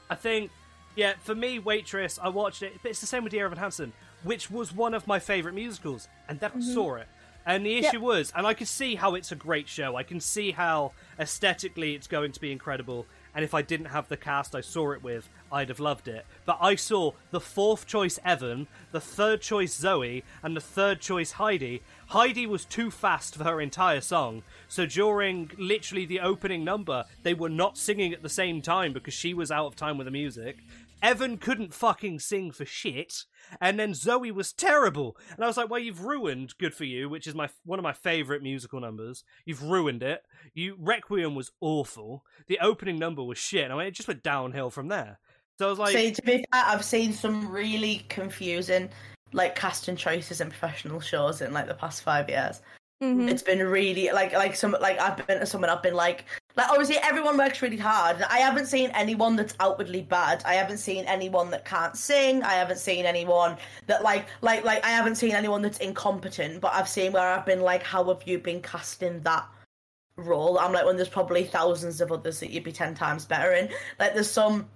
Speaker 2: I think, yeah, for me, Waitress, I watched it, but it's the same with Dear Evan Hansen, which was one of my favourite musicals, and then I saw it. And the issue was, and I could see how it's a great show. I can see how aesthetically it's going to be incredible. And if I didn't have the cast I saw it with, I'd have loved it. But I saw the fourth choice Evan, the third choice Zoe, and the third choice Heidi. Heidi was too fast for her entire song. So during literally the opening number, they were not singing at the same time because she was out of time with the music. Evan couldn't fucking sing for shit, and then Zoe was terrible. And I was like, "Well, you've ruined Good for You, which is my one of my favorite musical numbers. You've ruined it. You Requiem was awful. The opening number was shit. And I mean, it just went downhill from there. So I was like,
Speaker 3: See, to be fair, I've seen some really confusing like casting choices in professional shows in like the past five years.
Speaker 1: Mhm.
Speaker 3: It's been really like like some like I've been to someone I've been like like obviously everyone works really hard. I haven't seen anyone that's outwardly bad. I haven't seen anyone that can't sing. I haven't seen anyone that like like like I haven't seen anyone that's incompetent. But I've seen where I've been like, how have you been casting that role? I'm like, when there's probably thousands of others that you'd be ten times better in. Like there's some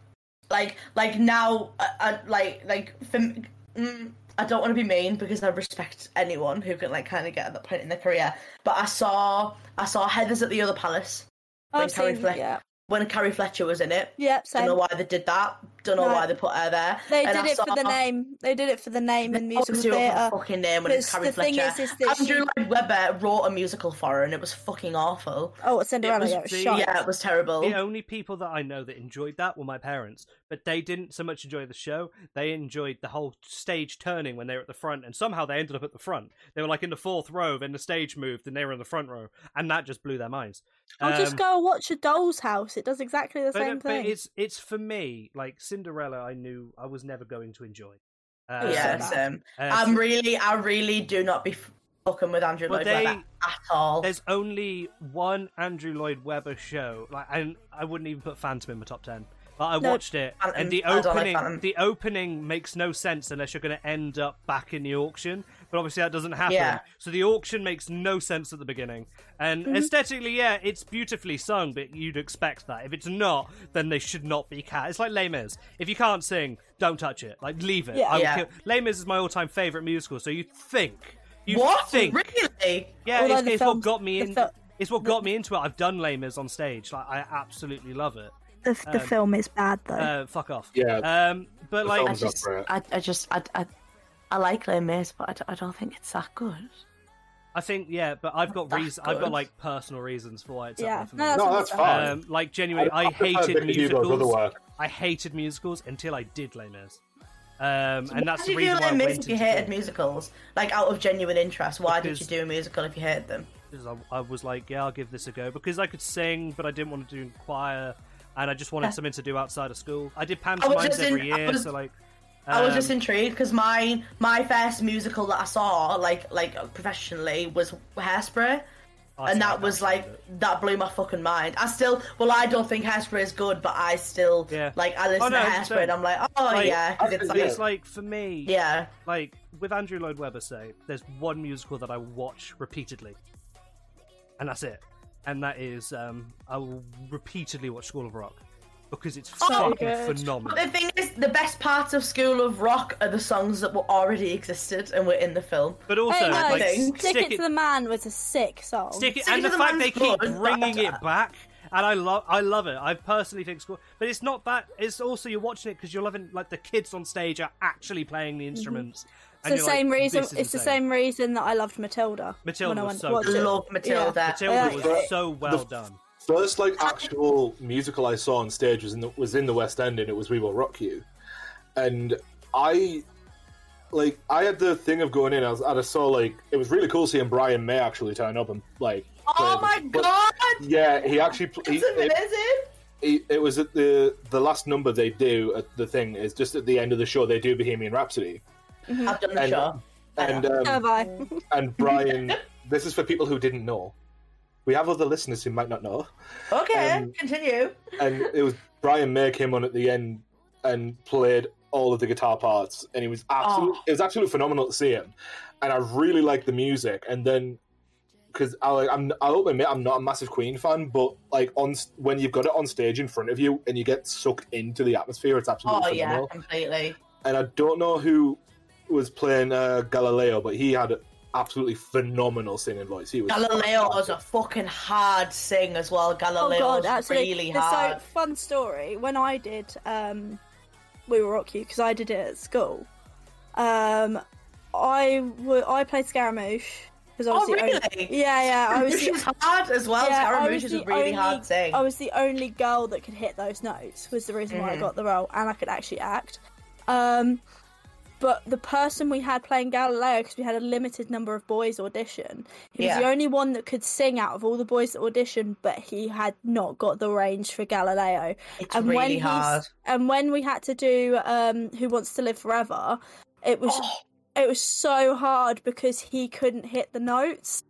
Speaker 3: like like now I, I, like like for, m- mm, I don't want to be mean because I respect anyone who can like kind of get at that point in their career. But I saw I saw Heather's at the other palace
Speaker 1: I've
Speaker 3: Like Carrie
Speaker 1: seen,
Speaker 3: Fleck.
Speaker 1: yeah,
Speaker 3: when Carrie Fletcher was in it.
Speaker 1: yeah,
Speaker 3: Don't know
Speaker 1: same.
Speaker 3: why they did that. Don't know
Speaker 1: No.
Speaker 3: why they put her there.
Speaker 1: They
Speaker 3: And
Speaker 1: did
Speaker 3: I
Speaker 1: it for
Speaker 3: saw-
Speaker 1: the name. They did it for the name in musical
Speaker 3: Obviously, what
Speaker 1: theatre.
Speaker 3: fucking name when it's
Speaker 1: But
Speaker 3: Carrie
Speaker 1: the thing
Speaker 3: Fletcher.
Speaker 1: is- is that
Speaker 3: Andrew
Speaker 1: she-
Speaker 3: Lloyd Webber wrote a musical for her, and it was fucking awful.
Speaker 1: Oh, it's Cinderella.
Speaker 2: was
Speaker 1: yeah, it was
Speaker 2: the-
Speaker 1: shite.
Speaker 3: Yeah, it was terrible.
Speaker 1: Oh.
Speaker 2: the only people that I know that enjoyed that were my parents, but they didn't so much enjoy the show. They enjoyed the whole stage turning when they were at the front, and somehow they ended up at the front. They were like in the fourth row, then the stage moved, and they were in the front row, and that just blew their minds.
Speaker 1: I'll Oh, just
Speaker 2: Um,
Speaker 1: go and watch a Doll's House. It does exactly the
Speaker 2: but, uh,
Speaker 1: same
Speaker 2: but
Speaker 1: thing.
Speaker 2: it's it's for me like Cinderella. I knew I was never going to enjoy. Uh,
Speaker 3: yeah,
Speaker 1: so
Speaker 3: same.
Speaker 2: uh,
Speaker 3: I'm really, I really do not be f- fucking with Andrew
Speaker 2: Well,
Speaker 3: Lloyd
Speaker 2: they-
Speaker 3: Webber at all.
Speaker 2: There's only one Andrew Lloyd Webber show, like, and I wouldn't even put Phantom in my top ten. But I
Speaker 1: No.
Speaker 2: watched it,
Speaker 3: Phantom.
Speaker 2: and the
Speaker 3: I don't like
Speaker 2: opening,
Speaker 3: Phantom.
Speaker 2: the opening makes no sense unless you're going to end up back in the auction. But obviously that doesn't happen.
Speaker 3: Yeah. Mm-hmm.
Speaker 2: So the auction makes no sense at the beginning. And aesthetically, yeah, it's beautifully sung, but you'd expect that. If it's not, then they should not be cat. It's like Les Mis. If you can't sing, don't touch it. Like leave it.
Speaker 1: Yeah.
Speaker 2: I would
Speaker 3: Yeah.
Speaker 2: kill- Les Mis is my all-time favorite musical. So you think. You
Speaker 3: what?
Speaker 2: think
Speaker 3: Really?
Speaker 2: yeah,
Speaker 1: Although
Speaker 2: it's,
Speaker 1: the
Speaker 2: it's
Speaker 1: films-
Speaker 2: what got me
Speaker 1: the
Speaker 2: in.
Speaker 1: fil-
Speaker 2: it's what got me into it. I've done Lamers on stage. Like I absolutely love it.
Speaker 1: the, the
Speaker 2: um,
Speaker 1: film is bad though.
Speaker 2: Uh, fuck off.
Speaker 4: Yeah.
Speaker 2: Um, but
Speaker 4: The
Speaker 2: like,
Speaker 4: film's
Speaker 3: I just,
Speaker 4: for it.
Speaker 3: I, I just, I, I, I like Les Mis, but I don't, I don't think it's that good.
Speaker 2: I think yeah. But I've got
Speaker 3: That's
Speaker 2: reasons. I've got
Speaker 3: good.
Speaker 2: like personal reasons for why it's
Speaker 1: Yeah.
Speaker 2: up there for
Speaker 1: No,
Speaker 2: me.
Speaker 1: that's
Speaker 4: No, that's
Speaker 1: awesome.
Speaker 4: fine.
Speaker 2: Um, like genuinely, I,
Speaker 4: prefer
Speaker 2: hated
Speaker 4: Vicky Hugo's other
Speaker 2: musicals.
Speaker 4: work.
Speaker 2: I hated musicals until I did Lamers. Um, and that's the
Speaker 3: why did you
Speaker 2: reason
Speaker 3: do
Speaker 2: why I
Speaker 3: Les Mis
Speaker 2: went
Speaker 3: if you
Speaker 2: into
Speaker 3: hated
Speaker 2: film,
Speaker 3: musicals? Like out of genuine interest, why
Speaker 2: Because-
Speaker 3: did you do a musical if you hated them?
Speaker 2: because I, I was like, yeah, I'll give this a go because I could sing, but I didn't want to do choir, and I just wanted something to do outside of school. I did pantomimes
Speaker 3: just in-
Speaker 2: every
Speaker 3: I
Speaker 2: year,
Speaker 3: was-
Speaker 2: so like,
Speaker 3: I was just
Speaker 2: um,
Speaker 3: intrigued because my my first musical that I saw, like like professionally, was Hairspray.
Speaker 2: I
Speaker 3: and
Speaker 2: still
Speaker 3: that
Speaker 2: have
Speaker 3: was
Speaker 2: side
Speaker 3: like
Speaker 2: of it.
Speaker 3: that blew my fucking mind. I still, well, I don't think Hairspray is good, but I still
Speaker 2: Yeah.
Speaker 3: like I listen
Speaker 2: Oh, no,
Speaker 3: to
Speaker 2: it's
Speaker 3: Hairspray and
Speaker 2: done.
Speaker 3: I'm like, oh
Speaker 2: Like,
Speaker 3: yeah, 'cause it's like
Speaker 4: yeah.
Speaker 2: it's like for me,
Speaker 3: yeah,
Speaker 2: like with Andrew Lloyd Webber, say there's one musical that I watch repeatedly, and that's it. And that is, um, I will repeatedly watch School of Rock because it's
Speaker 1: So
Speaker 2: fucking
Speaker 1: good.
Speaker 2: phenomenal.
Speaker 3: But the thing is, the best parts of School of Rock are the songs that were already existed and were in the film.
Speaker 2: But also,
Speaker 1: hey, no,
Speaker 2: like,
Speaker 3: thing.
Speaker 1: stick, it, to the man was a sick song.
Speaker 2: stick it,
Speaker 3: Stick
Speaker 2: and
Speaker 3: to
Speaker 2: the
Speaker 3: the
Speaker 2: fact
Speaker 3: man's
Speaker 2: they keep
Speaker 3: blood.
Speaker 2: bringing it back, and I love, I love it. I personally think school, but it's not that. It's also you're watching it because you're loving like the kids on stage are actually playing the instruments. and
Speaker 1: Mm-hmm. it's the
Speaker 2: you're like,
Speaker 1: same reason.
Speaker 2: "This is
Speaker 1: It's the
Speaker 2: insane."
Speaker 1: same reason that I loved Matilda.
Speaker 2: Matilda
Speaker 1: when I
Speaker 2: was
Speaker 1: went
Speaker 2: so
Speaker 1: to watch
Speaker 2: good.
Speaker 1: it.
Speaker 3: Love Matilda.
Speaker 2: Matilda
Speaker 1: Like,
Speaker 2: was so well
Speaker 4: the-
Speaker 2: done.
Speaker 4: First, like actual musical I saw on stage was in the, was in the West End, and it was "We Will Rock You," and I, like, I had the thing of going in. I was, and I saw like it was really cool seeing Brian May actually turn up and like.
Speaker 3: Oh
Speaker 4: play-
Speaker 3: my
Speaker 4: but-
Speaker 3: god,
Speaker 4: Yeah, he actually. pl- He,
Speaker 3: it's
Speaker 4: it,
Speaker 3: amazing!
Speaker 4: it, it was at the the last number they do at the thing is just at the end of the show they do Bohemian Rhapsody
Speaker 3: I've done the
Speaker 4: and
Speaker 3: show.
Speaker 4: and
Speaker 1: So
Speaker 4: um,
Speaker 1: have I.
Speaker 3: (laughs)
Speaker 4: and Brian. this is for people who didn't know. We have other listeners who might not know.
Speaker 3: Okay,
Speaker 4: um,
Speaker 3: continue.
Speaker 4: and it was Brian May came on at the end and played all of the guitar parts, and it was absolute.
Speaker 3: Oh.
Speaker 4: It was absolutely phenomenal to see him, and I really liked the music. And then because I like, I'm, I'll admit I'm not a massive Queen fan, but like on s- when you've got it on stage in front of you and you get sucked into the atmosphere, it's absolutely
Speaker 3: Oh yeah,
Speaker 4: phenomenal.
Speaker 3: completely.
Speaker 4: And I don't know who was playing uh, Galileo, but he had an absolutely phenomenal singing voice. He was
Speaker 3: Galileo was a fucking hard sing as well.
Speaker 1: Oh
Speaker 3: Galileo
Speaker 1: god,
Speaker 3: was
Speaker 1: absolutely.
Speaker 3: really
Speaker 1: There's
Speaker 3: hard.
Speaker 1: So fun story. When I did, um, we were rock you because I did it at school. Um, I wa- I played Scaramouche because I
Speaker 3: Oh,
Speaker 1: was the only-
Speaker 3: really?
Speaker 1: yeah yeah I was
Speaker 3: (laughs) Scaramouche
Speaker 1: the,
Speaker 3: is hard as well.
Speaker 1: yeah, I
Speaker 3: Scaramouche
Speaker 1: was
Speaker 3: is
Speaker 1: the
Speaker 3: a really
Speaker 1: only-
Speaker 3: hard sing.
Speaker 1: I was the only girl that could hit those notes. Was the reason why I
Speaker 3: Mm-hmm.
Speaker 1: got the role, and I could actually act. Um, but the person we had playing Galileo, because we had a limited number of boys audition, he was
Speaker 3: Yeah.
Speaker 1: the only one that could sing out of all the boys that auditioned, but he had not got the range for Galileo.
Speaker 3: It's really
Speaker 1: he's-
Speaker 3: hard.
Speaker 1: And when we had to do um, Who Wants to Live Forever, it was
Speaker 3: Oh.
Speaker 1: it was so hard because he couldn't hit the notes.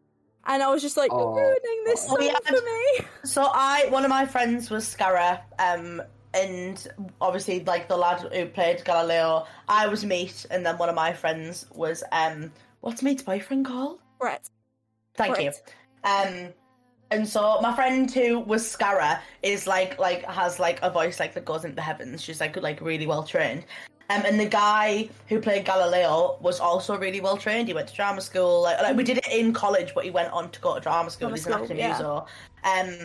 Speaker 1: And I was just like,
Speaker 4: Oh.
Speaker 1: You're ruining this song
Speaker 3: Oh, we
Speaker 1: for me.
Speaker 3: So I, one of my friends was Scara, um, and obviously like the lad who played Galileo, I was Meat, and then one of my friends was um, what's Meat's boyfriend called?
Speaker 1: Brett.
Speaker 3: Thank
Speaker 1: Right.
Speaker 3: you. Um, and so my friend who was Scara is like like has like a voice like that goes into the heavens. She's like like really well trained. Um, and the guy who played Galileo was also really well trained. He went to drama school. Like, like we did it in college, but he went on to go to drama school.
Speaker 1: Mm. Drama
Speaker 3: He's an
Speaker 1: school,
Speaker 3: actor
Speaker 1: yeah.
Speaker 3: muso.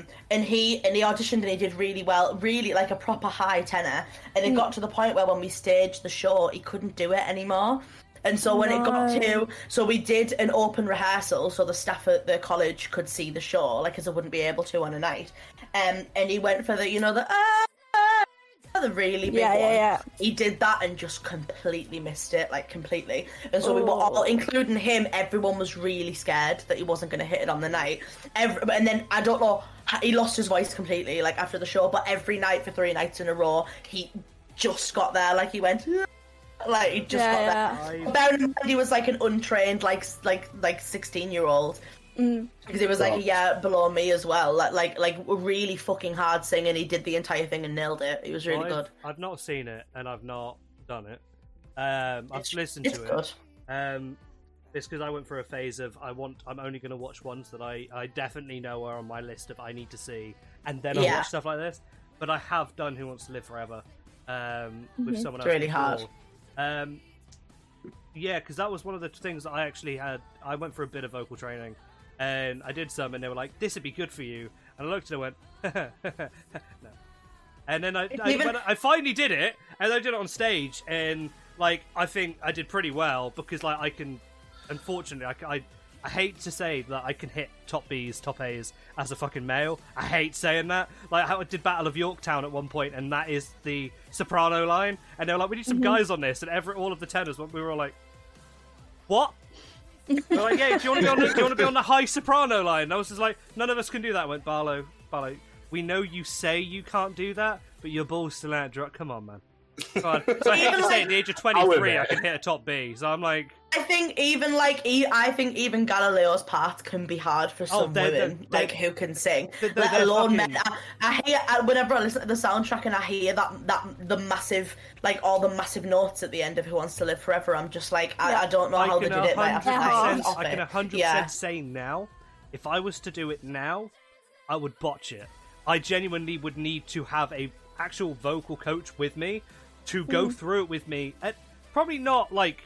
Speaker 3: Um, and he and he auditioned and he did really well, really like a proper high tenor. And it
Speaker 1: Hmm.
Speaker 3: got to the point where when we staged the show, he couldn't do it anymore. And so when it got
Speaker 1: No.
Speaker 3: to so we did an open rehearsal so the staff at the college could see the show, like as they wouldn't be able to on a night. Um, and he went for the, you know, the ah, ah, the really big
Speaker 1: Yeah,
Speaker 3: one.
Speaker 1: yeah, yeah.
Speaker 3: He did that and just completely missed it, like completely. And so we were all,
Speaker 1: Oh.
Speaker 3: including him, everyone was really scared that he wasn't going to hit it on the night. Every, and then I don't know, he lost his voice completely, like after the show. But every night for three nights in a row, he just got there, like he went. (laughs) "Ah," Like he just
Speaker 1: Yeah,
Speaker 3: got there.
Speaker 1: yeah.
Speaker 3: Bearing in mind, he was like an untrained, like like like sixteen year old.
Speaker 1: Mm.
Speaker 3: Because it was like
Speaker 4: Wow.
Speaker 3: a year below me as well, like like like really fucking hard singing. He did the entire thing and nailed it. It was really
Speaker 2: I've,
Speaker 3: good.
Speaker 2: I've not seen it and I've not done it. Um, I've listened
Speaker 3: It's
Speaker 2: to
Speaker 3: good.
Speaker 2: it. Um, it's because I went through a phase of I want. I'm only going to watch ones that I I definitely know are on my list of I need to see, and then I
Speaker 3: Yeah.
Speaker 2: watch stuff like this. But I have done Who Wants to Live Forever um, with someone else.
Speaker 3: Mm-hmm. It's really hard.
Speaker 2: before. Um, yeah, because that was one of the things that I actually had. I went for a bit of vocal training, and I did some, and they were like, "This would be good for you." And I looked and I went, (laughs) "No." And then I, I,
Speaker 3: even-
Speaker 2: when I finally did it, and I did it on stage, and like I think I did pretty well because like I can, unfortunately, I c- I, I hate to say that I can hit top B's, top A's as a fucking male. I hate saying that. Like how I did Battle of Yorktown at one point, and that is the soprano line, and they were like, "We need some guys on this," and every all of the tenors, we were all like, "What?" They're like, yeah, do you want to be on the, do you want to be on the high soprano line? And I was just like, none of us can do that. I went Barlow, Barlow. We know you say you can't do that, but your ball's still out. Dro- Come on, man. Come on. So I hate to say, at the age of
Speaker 4: I'll
Speaker 2: 23, I
Speaker 4: admit.
Speaker 2: can hit a top B. So I'm like,
Speaker 3: I think even like e- I think even Galileo's path can be hard for some
Speaker 2: Oh, they're- they're-
Speaker 3: women, like who can sing,
Speaker 2: They're- they're-
Speaker 3: let
Speaker 2: they're
Speaker 3: alone
Speaker 2: fucking-
Speaker 3: men. I, I hear I, whenever I listen to the soundtrack and I hear that that the massive like all the massive notes at the end of Who Wants to Live Forever. I'm just like I,
Speaker 1: Yeah.
Speaker 3: I don't know
Speaker 2: I
Speaker 3: how they
Speaker 2: can
Speaker 3: did it night after night.
Speaker 2: 100%,
Speaker 3: Off
Speaker 2: I can
Speaker 3: it.
Speaker 2: 100%
Speaker 3: Yeah.
Speaker 2: say now, if I was to do it now, I would botch it. I genuinely would need to have a actual vocal coach with me to
Speaker 3: Hmm.
Speaker 2: go through it with me. At, probably not like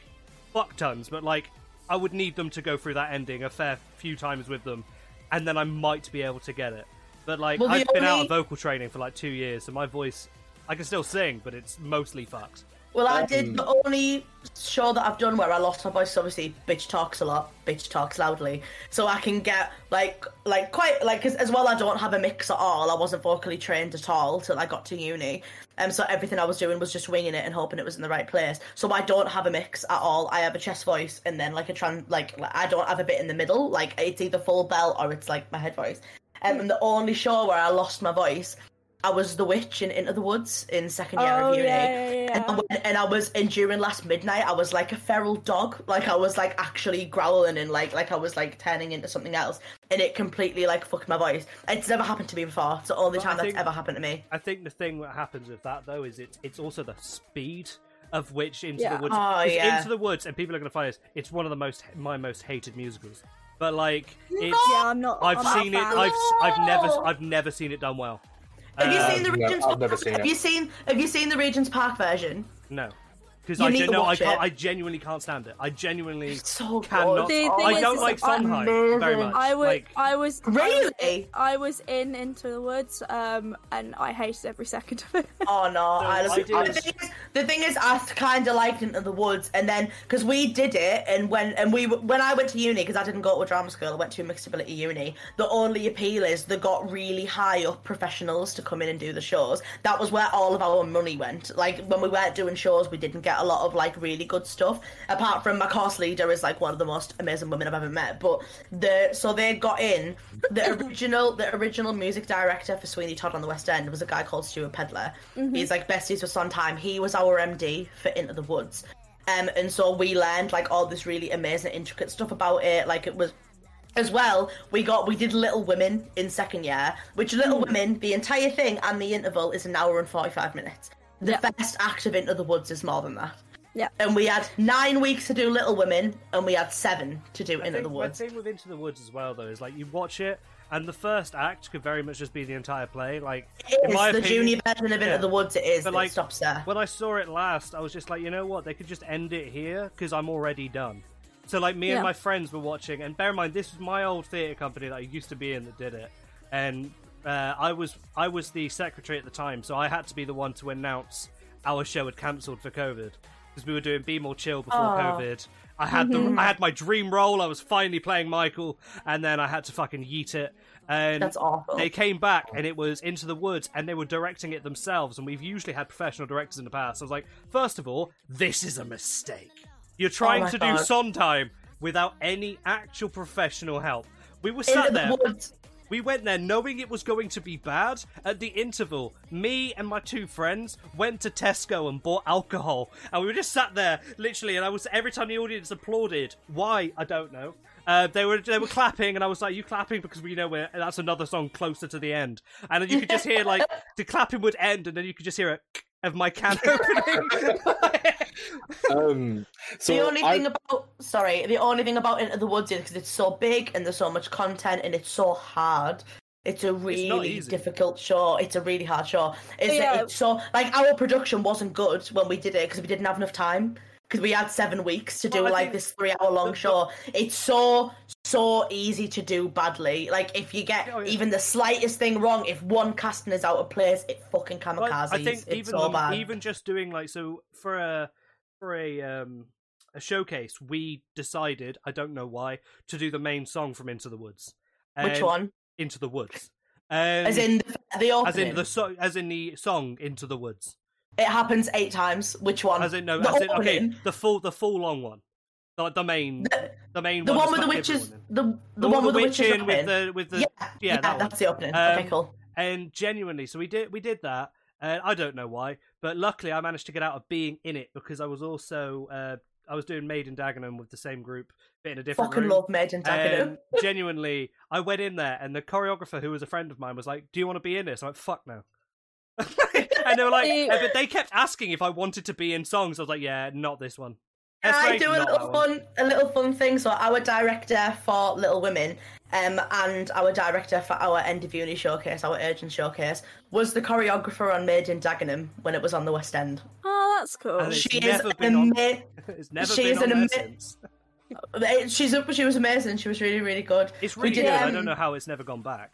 Speaker 2: fuck tons, but like I would need them to go through that ending a fair few times with them, and then I might be able to get it. But like
Speaker 3: Well, the
Speaker 2: I've been out
Speaker 3: only-
Speaker 2: of vocal training for like two years, so my voice I can still sing, but it's mostly fucked.
Speaker 3: Well, I did the only show that I've done where I lost my voice. Obviously, bitch talks a lot, bitch talks loudly, so I can get like, like quite like 'cause as well. I don't have a mix at all. I wasn't vocally trained at all till I got to uni, um, so everything I was doing was just winging it and hoping it was in the right place. So I don't have a mix at all. I have a chest voice and then like a trans, like I don't have a bit in the middle. Like it's either full bell or it's like my head voice. Um, and the only show where I lost my voice, I was the witch in Into the Woods in second year
Speaker 1: Oh
Speaker 3: of uni.
Speaker 1: yeah, yeah,
Speaker 3: And,
Speaker 1: yeah.
Speaker 3: when, and I was and during last midnight, I was like a feral dog. Like I was like actually growling and like like I was like turning into something else, and it completely like fucked my voice. It's never happened to me before. It's the only
Speaker 2: Well, I
Speaker 3: time that's
Speaker 2: think-
Speaker 3: ever happened to me.
Speaker 2: I think the thing that happens with that though is it's it's also the speed of which Into
Speaker 1: Yeah.
Speaker 2: the Woods.
Speaker 3: Oh,
Speaker 2: 'cause
Speaker 3: yeah.
Speaker 2: Into the Woods, and people are going to find this. It's one of the most my most hated musicals. But like, it's,
Speaker 1: Yeah, I'm not.
Speaker 2: I've
Speaker 1: I'm not a
Speaker 2: seen it.
Speaker 1: fan.
Speaker 2: I've I've never
Speaker 3: No.
Speaker 2: I've never seen it done well.
Speaker 3: Have you
Speaker 2: Uh,
Speaker 3: seen the
Speaker 4: no,
Speaker 3: Regent's
Speaker 4: I've
Speaker 3: Park?
Speaker 4: never seen
Speaker 3: have
Speaker 4: it.
Speaker 3: you seen Have you seen the Regent's Park version?
Speaker 2: No. Because
Speaker 3: You
Speaker 2: I
Speaker 3: need
Speaker 2: don't
Speaker 3: to
Speaker 2: know, I
Speaker 3: watch
Speaker 2: can't,
Speaker 3: it.
Speaker 2: I genuinely can't stand it. I genuinely
Speaker 3: It's so
Speaker 1: The
Speaker 2: cannot.
Speaker 1: thing
Speaker 2: I
Speaker 1: is,
Speaker 2: don't
Speaker 1: is
Speaker 2: like
Speaker 1: I'm
Speaker 2: Sondheim very much.
Speaker 1: I was,
Speaker 2: Like,
Speaker 1: I was I was
Speaker 3: Really?
Speaker 1: in- I was, in Into the Woods, um, and I hated every second of it.
Speaker 3: Oh (laughs) no, I love
Speaker 2: I do.
Speaker 3: The thing is, the thing is I kind of liked Into the Woods, and then because we did it, and when and we when I went to uni because I didn't go to a drama school, I went to a mixed ability uni. The only appeal is they got really high up professionals to come in and do the shows. That was where all of our money went. Like when we weren't doing shows, we didn't get a lot of like really good stuff. Apart from my course leader is like one of the most amazing women I've ever met. But the so they got in the original the original music director for Sweeney Todd on the West End was a guy called Stuart Pedler. He's like besties for some time. He was our MD for Into the Woods. Um, and so we learned like all this really amazing intricate stuff about it. Like it was as well we got we did little women in second year which little women the entire thing and the interval is an hour and 45 minutes the
Speaker 1: Yeah.
Speaker 3: first act of into the woods is more than that
Speaker 1: (laughs) Yeah.
Speaker 3: and we had nine weeks to do little women and we had seven to do into
Speaker 2: think
Speaker 3: the woods
Speaker 2: My thing with Into the Woods as well, though, is like you watch it, and the first act could very much just be the entire play. Like, in
Speaker 3: it's
Speaker 2: my
Speaker 3: the
Speaker 2: opinion,
Speaker 3: junior version of into
Speaker 2: yeah.
Speaker 3: the woods it is
Speaker 2: But,
Speaker 3: that
Speaker 2: like,
Speaker 3: stops there
Speaker 2: when I saw it last, I was just like, you know what? They could just end it here because I'm already done. So, like, me and
Speaker 1: Yeah.
Speaker 2: my friends were watching, and bear in mind, this was my old theatre company that I used to be in that did it, and uh, I was I was the secretary at the time, so I had to be the one to announce our show had cancelled for COVID because we were doing Be More Chill before COVID. I had
Speaker 3: Mm-hmm.
Speaker 2: the I had my dream role. I was finally playing Michael, and then I had to fucking yeet it. And
Speaker 3: That's awful.
Speaker 2: They came back and it was Into the Woods and they were directing it themselves and we've usually had professional directors in the past. I was like, first of all, this is a mistake. You're trying
Speaker 3: Oh my
Speaker 2: to do
Speaker 3: God.
Speaker 2: Sondheim without any actual professional help. We were
Speaker 3: into
Speaker 2: sat there.
Speaker 3: the woods
Speaker 2: We went there knowing it was going to be bad. At the interval, me and my two friends went to Tesco and bought alcohol, and we were just sat there, literally. And I was every time the audience applauded. Why I don't know. Uh, they were they were clapping, and I was like, "You clapping because we know we're." And that's another song closer to the end, and then you could just hear like the clapping would end, and then you could just hear a (laughs) of my can opening.
Speaker 4: Um, so
Speaker 3: the only
Speaker 4: I-
Speaker 3: thing about sorry the only thing about into the woods is because it's so big and there's so much content and it's so hard it's a really
Speaker 2: easy.
Speaker 3: difficult show it's a really hard show is
Speaker 1: Yeah.
Speaker 3: that it's so like our production wasn't good when we did it because we didn't have enough time because we had seven weeks to do
Speaker 2: Well, I
Speaker 3: like
Speaker 2: think-
Speaker 3: this three hour long show it's so so easy to do badly like if you get
Speaker 2: Oh, yeah.
Speaker 3: even the slightest thing wrong if one casting is out of place it fucking
Speaker 2: Well,
Speaker 3: kamikazes
Speaker 2: I think
Speaker 3: it's
Speaker 2: even
Speaker 3: so
Speaker 2: the-
Speaker 3: bad
Speaker 2: even just doing like so for a for a um a showcase, we decided I don't know why to do the main song from Into the Woods.
Speaker 3: which
Speaker 2: Um,
Speaker 3: one
Speaker 2: Into the Woods.
Speaker 3: as
Speaker 2: Um,
Speaker 3: in the, the opening
Speaker 2: as in the so- as in the song Into the Woods.
Speaker 3: It happens eight times. Which one?
Speaker 2: As in no,
Speaker 3: the
Speaker 2: as in okay,
Speaker 3: opening.
Speaker 2: the full the full long one, the, the main the, main
Speaker 3: The
Speaker 2: one,
Speaker 3: one
Speaker 2: that's
Speaker 3: with the
Speaker 2: got everyone
Speaker 3: witches.
Speaker 2: in.
Speaker 3: The, the,
Speaker 2: The
Speaker 3: one
Speaker 2: with
Speaker 3: with the
Speaker 2: witch
Speaker 3: witches.
Speaker 2: in, with
Speaker 3: opening.
Speaker 2: the with the
Speaker 3: yeah,
Speaker 2: yeah, that one.
Speaker 3: that's the opening.
Speaker 2: Um,
Speaker 3: okay, cool.
Speaker 2: and genuinely so we did we did that and i don't know why but luckily i managed to get out of being in it because i was also uh i was doing maiden dagenham with the same group but in a different Um,
Speaker 3: Fucking
Speaker 2: room
Speaker 3: love Maiden Dagenham.
Speaker 2: and genuinely i went in there and the choreographer who was a friend of mine was like do you want to be in this i'm like fuck no (laughs) and they were like
Speaker 1: See-
Speaker 2: uh, but they kept asking if i wanted to be in songs i was like yeah not this one
Speaker 3: Can
Speaker 2: That's
Speaker 3: I
Speaker 2: right,
Speaker 3: do a
Speaker 2: not
Speaker 3: little
Speaker 2: that one.
Speaker 3: fun, a little fun thing? So our director for Little Women, um, and our director for our end of uni showcase, our urgent showcase, was the choreographer on Maiden Dagenham when it was on the West End.
Speaker 1: Oh, that's cool.
Speaker 2: And it's
Speaker 3: She is
Speaker 2: never been on
Speaker 3: amazing.
Speaker 2: it's never
Speaker 3: she
Speaker 2: been
Speaker 3: is
Speaker 2: on
Speaker 3: an
Speaker 2: there
Speaker 3: ama-
Speaker 2: since.
Speaker 3: She's she was amazing. She was really really good.
Speaker 2: it's
Speaker 3: We
Speaker 2: really
Speaker 3: did,
Speaker 2: good i
Speaker 3: um,
Speaker 2: don't know how it's never gone back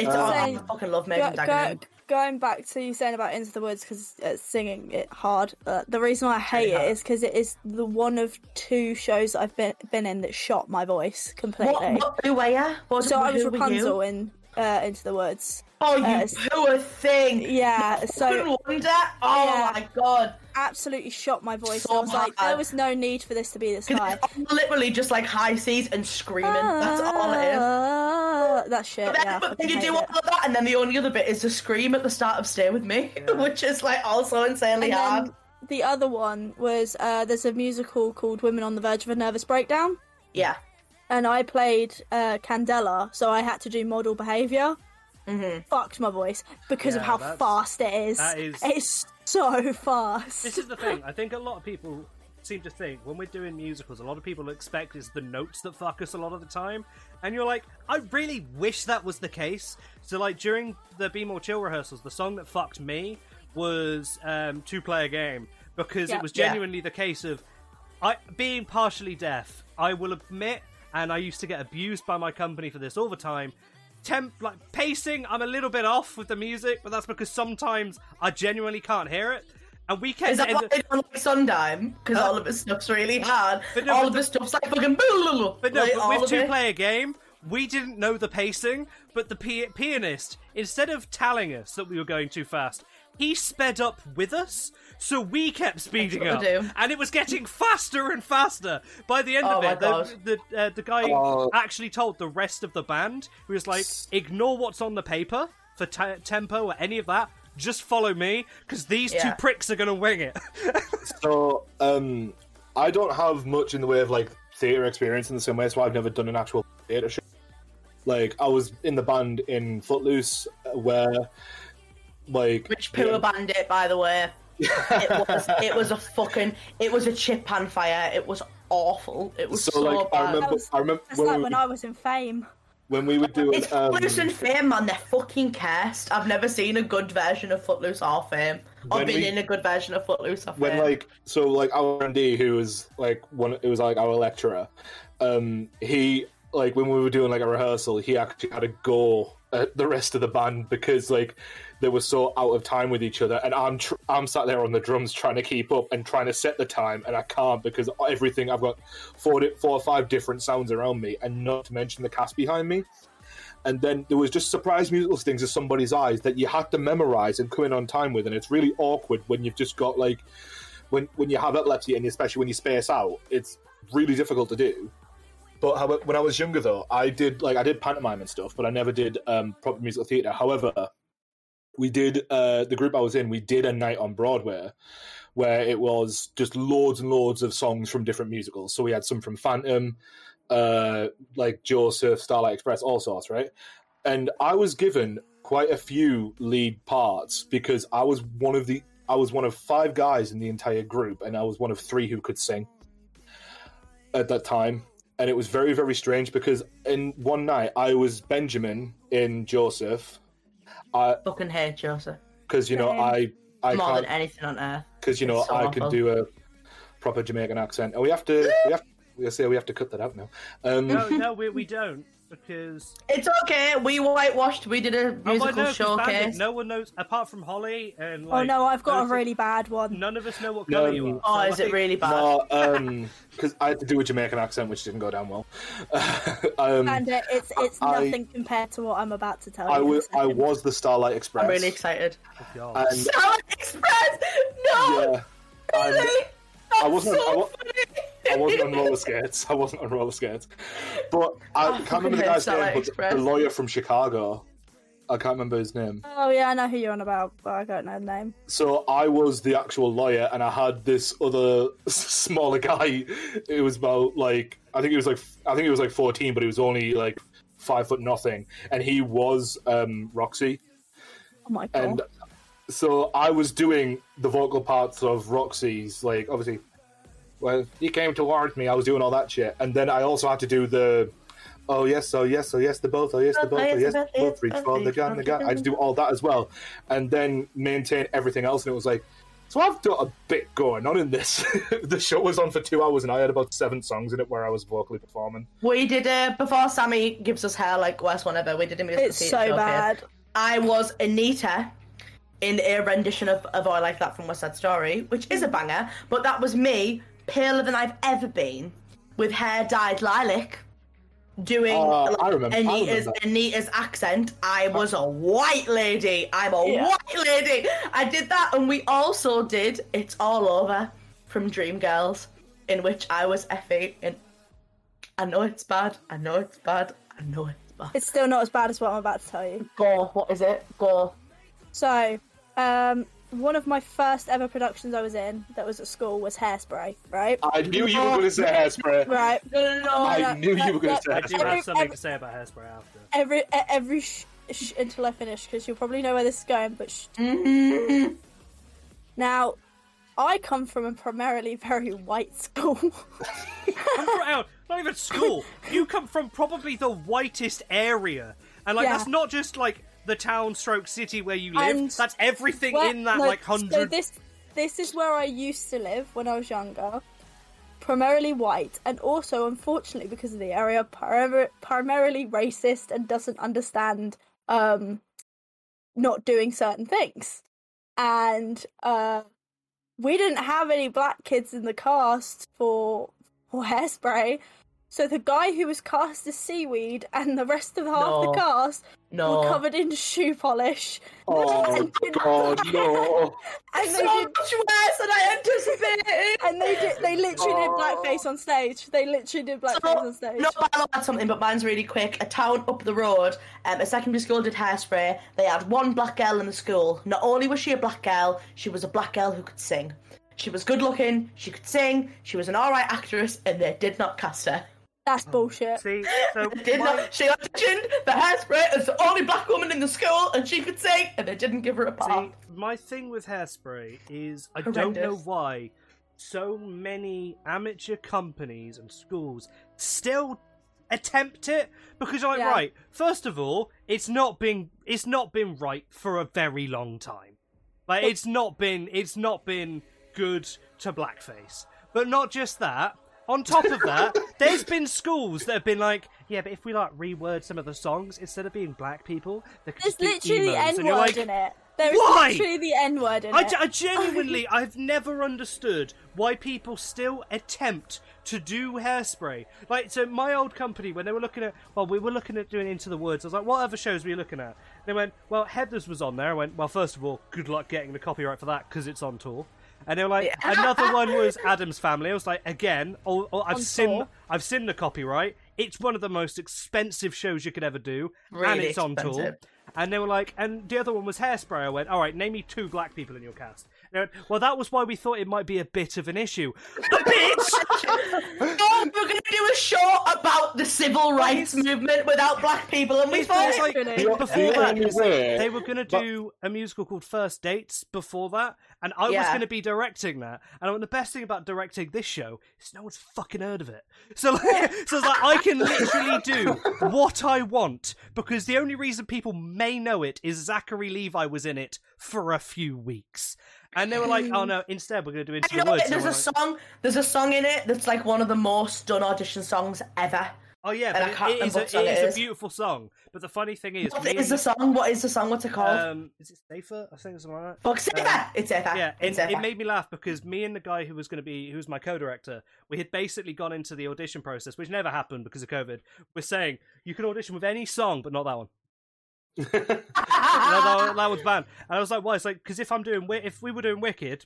Speaker 3: It's
Speaker 4: Uh,
Speaker 3: oh, I
Speaker 1: Say-
Speaker 3: fucking love
Speaker 1: Um, Go-
Speaker 3: Maiden
Speaker 1: go-
Speaker 3: Dagenham.
Speaker 1: going back to you saying about Into the Woods because it's singing it hard. Uh, the reason why I hate
Speaker 3: hard.
Speaker 1: it is because it is the one of two shows that I've been been in that shot my voice completely.
Speaker 3: What, what, who were you? What,
Speaker 1: So
Speaker 3: who,
Speaker 1: I was
Speaker 3: were you?
Speaker 1: Rapunzel in uh, Into the Woods.
Speaker 3: Oh, you
Speaker 1: Uh,
Speaker 3: poor thing.
Speaker 1: Yeah, so
Speaker 3: Fucking wonder. Oh
Speaker 1: Yeah.
Speaker 3: my god.
Speaker 1: absolutely shot my voice.
Speaker 3: So
Speaker 1: I was like,
Speaker 3: hard.
Speaker 1: there was no need for this to be this
Speaker 3: 'Cause
Speaker 1: high.
Speaker 3: it's literally just like high seas and screaming. That's all it is.
Speaker 1: Ah, That shit.
Speaker 3: But then,
Speaker 1: yeah, I
Speaker 3: but then
Speaker 1: fucking
Speaker 3: you do
Speaker 1: hate
Speaker 3: all
Speaker 1: it.
Speaker 3: of that, and then the only other bit is to scream at the start of Stay With Me, (laughs) which is like also insanely
Speaker 1: And
Speaker 3: hard.
Speaker 1: then the other one was uh, there's a musical called Women on the Verge of a Nervous Breakdown.
Speaker 3: yeah.
Speaker 1: and I played uh, Candela, so I had to do model behaviour.
Speaker 3: Mm-hmm.
Speaker 1: fucked my voice because of
Speaker 2: Yeah,
Speaker 1: how
Speaker 2: that's-
Speaker 1: fast it is.
Speaker 2: that is-
Speaker 1: It's so fast.
Speaker 2: This is the thing. I think a lot of people seem to think when we're doing musicals, a lot of people expect is the notes that fuck us a lot of the time. And you're like, I really wish that was the case. So like during the Be More Chill rehearsals, the song that fucked me was um, Two Player Game because
Speaker 1: Yeah.
Speaker 2: it was
Speaker 3: Yeah.
Speaker 2: genuinely the case of I being partially deaf. I will admit, and I used to get abused by my company for this all the time. Temp like pacing, I'm a little bit off with the music, but that's because sometimes I genuinely can't hear it. And we kept
Speaker 3: Is that
Speaker 2: and-
Speaker 3: why they don't like Sundime? Because
Speaker 1: Oh.
Speaker 2: Uh,
Speaker 3: all of his stuff's really hard.
Speaker 2: but no,
Speaker 3: all
Speaker 2: but
Speaker 3: of
Speaker 2: the-
Speaker 3: his stuff's like fucking.
Speaker 2: But no,
Speaker 3: like, all
Speaker 2: but
Speaker 3: of
Speaker 2: with two
Speaker 3: it.
Speaker 2: player game, we didn't know the pacing, but the pi- pianist, instead of telling us that we were going too fast, he sped up with us, so we kept speeding
Speaker 3: what
Speaker 2: up.
Speaker 3: they do.
Speaker 2: And it was getting faster and faster. By the end
Speaker 3: Oh
Speaker 2: of
Speaker 3: my
Speaker 2: it, the, the, uh, the guy
Speaker 4: Oh.
Speaker 2: actually told the rest of the band, he was like, ignore what's on the paper for t- tempo or any of that. Just follow me, because these
Speaker 3: Yeah.
Speaker 2: two pricks are going to wing it. (laughs)
Speaker 4: So, um, I don't have much in the way of like theatre experience in the same way. That's why I've never done an actual theatre show. Like, I was in the band in Footloose, uh, where like
Speaker 3: Rich Poor Bandit, by the way.
Speaker 4: (laughs)
Speaker 3: it was it was a fucking it was a chip pan fire. It was awful. It was so,
Speaker 4: So, like, I
Speaker 3: bad.
Speaker 4: remember,
Speaker 1: That was-
Speaker 4: I remember
Speaker 1: That's
Speaker 4: when,
Speaker 1: like
Speaker 4: we,
Speaker 1: when I was in fame.
Speaker 4: when we would do
Speaker 3: It's
Speaker 4: it. Um,
Speaker 3: Footloose and Fame, man. They're fucking cursed. I've never seen a good version of Footloose or Fame. Or
Speaker 4: When
Speaker 3: been
Speaker 4: we-
Speaker 3: in a good version of Footloose or Fame.
Speaker 4: when like so like our MD who was like one it was like our lecturer um he like when we were doing like a rehearsal he actually had a go at the rest of the band because like they were so out of time with each other and I'm tr- I'm sat there on the drums trying to keep up and trying to set the time and I can't because everything I've got four di- four or five different sounds around me and not to mention the cast behind me and then there was just surprise musical things of somebody's eyes that you had to memorize and come in on time with and it's really awkward when you've just got like when when you have epilepsy and especially when you space out it's really difficult to do but how, when i was younger though i did like i did pantomime and stuff but i never did um proper musical theater however we did uh the group i was in we did a night on broadway where it was just loads and loads of songs from different musicals so we had some from phantom uh like joseph starlight express all sorts right and I was given quite a few lead parts because I was one of the I was one of five guys in the entire group, and I was one of three who could sing at that time. And it was very very strange because in one night I was Benjamin in Joseph,
Speaker 3: fucking hate Joseph
Speaker 4: because you know I I
Speaker 3: more than
Speaker 4: can't
Speaker 3: anything on earth.
Speaker 4: because you know
Speaker 3: It's so
Speaker 4: I
Speaker 3: awful.
Speaker 4: can do a proper Jamaican accent, and we have to we have we say we have to cut that out now. Um,
Speaker 2: no, no, we, we don't, because
Speaker 3: It's okay. We whitewashed. We did a
Speaker 2: Oh, well,
Speaker 3: musical
Speaker 2: no, 'cause Bandit,
Speaker 3: showcase.
Speaker 2: no one knows apart from Holly and
Speaker 1: Oh
Speaker 2: like.
Speaker 1: no, I've got a
Speaker 2: those-
Speaker 1: really bad one.
Speaker 2: None of us know what
Speaker 4: No,
Speaker 2: colour you
Speaker 4: no.
Speaker 2: are. so
Speaker 3: Oh, is
Speaker 2: I
Speaker 3: it
Speaker 2: think-
Speaker 3: really bad?
Speaker 4: no, um, because I had to do a Jamaican accent, which didn't go down well. (laughs) um,
Speaker 1: And it, it's it's
Speaker 4: I-
Speaker 1: nothing compared to what I'm about to tell
Speaker 4: I
Speaker 1: you. in a
Speaker 4: was I
Speaker 1: second.
Speaker 4: was the Starlight Express.
Speaker 3: I'm really excited. (laughs)
Speaker 2: Oh, God.
Speaker 4: And
Speaker 3: Salad Express! No!
Speaker 4: yeah, and
Speaker 3: Really? That's
Speaker 4: I wasn't-
Speaker 3: so
Speaker 4: I wa-
Speaker 3: funny!
Speaker 4: I wasn't on roller skates. I wasn't on roller skates. But I
Speaker 3: Oh,
Speaker 4: can't remember the
Speaker 3: fucking
Speaker 4: guy's
Speaker 3: Starlight
Speaker 4: name. But
Speaker 3: Express.
Speaker 4: the lawyer from Chicago. I can't remember his name.
Speaker 1: Oh yeah, I know who you're on about, but I don't know the name.
Speaker 4: So I was the actual lawyer, and I had this other smaller guy. It was about like I think he was like I think he was like fourteen, but he was only like five foot nothing, and he was um, Roxy.
Speaker 1: Oh my god.
Speaker 4: and so I was doing the vocal parts of Roxy's, like obviously. Well, you came towards me. I was doing all that shit, and then I also had to do the, oh yes, oh yes, oh yes, the both, oh yes, the both, oh yes, the both, reach for the gun, the gun. I had to do all that as well, and then maintain everything else. And it was like, so I've got a bit going on in this. (laughs) the show was on for two hours, and I had about seven songs in it where I was vocally performing.
Speaker 3: We did a before Sammy gives us hair like worst one ever. We did a musical
Speaker 1: it's
Speaker 3: theatre
Speaker 1: so
Speaker 3: showcase.
Speaker 1: bad.
Speaker 3: I was Anita in a rendition of, of I Like That from West Side Story, which is a banger, but that was me, paler than I've ever been, with hair dyed lilac, doing
Speaker 4: Uh,
Speaker 3: like,
Speaker 4: I remember- I
Speaker 3: Anita's,
Speaker 4: remember.
Speaker 3: Anita's accent. I was a white lady. I'm a
Speaker 1: Yeah.
Speaker 3: white lady. I did that, and we also did It's All Over from Dreamgirls, in which I was Effie. And I know it's bad. I know it's bad. I know it's bad.
Speaker 1: It's still not as bad as what I'm about to tell you.
Speaker 3: Gore. What is it? Gore.
Speaker 1: So, um, one of my first ever productions I was in that was at school was Hairspray, right?
Speaker 4: I knew you were going to say hairspray.
Speaker 1: Right.
Speaker 3: No, no, no.
Speaker 4: I knew you were going to say
Speaker 2: I do
Speaker 4: hairspray.
Speaker 1: every-
Speaker 2: have something
Speaker 1: every-
Speaker 2: to say about Hairspray after.
Speaker 1: Every e- every sh- sh- until I finish because you'll probably know where this is going. But sh-
Speaker 3: Mhm.
Speaker 1: now, I come from a primarily (laughs) very white school.
Speaker 2: Come from- hang on, not
Speaker 1: (laughs)
Speaker 2: even school. You come from probably the whitest area, and like
Speaker 1: Yeah.
Speaker 2: that's not just like the town, stroke city where you live.
Speaker 1: And
Speaker 2: that's everything
Speaker 1: Well,
Speaker 2: in that
Speaker 1: no,
Speaker 2: like
Speaker 1: So
Speaker 2: hundred.
Speaker 1: this this is where I used to live when I was younger, primarily white, and also unfortunately because of the area, prim- primarily racist and doesn't understand um not doing certain things, and uh we didn't have any black kids in the cast for for hairspray. So the guy who was cast as seaweed and the rest of half
Speaker 3: No.
Speaker 1: the cast
Speaker 3: No.
Speaker 1: were covered in shoe polish. (laughs)
Speaker 4: Oh god, no!
Speaker 1: And they
Speaker 3: so
Speaker 1: did
Speaker 3: much worse than I anticipated.
Speaker 1: And they did, they literally did blackface on stage. They literally did blackface on stage.
Speaker 3: No, but I'll add something, but mine's really quick. A town up the road, um, a secondary school did hairspray. They had one black girl in the school. Not only was she a black girl, she was a black girl who could sing. She was good looking, she could sing, she was an alright actress, and they did not cast her.
Speaker 1: That's bullshit. (laughs)
Speaker 2: See, so
Speaker 3: They did
Speaker 2: my,
Speaker 3: not. She auditioned for hairspray as the only black woman in the school, and she could sing, and they didn't give her a part.
Speaker 1: um,
Speaker 2: see, my thing with hairspray is I don't
Speaker 3: Horrendous.
Speaker 2: know why so many amateur companies and schools still attempt it because I'm like,
Speaker 1: Yeah.
Speaker 2: right. First of all, it's not been it's not been right for a very long time. Like it's not been it's not been good to blackface. But not just that. On top of that,
Speaker 1: (laughs)
Speaker 2: there's been schools that have been like, yeah, but if we like reword some of the songs instead of being black people, they could
Speaker 1: There's
Speaker 2: just be
Speaker 1: literally the
Speaker 2: emos.
Speaker 1: N
Speaker 2: And you're
Speaker 1: word
Speaker 2: like,
Speaker 1: in it. There is
Speaker 2: Why?
Speaker 1: literally the N word in
Speaker 2: I,
Speaker 1: it.
Speaker 2: ge- I
Speaker 1: (laughs)
Speaker 2: genuinely, I've never understood why people still attempt to do hairspray. Like, so my old company, when they were looking at, well, we were looking at doing Into the Woods, I was like, what other shows were you looking at? They went, well, Heathers was on there. I went, well, first of all, good luck getting the copyright for that because it's on tour. And they were like,
Speaker 1: (laughs)
Speaker 2: another one was Adam's Family. I was like, again, oh, oh, I've
Speaker 1: On
Speaker 2: seen,
Speaker 1: tour.
Speaker 2: I've seen the copyright. It's one of the most expensive shows you could ever do, and
Speaker 3: Really
Speaker 2: it's on tour.
Speaker 3: expensive.
Speaker 2: And they were like, and the other one was hairspray. I went, all right, name me two black people in your cast. And they went, well, that was why we thought it might be a bit of an issue. (laughs) Bitch!
Speaker 3: Oh, we're going to do a show about the civil rights movement without black people, and we
Speaker 2: It's
Speaker 3: thought
Speaker 2: it's like,
Speaker 1: Literally.
Speaker 2: before
Speaker 4: The
Speaker 2: that,
Speaker 4: only
Speaker 2: it's like,
Speaker 4: way-
Speaker 2: they were going to
Speaker 4: but-
Speaker 2: do a musical called First Dates before that, and I was
Speaker 3: Yeah.
Speaker 2: going to be directing that. And I went, the best thing about directing this show is no one's fucking heard of it. (laughs) So, like, so it's like, I can literally do what I want because the only reason people may know it is Zachary Levi was in it for a few weeks. And they were like, oh no, instead we're going to do Into
Speaker 3: Mm. I
Speaker 2: the
Speaker 3: know
Speaker 2: Woods.
Speaker 3: it.
Speaker 2: And I
Speaker 3: There's a
Speaker 2: went like,
Speaker 3: song. There's a song in it that's like one of the most done audition songs ever.
Speaker 2: Oh yeah,
Speaker 3: And I
Speaker 2: but
Speaker 3: can't
Speaker 2: it, it, is
Speaker 3: remember
Speaker 2: a,
Speaker 3: what song
Speaker 2: it
Speaker 3: it
Speaker 2: is
Speaker 3: is.
Speaker 2: a beautiful song. But the funny thing is,
Speaker 3: What
Speaker 2: me
Speaker 3: is the
Speaker 2: and-
Speaker 3: song? What is the song? What's it called?
Speaker 2: um, is it Safer? I think it's something like that.
Speaker 3: Fuck, Safer.
Speaker 2: um,
Speaker 3: it's Safer. (laughs)
Speaker 2: Yeah,
Speaker 3: it's
Speaker 2: it,
Speaker 3: Safer.
Speaker 2: it made me laugh because me and the guy who was going to be, who was my co-director, we had basically gone into the audition process, which never happened because of COVID. We're saying you can audition with any song, but not that one.
Speaker 3: (laughs) Ah!
Speaker 2: No, that, one- that one's banned. And I was like, why? It's like because if I'm doing, Wi- if we were doing Wicked,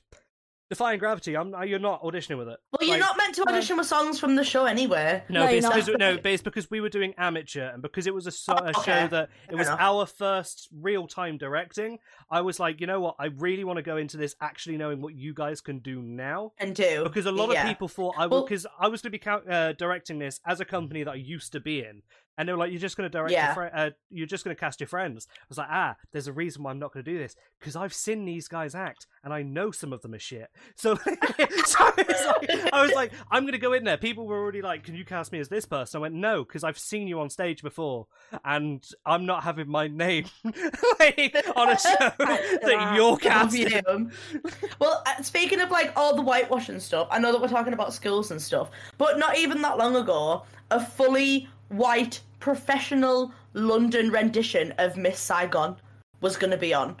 Speaker 2: Defying Gravity, I'm uh, you're not auditioning with it.
Speaker 3: well, you're
Speaker 2: Like-
Speaker 3: not meant to audition with songs from the show anyway.
Speaker 2: No,
Speaker 1: No,
Speaker 2: but
Speaker 1: you're
Speaker 2: it's
Speaker 1: not.
Speaker 2: because, no, but it's because we were doing amateur, and because it was a, so- a
Speaker 3: Oh, okay.
Speaker 2: show that it was
Speaker 3: enough.
Speaker 2: our first real time directing. I was like, you know what? I really want to go into this actually knowing what you guys can do now,
Speaker 3: And do
Speaker 2: because a lot
Speaker 3: yeah.
Speaker 2: of people thought I
Speaker 3: Well-
Speaker 2: because I was going to be cou- uh, directing this as a company that I used to be in, and they were like, you're just going to direct, your
Speaker 3: Yeah.
Speaker 2: fri- uh, you're just going to cast your friends. I was like, ah, there's a reason why I'm not going to do this because I've seen these guys act, and I know some of them are shit. (laughs) So, so it's like, I was like, I'm going to go in there. People were already like, can you cast me as this person? I went, no, because I've seen you on stage before, and I'm not having my name (laughs) like, on
Speaker 3: (laughs)
Speaker 2: a show (laughs) that you're
Speaker 3: Love
Speaker 2: casting.
Speaker 3: you. (laughs) well, uh, speaking of like all the whitewash and stuff, I know that we're talking about schools and stuff, but not even that long ago, a fully white professional London rendition of Miss Saigon was going to be on.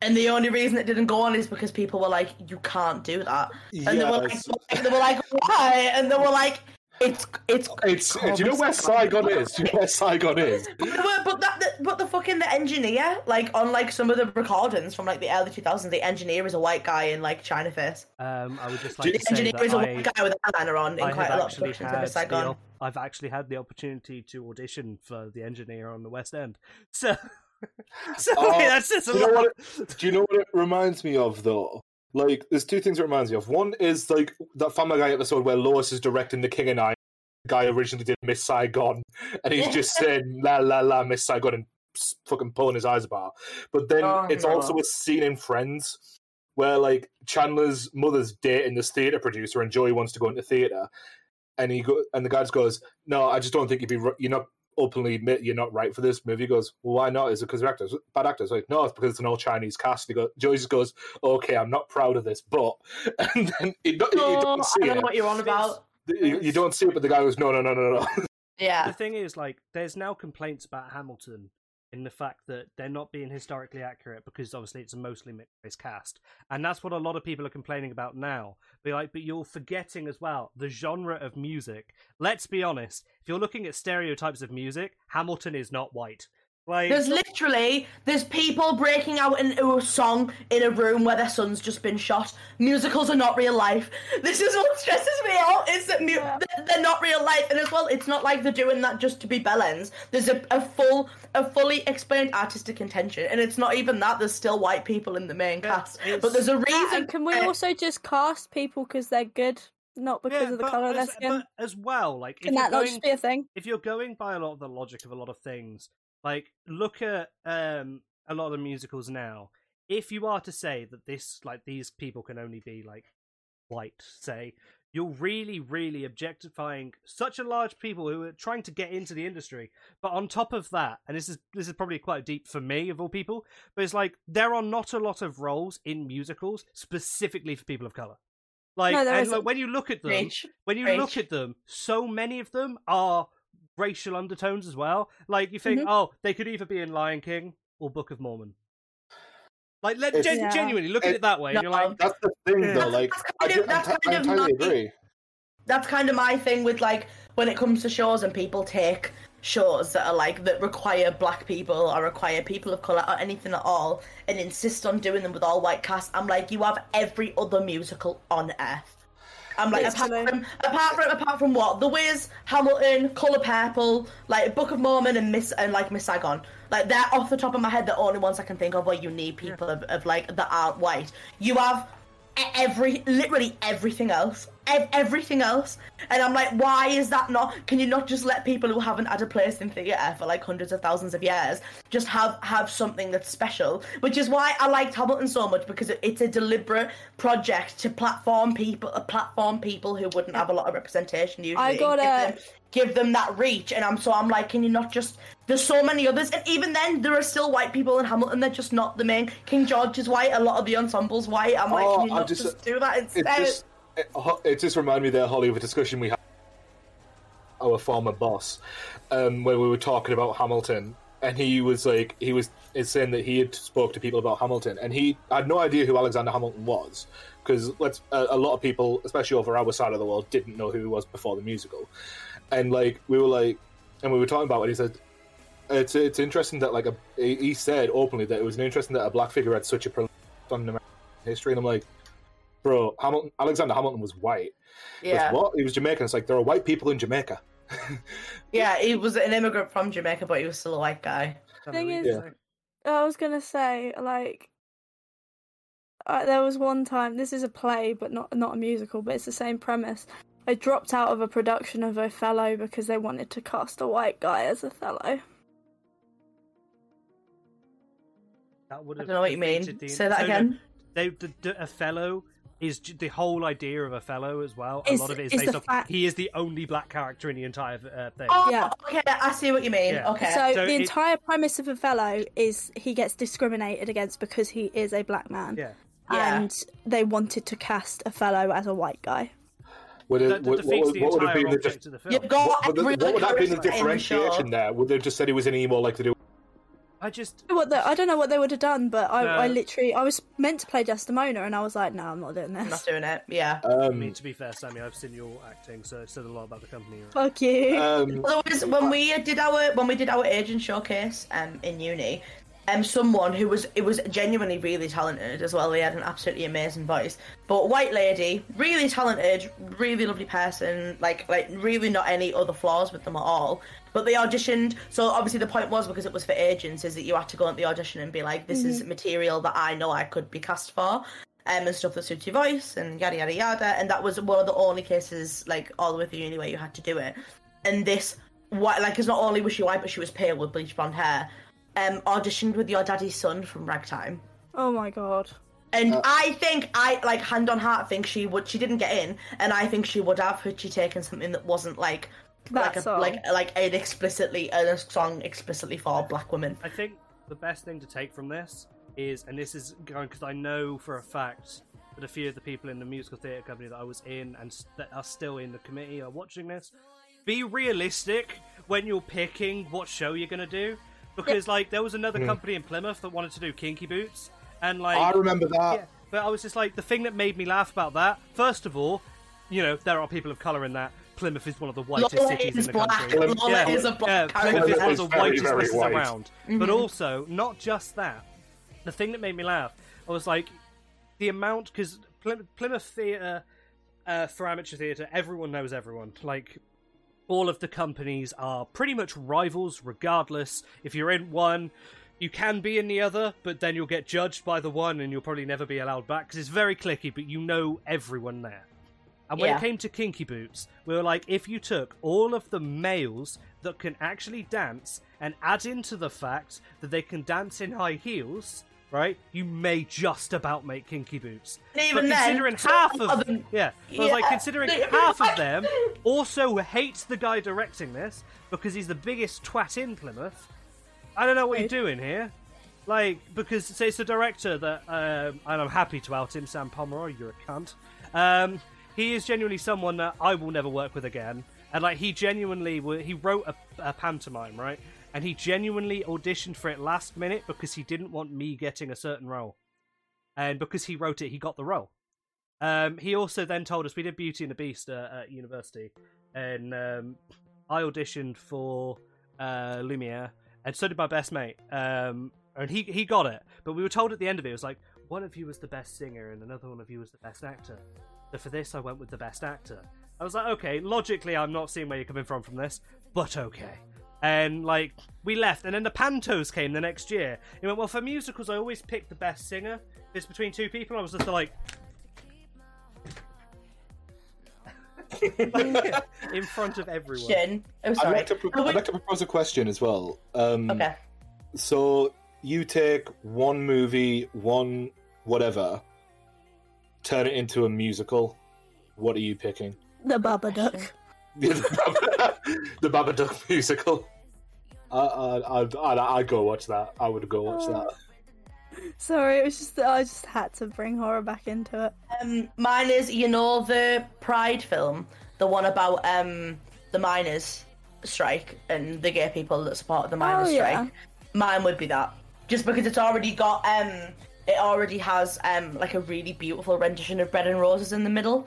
Speaker 3: And the only reason it didn't go on is because people were like, "You can't do that," and they were like,
Speaker 4: Yes.
Speaker 3: (laughs) "They were like, why?" And they were like, "It's it's
Speaker 4: It's. Do you know where Saigon is? Do you know where Saigon is?
Speaker 3: but, but- but that, the, but the fucking the engineer, like on like some of the recordings from like the early 2000s, the engineer is a white guy in like China face.
Speaker 2: Um, I would just
Speaker 4: Do
Speaker 2: like to
Speaker 4: you
Speaker 3: The
Speaker 2: say
Speaker 3: engineer is
Speaker 2: that
Speaker 3: a
Speaker 2: I,
Speaker 3: white guy with an eyeliner on in
Speaker 2: I
Speaker 3: quite
Speaker 2: have
Speaker 3: a lot of
Speaker 2: actually
Speaker 3: productions in
Speaker 2: had the,
Speaker 3: Saigon.
Speaker 2: op- I've actually had the opportunity to audition for the engineer on the West End. (laughs) So, so
Speaker 4: Oh,
Speaker 2: that's just a
Speaker 4: do you know
Speaker 2: lot.
Speaker 4: what Do you know what it reminds me of though? Like, there's two things it reminds me of. One is like that Family Guy episode where Lois is directing The King and (laughs) I. The guy originally did Miss Saigon, and he's just saying la la la Miss Saigon and s- fucking pulling his eyes apart. But then
Speaker 3: Oh,
Speaker 4: it's
Speaker 3: no.
Speaker 4: also a scene in Friends where like Chandler's mother's dating this theater producer, and Joey wants to go into theater, and he go and the guy just goes, "No, I just don't think you'd be ri- you're not." Openly admit you're not right for this movie. He goes, well, why not? Is it because they're actors, bad actors? Like, no, it's because it's an all Chinese cast. He goes, Joey just goes, okay, I'm not proud of this, but (laughs) and then it, it, you
Speaker 3: Oh,
Speaker 4: don't see
Speaker 3: I don't
Speaker 4: it.
Speaker 3: know what you're on about.
Speaker 4: You, you don't see it, but the guy goes, no, no, no, no, (laughs) no, no.
Speaker 3: Yeah.
Speaker 2: The thing is, like, there's now complaints about Hamilton in the fact that they're not being historically accurate because obviously it's a mostly mixed race cast, and that's what a lot of people are complaining about now. But like, but you're forgetting as well the genre of music. Let's be honest. If you're looking at stereotypes of music, Hamilton is not white. Like,
Speaker 3: There's literally there's people breaking out into a song in a room where their son's just been shot. Musicals are not real life. This is what stresses me out is that mu- they're- they're not real life, and as well, it's not like they're doing that just to be bellends. There's a, a full, a fully explained artistic intention, and it's not even that. There's still white people in the main cast,
Speaker 2: it's-
Speaker 3: but there's a reason.
Speaker 1: And can we
Speaker 3: for it.
Speaker 1: also just cast people because they're good, not because
Speaker 2: yeah,
Speaker 1: of the
Speaker 2: but
Speaker 1: colour of their
Speaker 2: as,
Speaker 1: skin?
Speaker 2: but as well, like, if
Speaker 1: Can
Speaker 2: you're
Speaker 1: that not
Speaker 2: going-
Speaker 1: just be a thing?
Speaker 2: if you're going by a lot of the logic of a lot of things, like look at um a lot of the musicals now. If you are to say that this like these people can only be like white, say, you're really, really objectifying such a large people who are trying to get into the industry. But on top of that, and this is this is probably quite deep for me of all people, but it's like there are not a lot of roles in musicals specifically for people of colour. Like,
Speaker 1: No, there
Speaker 2: and
Speaker 1: isn't.
Speaker 2: like when you look at them
Speaker 3: Rich.
Speaker 2: when you look
Speaker 3: Rach.
Speaker 2: at them, so many of them are racial undertones as well. Like you
Speaker 3: Mm-hmm.
Speaker 2: think, oh, they could either be in Lion King or Book of Mormon. Like, let,
Speaker 4: It's-
Speaker 2: gen-
Speaker 1: Yeah.
Speaker 2: genuinely look at it that way. and you're like,
Speaker 4: That's the thing,
Speaker 2: Yeah.
Speaker 4: though. Like,
Speaker 3: That's
Speaker 4: I,
Speaker 3: kind of-
Speaker 4: I,
Speaker 3: that's
Speaker 4: I,
Speaker 3: kind of
Speaker 4: entirely
Speaker 3: my-
Speaker 4: agree.
Speaker 3: that's kind of my thing with like when it comes to shows and people take shows that are like that require black people or require people of color or anything at all and insist on doing them with all white cast i'm like you have every other musical on earth i'm like apart
Speaker 1: Literally.
Speaker 3: from, apart from apart from what the wiz hamilton color purple like book of mormon and miss and like miss saigon like they're off the top of my head the only ones i can think of where you need people of, of like that aren't white you have e- every literally everything else ev- everything else and i'm like why is that not can you not just let people who haven't had a place in theatre for like hundreds of thousands of years just have have something that's special which is why i liked hamilton so much because it- it's a deliberate project to platform people uh, platform people who wouldn't have a lot of representation usually
Speaker 1: I
Speaker 3: and
Speaker 1: got
Speaker 3: give
Speaker 1: a-
Speaker 3: them- give them that reach and i'm so i'm like can you not just there's so many others and even then there are still white people in hamilton they're just not the main king george is white a lot of the ensembles white i'm like
Speaker 4: Oh,
Speaker 3: can you
Speaker 4: I
Speaker 3: not
Speaker 4: just-
Speaker 3: just, do that
Speaker 4: It
Speaker 3: instead
Speaker 4: just, it, ho- it just reminded me there, Holly, of a discussion we had with our former boss, um, where we were talking about Hamilton, and he was like, he was is saying that he had spoke to people about Hamilton, and he had no idea who Alexander Hamilton was, because let's a, a lot of people, especially over our side of the world, didn't know who he was before the musical, and like we were like, and we were talking about it. He said, it's it's interesting that like a, he he said openly that it was an interesting that a black figure had such a pronounced on American history, and I'm like, bro, Hamilton, Alexander Hamilton was white. He goes,
Speaker 3: yeah
Speaker 4: what? He was Jamaican. It's like there are white people in Jamaica. (laughs)
Speaker 3: yeah he was an immigrant from jamaica but he was still a white guy
Speaker 1: Thing
Speaker 2: Yeah.
Speaker 1: is- I was gonna say like uh, there was one time. This is a play, but not not a musical, but it's the same premise. I dropped out of a production of Othello because they wanted to cast a white guy as Othello.
Speaker 2: that would
Speaker 3: i
Speaker 2: have
Speaker 3: don't know what you mean
Speaker 2: defeated the-
Speaker 3: say that
Speaker 2: no, no,
Speaker 3: again
Speaker 2: They, the, the, Othello is j- the whole idea of Othello as well. A
Speaker 1: Is-
Speaker 2: lot of it is,
Speaker 1: is
Speaker 2: based
Speaker 1: the
Speaker 2: off.
Speaker 1: fact-
Speaker 2: He is the only black character in the entire uh, thing.
Speaker 3: oh
Speaker 1: Yeah.
Speaker 3: okay i see what you mean
Speaker 2: Yeah.
Speaker 3: okay
Speaker 1: So,
Speaker 2: So
Speaker 1: the
Speaker 2: it-
Speaker 1: entire premise of Othello is he gets discriminated against because he is a black man,
Speaker 2: Yeah.
Speaker 3: Yeah.
Speaker 1: and they wanted to cast Othello as a white guy.
Speaker 4: Would it,
Speaker 2: That, that
Speaker 4: would, what,
Speaker 2: defeats
Speaker 4: would-
Speaker 2: the
Speaker 4: what would have
Speaker 2: entire
Speaker 4: been the,
Speaker 2: object
Speaker 4: dif-
Speaker 2: of the film.
Speaker 3: you've got
Speaker 4: what, would
Speaker 3: every
Speaker 4: the- what would have been the
Speaker 3: character in the show.
Speaker 4: differentiation there? Would they have just said he was an emo like they do?
Speaker 2: I just
Speaker 1: What the, I don't know what they would have done, but I,
Speaker 2: No.
Speaker 1: I literally I was meant to play Desdemona, and I was like, no, I'm not doing
Speaker 3: I'm not
Speaker 1: this.
Speaker 3: doing it yeah
Speaker 2: I mean,
Speaker 4: Um,
Speaker 2: to be fair, Sammy, I've seen your acting, so it said a lot about the company. Right?
Speaker 1: Fuck you.
Speaker 4: um,
Speaker 3: Otherwise, when we did our when we did our agent showcase um in uni, um someone who was it was genuinely really talented as well. They had an absolutely amazing voice. But white lady, really talented, really lovely person. Like like really not any other flaws with them at all. But they auditioned. So obviously the point was because it was for agents is that you had to go on the audition and be like, this is material that I know I could be cast for um, and stuff that suits your voice and yada yada yada. And that was one of the only cases, like all the way through uni, where you had to do it. And this, what, like, because not only was she white, but she was pale with bleach blonde hair. um, auditioned with Your Daddy's Son from Ragtime.
Speaker 1: Oh my god.
Speaker 3: And
Speaker 4: Uh.
Speaker 3: I think I like hand on heart think she would she didn't get in, and I think she would have had she taken something that wasn't like
Speaker 1: That
Speaker 3: like a,
Speaker 1: song.
Speaker 3: like like an explicitly a song explicitly for black women.
Speaker 2: I think the best thing to take from this is, and this is going because I know for a fact that a few of the people in the musical theatre company that I was in and s- that are still in the committee are watching this. Be realistic when you're picking what show you're going to do, because like there was another company in Plymouth that wanted to do Kinky Boots, and like
Speaker 4: I remember that.
Speaker 2: yeah, but I was just like the thing that made me laugh about that. First of all, you know there are people of color in that. Plymouth is one of the whitest
Speaker 3: Lola
Speaker 2: cities
Speaker 3: is
Speaker 2: in the
Speaker 3: black.
Speaker 2: country.
Speaker 3: Lola is a
Speaker 2: yeah,
Speaker 3: black character. Mm-hmm.
Speaker 2: Plymouth is one of the
Speaker 4: Plymouth is very,
Speaker 2: whitest
Speaker 4: very
Speaker 2: places
Speaker 4: white.
Speaker 2: around. But also, not just that. The thing that made me laugh, I was like, the amount because Plymouth Theatre uh, for amateur theatre, everyone knows everyone. Like all of the companies are pretty much rivals, regardless. If you're in one, you can be in the other, but then you'll get judged by the one, and you'll probably never be allowed back because it's very clicky. But you know everyone there. And when
Speaker 3: Yeah.
Speaker 2: it came to Kinky Boots, we were like, if you took all of the males that can actually dance and add into the fact that they can dance in high heels, right, you may just about make Kinky Boots.
Speaker 3: And even
Speaker 2: But
Speaker 3: then,
Speaker 2: considering
Speaker 3: some
Speaker 2: half of
Speaker 3: of
Speaker 2: them,
Speaker 3: them-
Speaker 2: yeah, I was like
Speaker 3: Yeah.
Speaker 2: considering half of them also hates the guy directing this because he's the biggest twat in Plymouth. I don't know what you're doing here. Like, because so it's the director that, um, and I'm happy to out him, Sam Pomeroy, you're a cunt. Um, he is genuinely someone that I will never work with again. And, like, he genuinely, wa- he wrote a, a pantomime, right? And he genuinely auditioned for it last minute because he didn't want me getting a certain role. And because he wrote it, he got the role. Um, he also then told us we did Beauty and the Beast uh, at university, and um, I auditioned for uh, Lumiere, and so did my best mate. Um, and he he got it, but we were told at the end of it, it was like one of you was the best singer and another one of you was the best actor. So for this, I went with the best actor. I was like, okay, logically, I'm not seeing where you're coming from from this, but okay. And like we left, and then the Pantos came the next year. He went, well, for musicals, I always pick the best singer. If it's between two people, I was just like. (laughs) in front of everyone.
Speaker 3: Shin. Oh,
Speaker 4: I'd
Speaker 3: sorry.
Speaker 4: like, to pro-
Speaker 3: Oh, wait.
Speaker 4: I'd like to propose a question as well. Um,
Speaker 3: Okay.
Speaker 4: So you take one movie, one whatever, turn it into a musical. What are you picking?
Speaker 1: The Babadook.
Speaker 4: (laughs) the Bab- the Babadook musical. I, I, I'd, I'd, I'd go watch that. I would go watch that.
Speaker 3: Oh,
Speaker 1: Sorry, it was just I just had to bring horror back into it.
Speaker 3: Um, mine is you know the Pride film, the one about um the miners strike and the gay people that supported the miners
Speaker 1: Oh, yeah.
Speaker 3: strike. Mine would be that, just because it's already got um it already has um like a really beautiful rendition of Bread and Roses in the middle.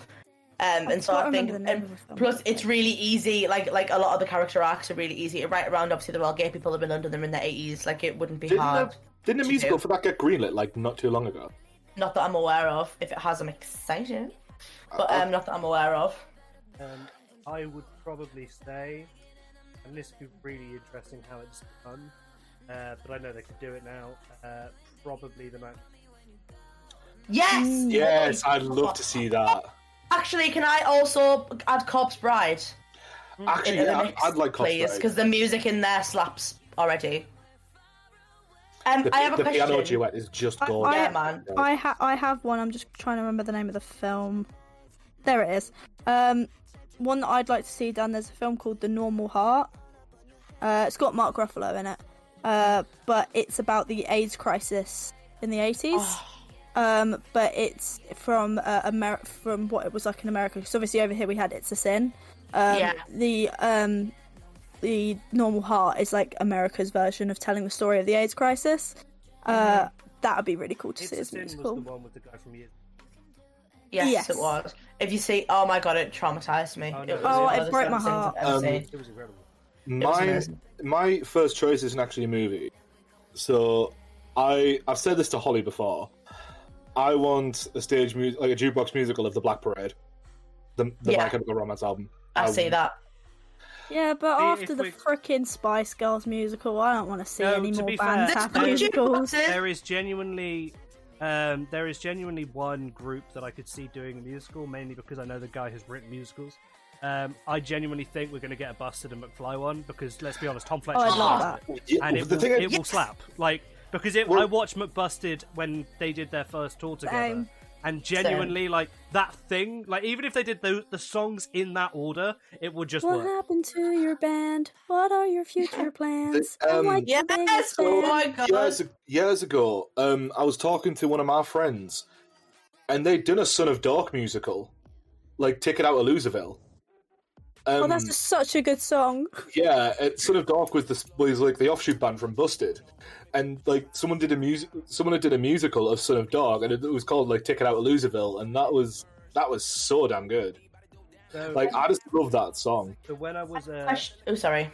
Speaker 3: Um, and so
Speaker 1: can't
Speaker 3: I think,
Speaker 1: remember the name
Speaker 3: and
Speaker 1: of the film.
Speaker 3: plus it's really easy. Like like a lot of the character arcs are really easy. Right around, obviously, they're all gay people have been under them in the eighties. Like it wouldn't be
Speaker 4: Didn't
Speaker 3: hard.
Speaker 4: a, didn't a
Speaker 3: to
Speaker 4: musical
Speaker 3: do.
Speaker 4: for that get greenlit like not too long ago?
Speaker 3: Not that I'm aware of. If it has, I'm excited. But
Speaker 4: I-
Speaker 3: um, not that I'm aware of.
Speaker 2: Um, I would probably say, and this would be really interesting how it's done, uh, but I know they could do it now. Uh, probably the match.
Speaker 3: Yes.
Speaker 1: Mm.
Speaker 4: Yes, I'd love to see that.
Speaker 3: Actually, can I also add Corpse Bride
Speaker 4: Actually,
Speaker 3: into the
Speaker 4: yeah, I'd,
Speaker 3: mix,
Speaker 4: I'd like
Speaker 3: please?
Speaker 4: cosplay.
Speaker 3: Because the music in there slaps already. Um,
Speaker 4: The,
Speaker 3: I have a
Speaker 4: the
Speaker 3: question.
Speaker 4: piano duet is just
Speaker 1: I-
Speaker 4: gorgeous.
Speaker 3: Yeah, man.
Speaker 1: I ha- I have one. I'm just trying to remember the name of the film. There it is. Um, one that I'd like to see done. There's a film called The Normal Heart. Uh, it's got Mark Ruffalo in it, uh, but it's about the AIDS crisis in the 80s.
Speaker 3: Oh.
Speaker 1: Um, but it's from uh, Amer- from what it was like in America. Because obviously over here we had It's a Sin. Um,
Speaker 3: Yeah.
Speaker 1: The um, the Normal Heart is like America's version of telling the story of the AIDS crisis. Uh, that would be really cool to
Speaker 2: It's
Speaker 1: see
Speaker 2: a
Speaker 1: as a
Speaker 2: Sin was
Speaker 1: musical.
Speaker 2: the one with the guy from years.
Speaker 3: Yes,
Speaker 1: Yes.
Speaker 3: it was. If you see, oh my god, it traumatized me.
Speaker 2: Oh, no,
Speaker 3: was
Speaker 2: it
Speaker 3: one
Speaker 2: was-
Speaker 3: of
Speaker 1: Oh, it
Speaker 3: the
Speaker 1: broke my
Speaker 3: saddest things
Speaker 1: heart.
Speaker 3: I've ever
Speaker 4: Um,
Speaker 3: seen.
Speaker 2: It was incredible.
Speaker 3: was
Speaker 4: my
Speaker 3: amazing.
Speaker 4: my first choice isn't actually a movie. So I I've said this to Holly before. I want a stage music like a jukebox musical of the Black Parade, the the
Speaker 3: Yeah.
Speaker 4: My Chemical Romance album.
Speaker 3: I
Speaker 4: Um,
Speaker 3: see that.
Speaker 1: Yeah, but
Speaker 2: See,
Speaker 1: after
Speaker 2: if
Speaker 1: the
Speaker 2: we-
Speaker 1: frickin' Spice Girls musical, I don't want to see
Speaker 2: No,
Speaker 1: any
Speaker 2: to
Speaker 1: more
Speaker 2: be
Speaker 1: bands
Speaker 2: fair-
Speaker 1: have
Speaker 2: That's
Speaker 1: musicals.
Speaker 2: There is genuinely, um, there is genuinely one group that I could see doing a musical, mainly because I know the guy has written musicals. Um, I genuinely think we're going to get a Busted and McFly one because let's be honest, Tom Fletcher
Speaker 1: Oh, I'd
Speaker 2: will
Speaker 1: love
Speaker 2: slap.
Speaker 1: that.
Speaker 4: Yeah,
Speaker 2: and it,
Speaker 4: the
Speaker 2: will,
Speaker 4: thing I-
Speaker 2: it will slap. Like because it,
Speaker 4: Well-
Speaker 2: I watched McBusted when they did their first tour together,
Speaker 1: Same.
Speaker 2: and genuinely like that thing. Like even if they did the the songs in that order, it would just
Speaker 1: What
Speaker 2: work.
Speaker 1: happened to your band? What are your
Speaker 2: (laughs)
Speaker 1: future plans?
Speaker 4: um,
Speaker 1: I like the
Speaker 3: Yes,
Speaker 1: biggest
Speaker 3: oh
Speaker 1: band.
Speaker 3: my god.
Speaker 4: years, years ago, um, I was talking to one of my friends, and they'd done a Son of Dark musical, like Take It Out of Loserville. Um,
Speaker 1: Oh, that's just such a good song.
Speaker 4: yeah, it, Son of Dark was the was like the offshoot band from Busted, and like someone did a music, someone did a musical of Son of Dark, and it, was called like Take It Out of Loserville, and that was that was so damn good.
Speaker 2: So,
Speaker 4: Like I just love that song.
Speaker 2: so when I was uh,
Speaker 3: Question- Oh, sorry.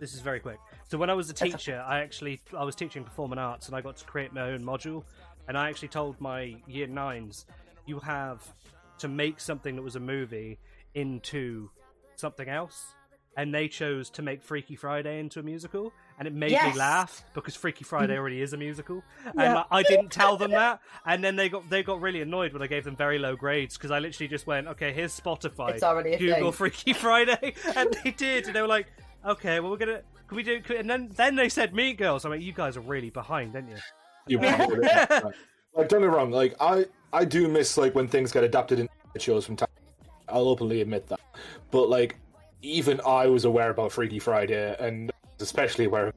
Speaker 2: this is very quick. So when I was a teacher, I actually I was teaching performing arts, and I got to create my own module. And I actually told my year nines, you have to make something that was a movie into something else. And they chose to make Freaky Friday into a musical, and it made
Speaker 3: Yes.
Speaker 2: me laugh because Freaky Friday already is a musical,
Speaker 1: Yeah.
Speaker 2: and like, I didn't tell them that. And then they got they got really annoyed when I gave them very low grades because I literally just went, "Okay, here's Spotify,
Speaker 3: It's already a
Speaker 2: Google
Speaker 3: thing.
Speaker 2: Freaky (laughs) Friday, and they did, and they were like, "Okay, well, we're gonna can we do?" And then then they said Meat Girls. I'm like, "You guys are really behind, aren't you?"
Speaker 4: You Like, don't get me wrong. Like, I I do miss like when things get adapted into shows from time. I'll openly admit that. But like, even I was aware about Freaky Friday, and especially aware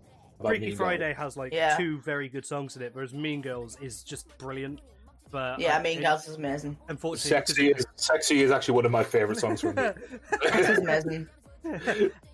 Speaker 4: about
Speaker 2: Freaky
Speaker 4: Mean Girls.
Speaker 2: Friday has like
Speaker 3: Yeah.
Speaker 2: two very good songs in it, whereas Mean Girls is just brilliant. But
Speaker 3: Yeah,
Speaker 2: uh,
Speaker 3: I mean,
Speaker 2: it-
Speaker 3: girls is amazing.
Speaker 2: Unfortunately,
Speaker 4: Sexy is sexy is actually one of my favorite songs
Speaker 2: (laughs)
Speaker 4: from it.
Speaker 3: Girls is
Speaker 4: (laughs)
Speaker 3: amazing.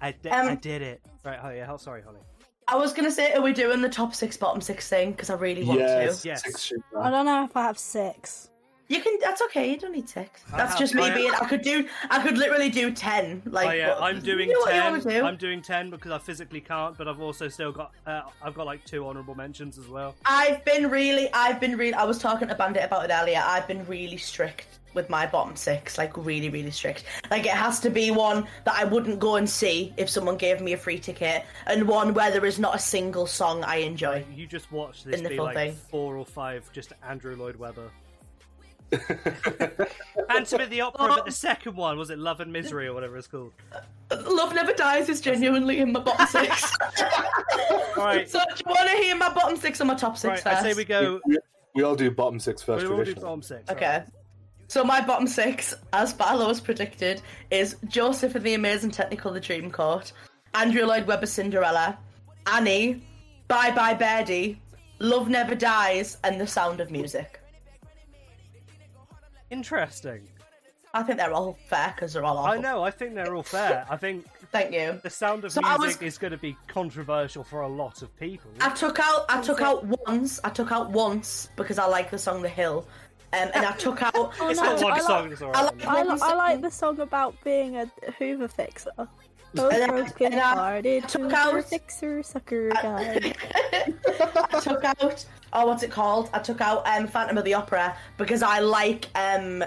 Speaker 2: I, di-
Speaker 3: Um,
Speaker 2: I did it. Right, oh, yeah, oh, sorry, Holly.
Speaker 3: I was gonna say, are we doing the top six, bottom six thing? Because I really want
Speaker 4: yes,
Speaker 3: to.
Speaker 2: Yes.
Speaker 4: Six Shoes,
Speaker 1: I
Speaker 4: man.
Speaker 1: don't know if I have six.
Speaker 3: You can. That's okay. You don't need six.
Speaker 2: I
Speaker 3: That's
Speaker 2: have-
Speaker 3: just me
Speaker 2: I-
Speaker 3: being. I could do. I could literally do ten. Like.
Speaker 2: oh yeah,
Speaker 3: what-
Speaker 2: I'm doing
Speaker 3: you know What you
Speaker 2: ten.
Speaker 3: wanna do?
Speaker 2: I'm doing ten because I physically can't, but I've also still got uh, I've got like two honorable mentions as well.
Speaker 3: I've been really, I've been really. I was talking to Bandit about it earlier. I've been really strict with my bottom six, like really, really strict. Like it has to be one that I wouldn't go and see if someone gave me a free ticket, and one where there is not a single song I enjoy.
Speaker 2: You just watched this
Speaker 3: In the
Speaker 2: be
Speaker 3: full
Speaker 2: like
Speaker 3: thing.
Speaker 2: four or five, just Andrew Lloyd Webber. Phantom of the Opera,
Speaker 3: (laughs)
Speaker 2: but the second one was it Love and Misery or whatever it's called.
Speaker 3: Love Never Dies is genuinely in my bottom six.
Speaker 2: (laughs) All right,
Speaker 3: so, do you want to hear my bottom six or my top six
Speaker 2: right. I say
Speaker 3: first?
Speaker 2: we go.
Speaker 4: We, we all do bottom six first.
Speaker 2: We all do
Speaker 4: traditionally.
Speaker 2: Psalm six. right?
Speaker 3: Okay. So my bottom six, as Barlow's predicted, is Joseph and the Amazing Technical The Dream Court, Andrew Lloyd Webber Cinderella, Annie, Bye Bye Birdie, Love Never Dies, and The Sound of Music.
Speaker 2: Interesting.
Speaker 3: I think they're all fair because they're all awful.
Speaker 2: I know. I think they're all fair. I think
Speaker 3: Thank you.
Speaker 2: the sound of
Speaker 3: So I
Speaker 2: music
Speaker 3: was-
Speaker 2: is going to be controversial for a lot of people.
Speaker 3: I took out I took out once. I took out once because I like the song The Hill. Um, and I took out
Speaker 2: It's
Speaker 1: no,
Speaker 2: not
Speaker 1: I
Speaker 2: one
Speaker 1: like-
Speaker 2: song. It's
Speaker 3: I
Speaker 2: alright.
Speaker 3: like,
Speaker 1: I, li- I like the song about being a Hoover fixer. Oh,
Speaker 3: then-
Speaker 1: broken
Speaker 4: uh,
Speaker 3: and I
Speaker 1: hearted
Speaker 3: took
Speaker 1: Hoover
Speaker 3: out-
Speaker 1: fixer, sucker guy.
Speaker 3: I took out oh what's it called? I took out um Phantom of the Opera because I like um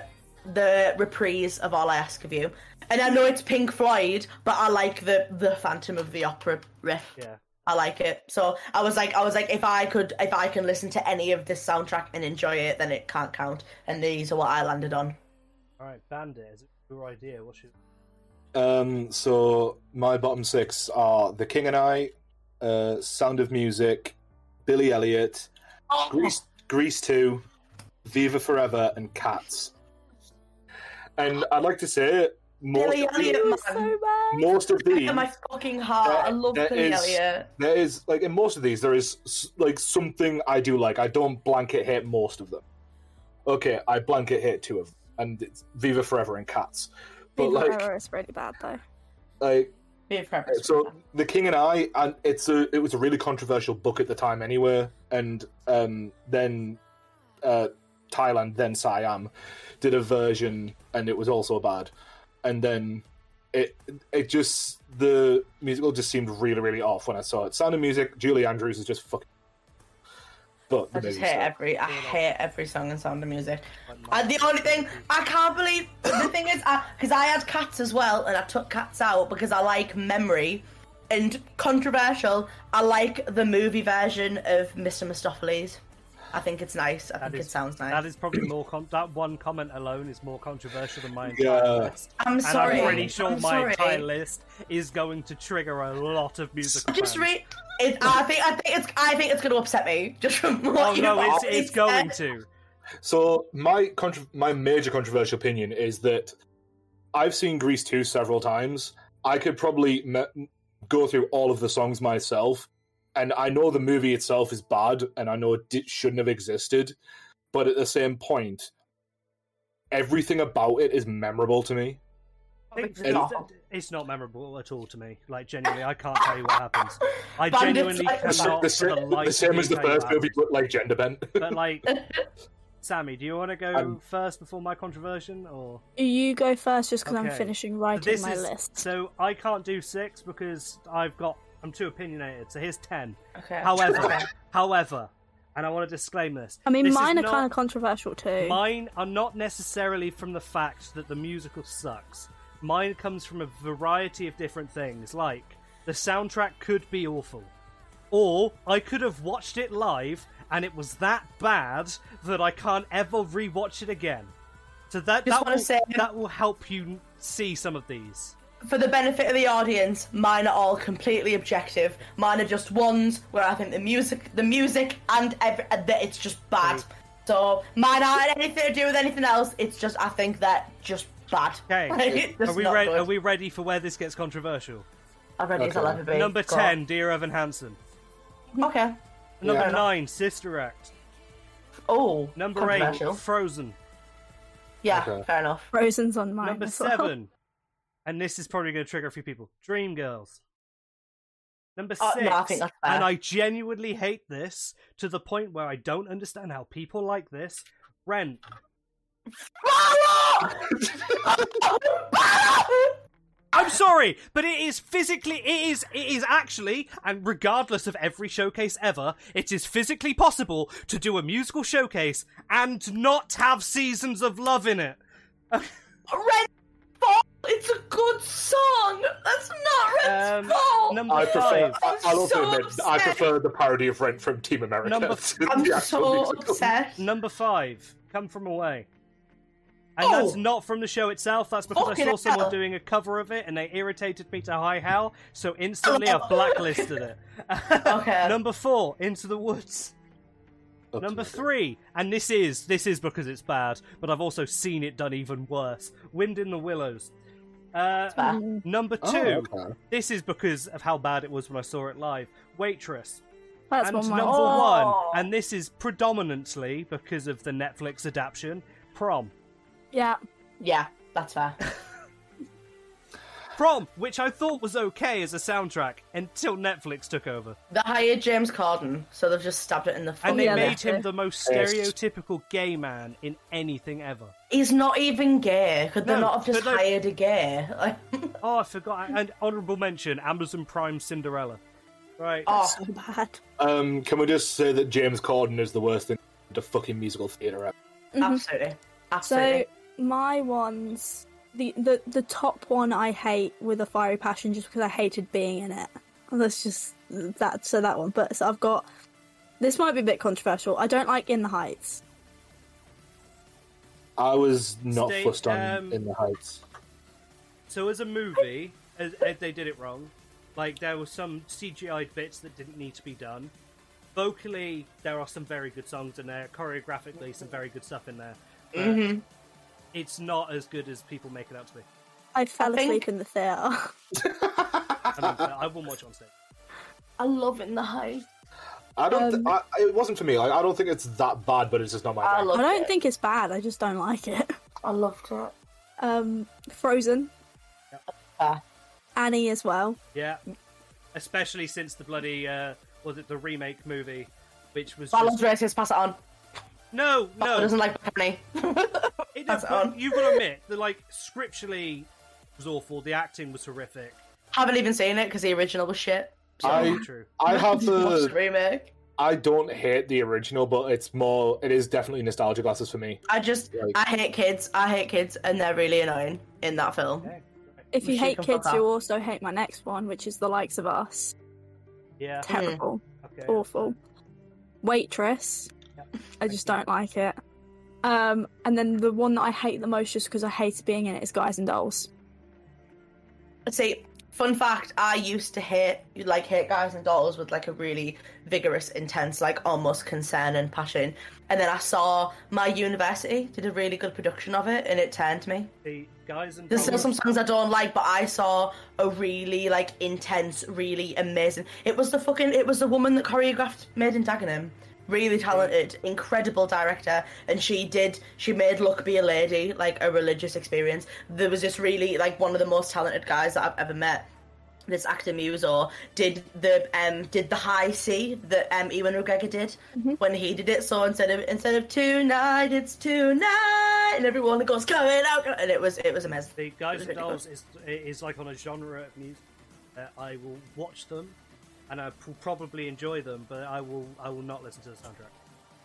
Speaker 3: the reprise of All I Ask of You. And I know it's Pink Floyd, but I like the the Phantom of the Opera riff.
Speaker 2: Yeah.
Speaker 3: I like it. So I was like I was like if I could if I can listen to any of this soundtrack and enjoy it then it can't count. And these are what I landed on.
Speaker 2: All right, Bandit. Is it your idea? What should?
Speaker 4: Um, so my bottom six are The King and I, uh, Sound of Music, Billy Elliot, Grease, Grease Two, Viva Forever, and Cats. And I'd like to say most,
Speaker 3: Billy Elliot
Speaker 1: It
Speaker 3: man.
Speaker 1: was so bad.
Speaker 4: most of these
Speaker 3: In (laughs) my fucking heart. I love
Speaker 4: That- that
Speaker 3: Billy
Speaker 4: is-
Speaker 3: Elliot.
Speaker 4: there is like in most of these there is s- like something I do like. I don't blanket hate most of them. Okay, I blanket hate two of them, and it's Viva Forever and Cats. But
Speaker 1: Viva
Speaker 4: like,
Speaker 1: Aurora is really bad though.
Speaker 4: like
Speaker 3: Be forever.
Speaker 4: So the King and I, and it's a it was a really controversial book at the time anyway, and um, then uh, Thailand, then Siam, did a version, and it was also bad, and then it it just the musical just seemed really really off when I saw it. Sound of Music, Julie Andrews is just fucking. But the
Speaker 3: I just
Speaker 4: movie's
Speaker 3: hate
Speaker 4: still-
Speaker 3: every. I hate every song and Sound of Music. And the only thing I can't believe the thing is, because I, had cats as well, and I took cats out because I like memory. And controversial, I like the movie version of Mr. Mistopheles. I think it's nice. I
Speaker 2: That
Speaker 3: think
Speaker 2: is-
Speaker 3: it sounds nice.
Speaker 2: That is probably more con- that one comment alone is more controversial than my entire
Speaker 4: Yeah.
Speaker 2: list.
Speaker 3: I'm sorry.
Speaker 2: And I'm pretty sure
Speaker 3: I'm
Speaker 2: my
Speaker 3: sorry.
Speaker 2: entire list is going to trigger a lot of musical.
Speaker 3: Just
Speaker 2: fans.
Speaker 3: re- it, I think I think it's I think it's going to upset me just from what
Speaker 2: Oh
Speaker 3: you've
Speaker 2: no, it's,
Speaker 3: already
Speaker 2: it's going
Speaker 3: said.
Speaker 2: to.
Speaker 4: So my contro- my major controversial opinion is that I've seen Grease 2 several times. I could probably me- go through all of the songs myself, and I know the movie itself is bad, and I know it di- shouldn't have existed. But at the same point, everything about it is memorable to me.
Speaker 2: It's
Speaker 3: It's
Speaker 2: not.
Speaker 3: not.
Speaker 2: it's not memorable at all to me. Like genuinely, I can't tell you what happens.
Speaker 3: (laughs)
Speaker 2: I
Speaker 3: Bandits
Speaker 2: genuinely
Speaker 3: like
Speaker 4: The,
Speaker 3: It's
Speaker 4: sa-
Speaker 2: cannot.
Speaker 4: the
Speaker 2: for the,
Speaker 4: sa-
Speaker 2: life
Speaker 4: the
Speaker 2: of
Speaker 4: same
Speaker 2: me
Speaker 4: as the
Speaker 2: tell you
Speaker 4: first
Speaker 2: what
Speaker 4: movie,
Speaker 2: happens.
Speaker 4: but like gender bent.
Speaker 2: But
Speaker 3: (laughs)
Speaker 2: like, Sammy, do you want to go
Speaker 4: Um,
Speaker 2: first before my controversial, or
Speaker 1: You go first, just because I'm
Speaker 2: Okay.
Speaker 1: finishing writing
Speaker 2: this
Speaker 1: my
Speaker 2: is
Speaker 1: list.
Speaker 2: so I can't do six because I've got I'm too opinionated. So here's ten.
Speaker 3: Okay.
Speaker 2: However,
Speaker 3: (laughs) Okay.
Speaker 2: however, and I want to disclaim this.
Speaker 1: I mean,
Speaker 2: this is
Speaker 1: mine are
Speaker 2: not-
Speaker 1: kind of controversial too.
Speaker 2: Mine are not necessarily from the fact that the musical sucks. Mine comes from a variety of different things, like the soundtrack could be awful, or I could have watched it live and it was that bad that I can't ever rewatch it again. So that
Speaker 3: Just
Speaker 2: that
Speaker 3: wanna
Speaker 2: will,
Speaker 3: say-
Speaker 2: that will help you see some of these.
Speaker 3: for the benefit of the audience, mine are all completely objective. Mine are just ones where I think the music, the music, and every, uh, that it's just
Speaker 2: Mm.
Speaker 3: bad. So mine aren't anything to do with anything else. It's just I think that just bad. (laughs)
Speaker 2: Okay,
Speaker 3: Just
Speaker 2: are we
Speaker 3: not
Speaker 2: ready?
Speaker 3: good.
Speaker 2: Are we ready for where this gets controversial?
Speaker 3: I'm ready as
Speaker 4: Okay.
Speaker 3: I'll ever be.
Speaker 2: Number
Speaker 3: Go.
Speaker 2: ten, Dear Evan Hansen.
Speaker 3: Okay.
Speaker 2: Number
Speaker 4: Yeah.
Speaker 2: nine, Sister Act.
Speaker 3: Oh.
Speaker 2: Number eight,
Speaker 3: controversial.
Speaker 2: Frozen.
Speaker 3: Yeah.
Speaker 4: Okay.
Speaker 3: Fair enough.
Speaker 1: Frozen's on mine.
Speaker 2: Number
Speaker 1: as
Speaker 3: (laughs)
Speaker 1: well.
Speaker 2: seven, and this is probably going to trigger a few people. Dream Girls. Number
Speaker 3: Uh,
Speaker 2: six,
Speaker 3: no, I think that's fair.
Speaker 2: and I genuinely hate this to the point where I don't understand how people like this. Rent.
Speaker 3: (laughs)
Speaker 2: (laughs) I'm sorry, but it is physically, it is, it is actually, and regardless of every showcase ever, it is physically possible to do a musical showcase and not have Seasons of Love in it.
Speaker 3: Red's fault. It's a good song. That's not Red's
Speaker 2: Um,
Speaker 3: fault.
Speaker 2: number
Speaker 4: (laughs) I prefer.
Speaker 2: five.
Speaker 4: I,
Speaker 3: I'm
Speaker 4: I'll also
Speaker 3: so
Speaker 4: admit, I
Speaker 3: upset.
Speaker 4: prefer the parody of Rent from Team America.
Speaker 2: Number-
Speaker 4: (laughs) to the
Speaker 3: I'm
Speaker 4: actual
Speaker 3: so (laughs)
Speaker 4: musical.
Speaker 3: upset.
Speaker 2: Number five, Come From Away. And
Speaker 3: Oh!
Speaker 2: that's not from the show itself, that's because
Speaker 3: Fucking
Speaker 2: I saw someone
Speaker 3: hell.
Speaker 2: doing a cover of it and they irritated me to high hell, so instantly
Speaker 3: (laughs)
Speaker 2: I blacklisted it.
Speaker 3: Okay.
Speaker 2: Number four, Into the Woods.
Speaker 4: Up to
Speaker 2: Number
Speaker 4: you.
Speaker 2: three, and this is this is because it's bad, but I've also seen it done even worse. Wind in the Willows. Uh,
Speaker 3: Fair.
Speaker 2: number two,
Speaker 4: Oh, okay.
Speaker 2: this is because of how bad it was when I saw it live. Waitress
Speaker 1: (laughs) That's
Speaker 2: and
Speaker 1: one of mine.
Speaker 2: number
Speaker 3: Oh.
Speaker 2: one, and this is predominantly because of the Netflix adaptation, Prom.
Speaker 1: Yeah.
Speaker 3: Yeah, that's fair.
Speaker 2: Prom, which I thought was okay as a soundtrack until Netflix took over.
Speaker 3: They hired James Corden, so they've just stabbed it in the
Speaker 2: And
Speaker 3: foot.
Speaker 2: they
Speaker 1: Oh, yeah,
Speaker 2: made
Speaker 1: that's
Speaker 2: him
Speaker 1: it.
Speaker 2: the most
Speaker 4: Yes.
Speaker 2: stereotypical gay man in anything ever.
Speaker 3: He's not even gay. Could
Speaker 2: No,
Speaker 3: they not have just
Speaker 2: but, like-
Speaker 3: hired a gay?
Speaker 2: (laughs)
Speaker 3: Like,
Speaker 2: Oh, I forgot. And honorable mention Amazon Prime Cinderella. Right.
Speaker 3: oh,
Speaker 1: So bad.
Speaker 4: Um, can we just say that James Corden is the worst thing to fucking musical theatre ever?
Speaker 2: Mm-hmm.
Speaker 3: absolutely,
Speaker 1: So
Speaker 3: absolutely.
Speaker 1: my ones, the, the the top one I hate with a fiery passion, just because I hated being in it. And That's just that. So that one, but so I've got. This might be a bit controversial. I don't like In the Heights.
Speaker 4: I was not
Speaker 2: Stay-
Speaker 4: fussed on
Speaker 2: um,
Speaker 4: in the heights.
Speaker 2: So as a movie, as, as they did it wrong. Like there were some CGI bits that didn't need to be done. Vocally, there are some very good songs in there. Choreographically, some very good stuff in there. But It's not as good as people make it out to be.
Speaker 1: I fell
Speaker 3: I think-
Speaker 1: asleep in the (laughs) theatre.
Speaker 2: I, mean, I wouldn't watch it on stage.
Speaker 3: I love In the Heights.
Speaker 4: I don't. thi- I, it wasn't for me. I, I don't think it's that bad, but it's just not my.
Speaker 3: um, I
Speaker 4: bag.
Speaker 1: I
Speaker 3: loved
Speaker 1: don't
Speaker 3: it.
Speaker 1: think it's bad. I just don't like it.
Speaker 3: I loved it.
Speaker 1: Um, Frozen,
Speaker 3: Fair.
Speaker 1: Annie as well.
Speaker 2: Yeah, especially since the bloody uh, was it the remake movie, which was
Speaker 3: I
Speaker 2: just...
Speaker 3: loved races. Pass it on.
Speaker 2: no,
Speaker 3: No,
Speaker 2: no,
Speaker 3: doesn't like Penny.
Speaker 2: It
Speaker 3: That's
Speaker 2: is, but
Speaker 3: on.
Speaker 2: you will admit that, like, scripturally was awful. The acting was horrific.
Speaker 3: Haven't even seen it because the original was shit. So,
Speaker 4: I-
Speaker 2: True.
Speaker 4: I
Speaker 3: (laughs)
Speaker 4: have
Speaker 3: watch the
Speaker 4: the.
Speaker 3: remake.
Speaker 4: I don't hate the original, but it's more. It is definitely nostalgia glasses for me.
Speaker 3: I just,
Speaker 4: Right.
Speaker 3: I hate kids. I hate kids, and they're really annoying in that film.
Speaker 1: If you
Speaker 3: She
Speaker 1: hate
Speaker 3: can fuck
Speaker 1: kids, you
Speaker 3: off.
Speaker 1: also hate my next one, which is The Likes of Us.
Speaker 2: Yeah.
Speaker 3: Mm-hmm.
Speaker 1: Terrible,
Speaker 2: Okay.
Speaker 1: awful. Waitress, I just don't like it. Um, and then the one that I hate the most, just because I hated being in it, is Guys and Dolls.
Speaker 3: See, fun fact: I used to hate, like, hate guys and dolls with like a really vigorous, intense, like, almost concern and passion. And then I saw my university did a really good production of it, and it turned me.
Speaker 2: The guys and
Speaker 3: There's still
Speaker 2: dolls.
Speaker 3: some songs I don't like, but I saw a really like intense, really amazing. It was the fucking. It was the woman that choreographed Maiden Dagenham. Really talented, incredible director, and she did. She made "Look Be a Lady" like a religious experience. There was just really like one of the most talented guys that I've ever met. This actor Muso did the um did the high C that um Ewan McGregor did when he did it. So instead of instead of tonight, it's tonight, and everyone goes coming out, and it was it was amazing.
Speaker 2: The Guys
Speaker 3: It was
Speaker 2: and
Speaker 3: really
Speaker 2: Dolls
Speaker 3: good.
Speaker 2: is, is like on a genre of music. Uh, I will watch them, and I will probably enjoy them, but I will I will not listen to the soundtrack.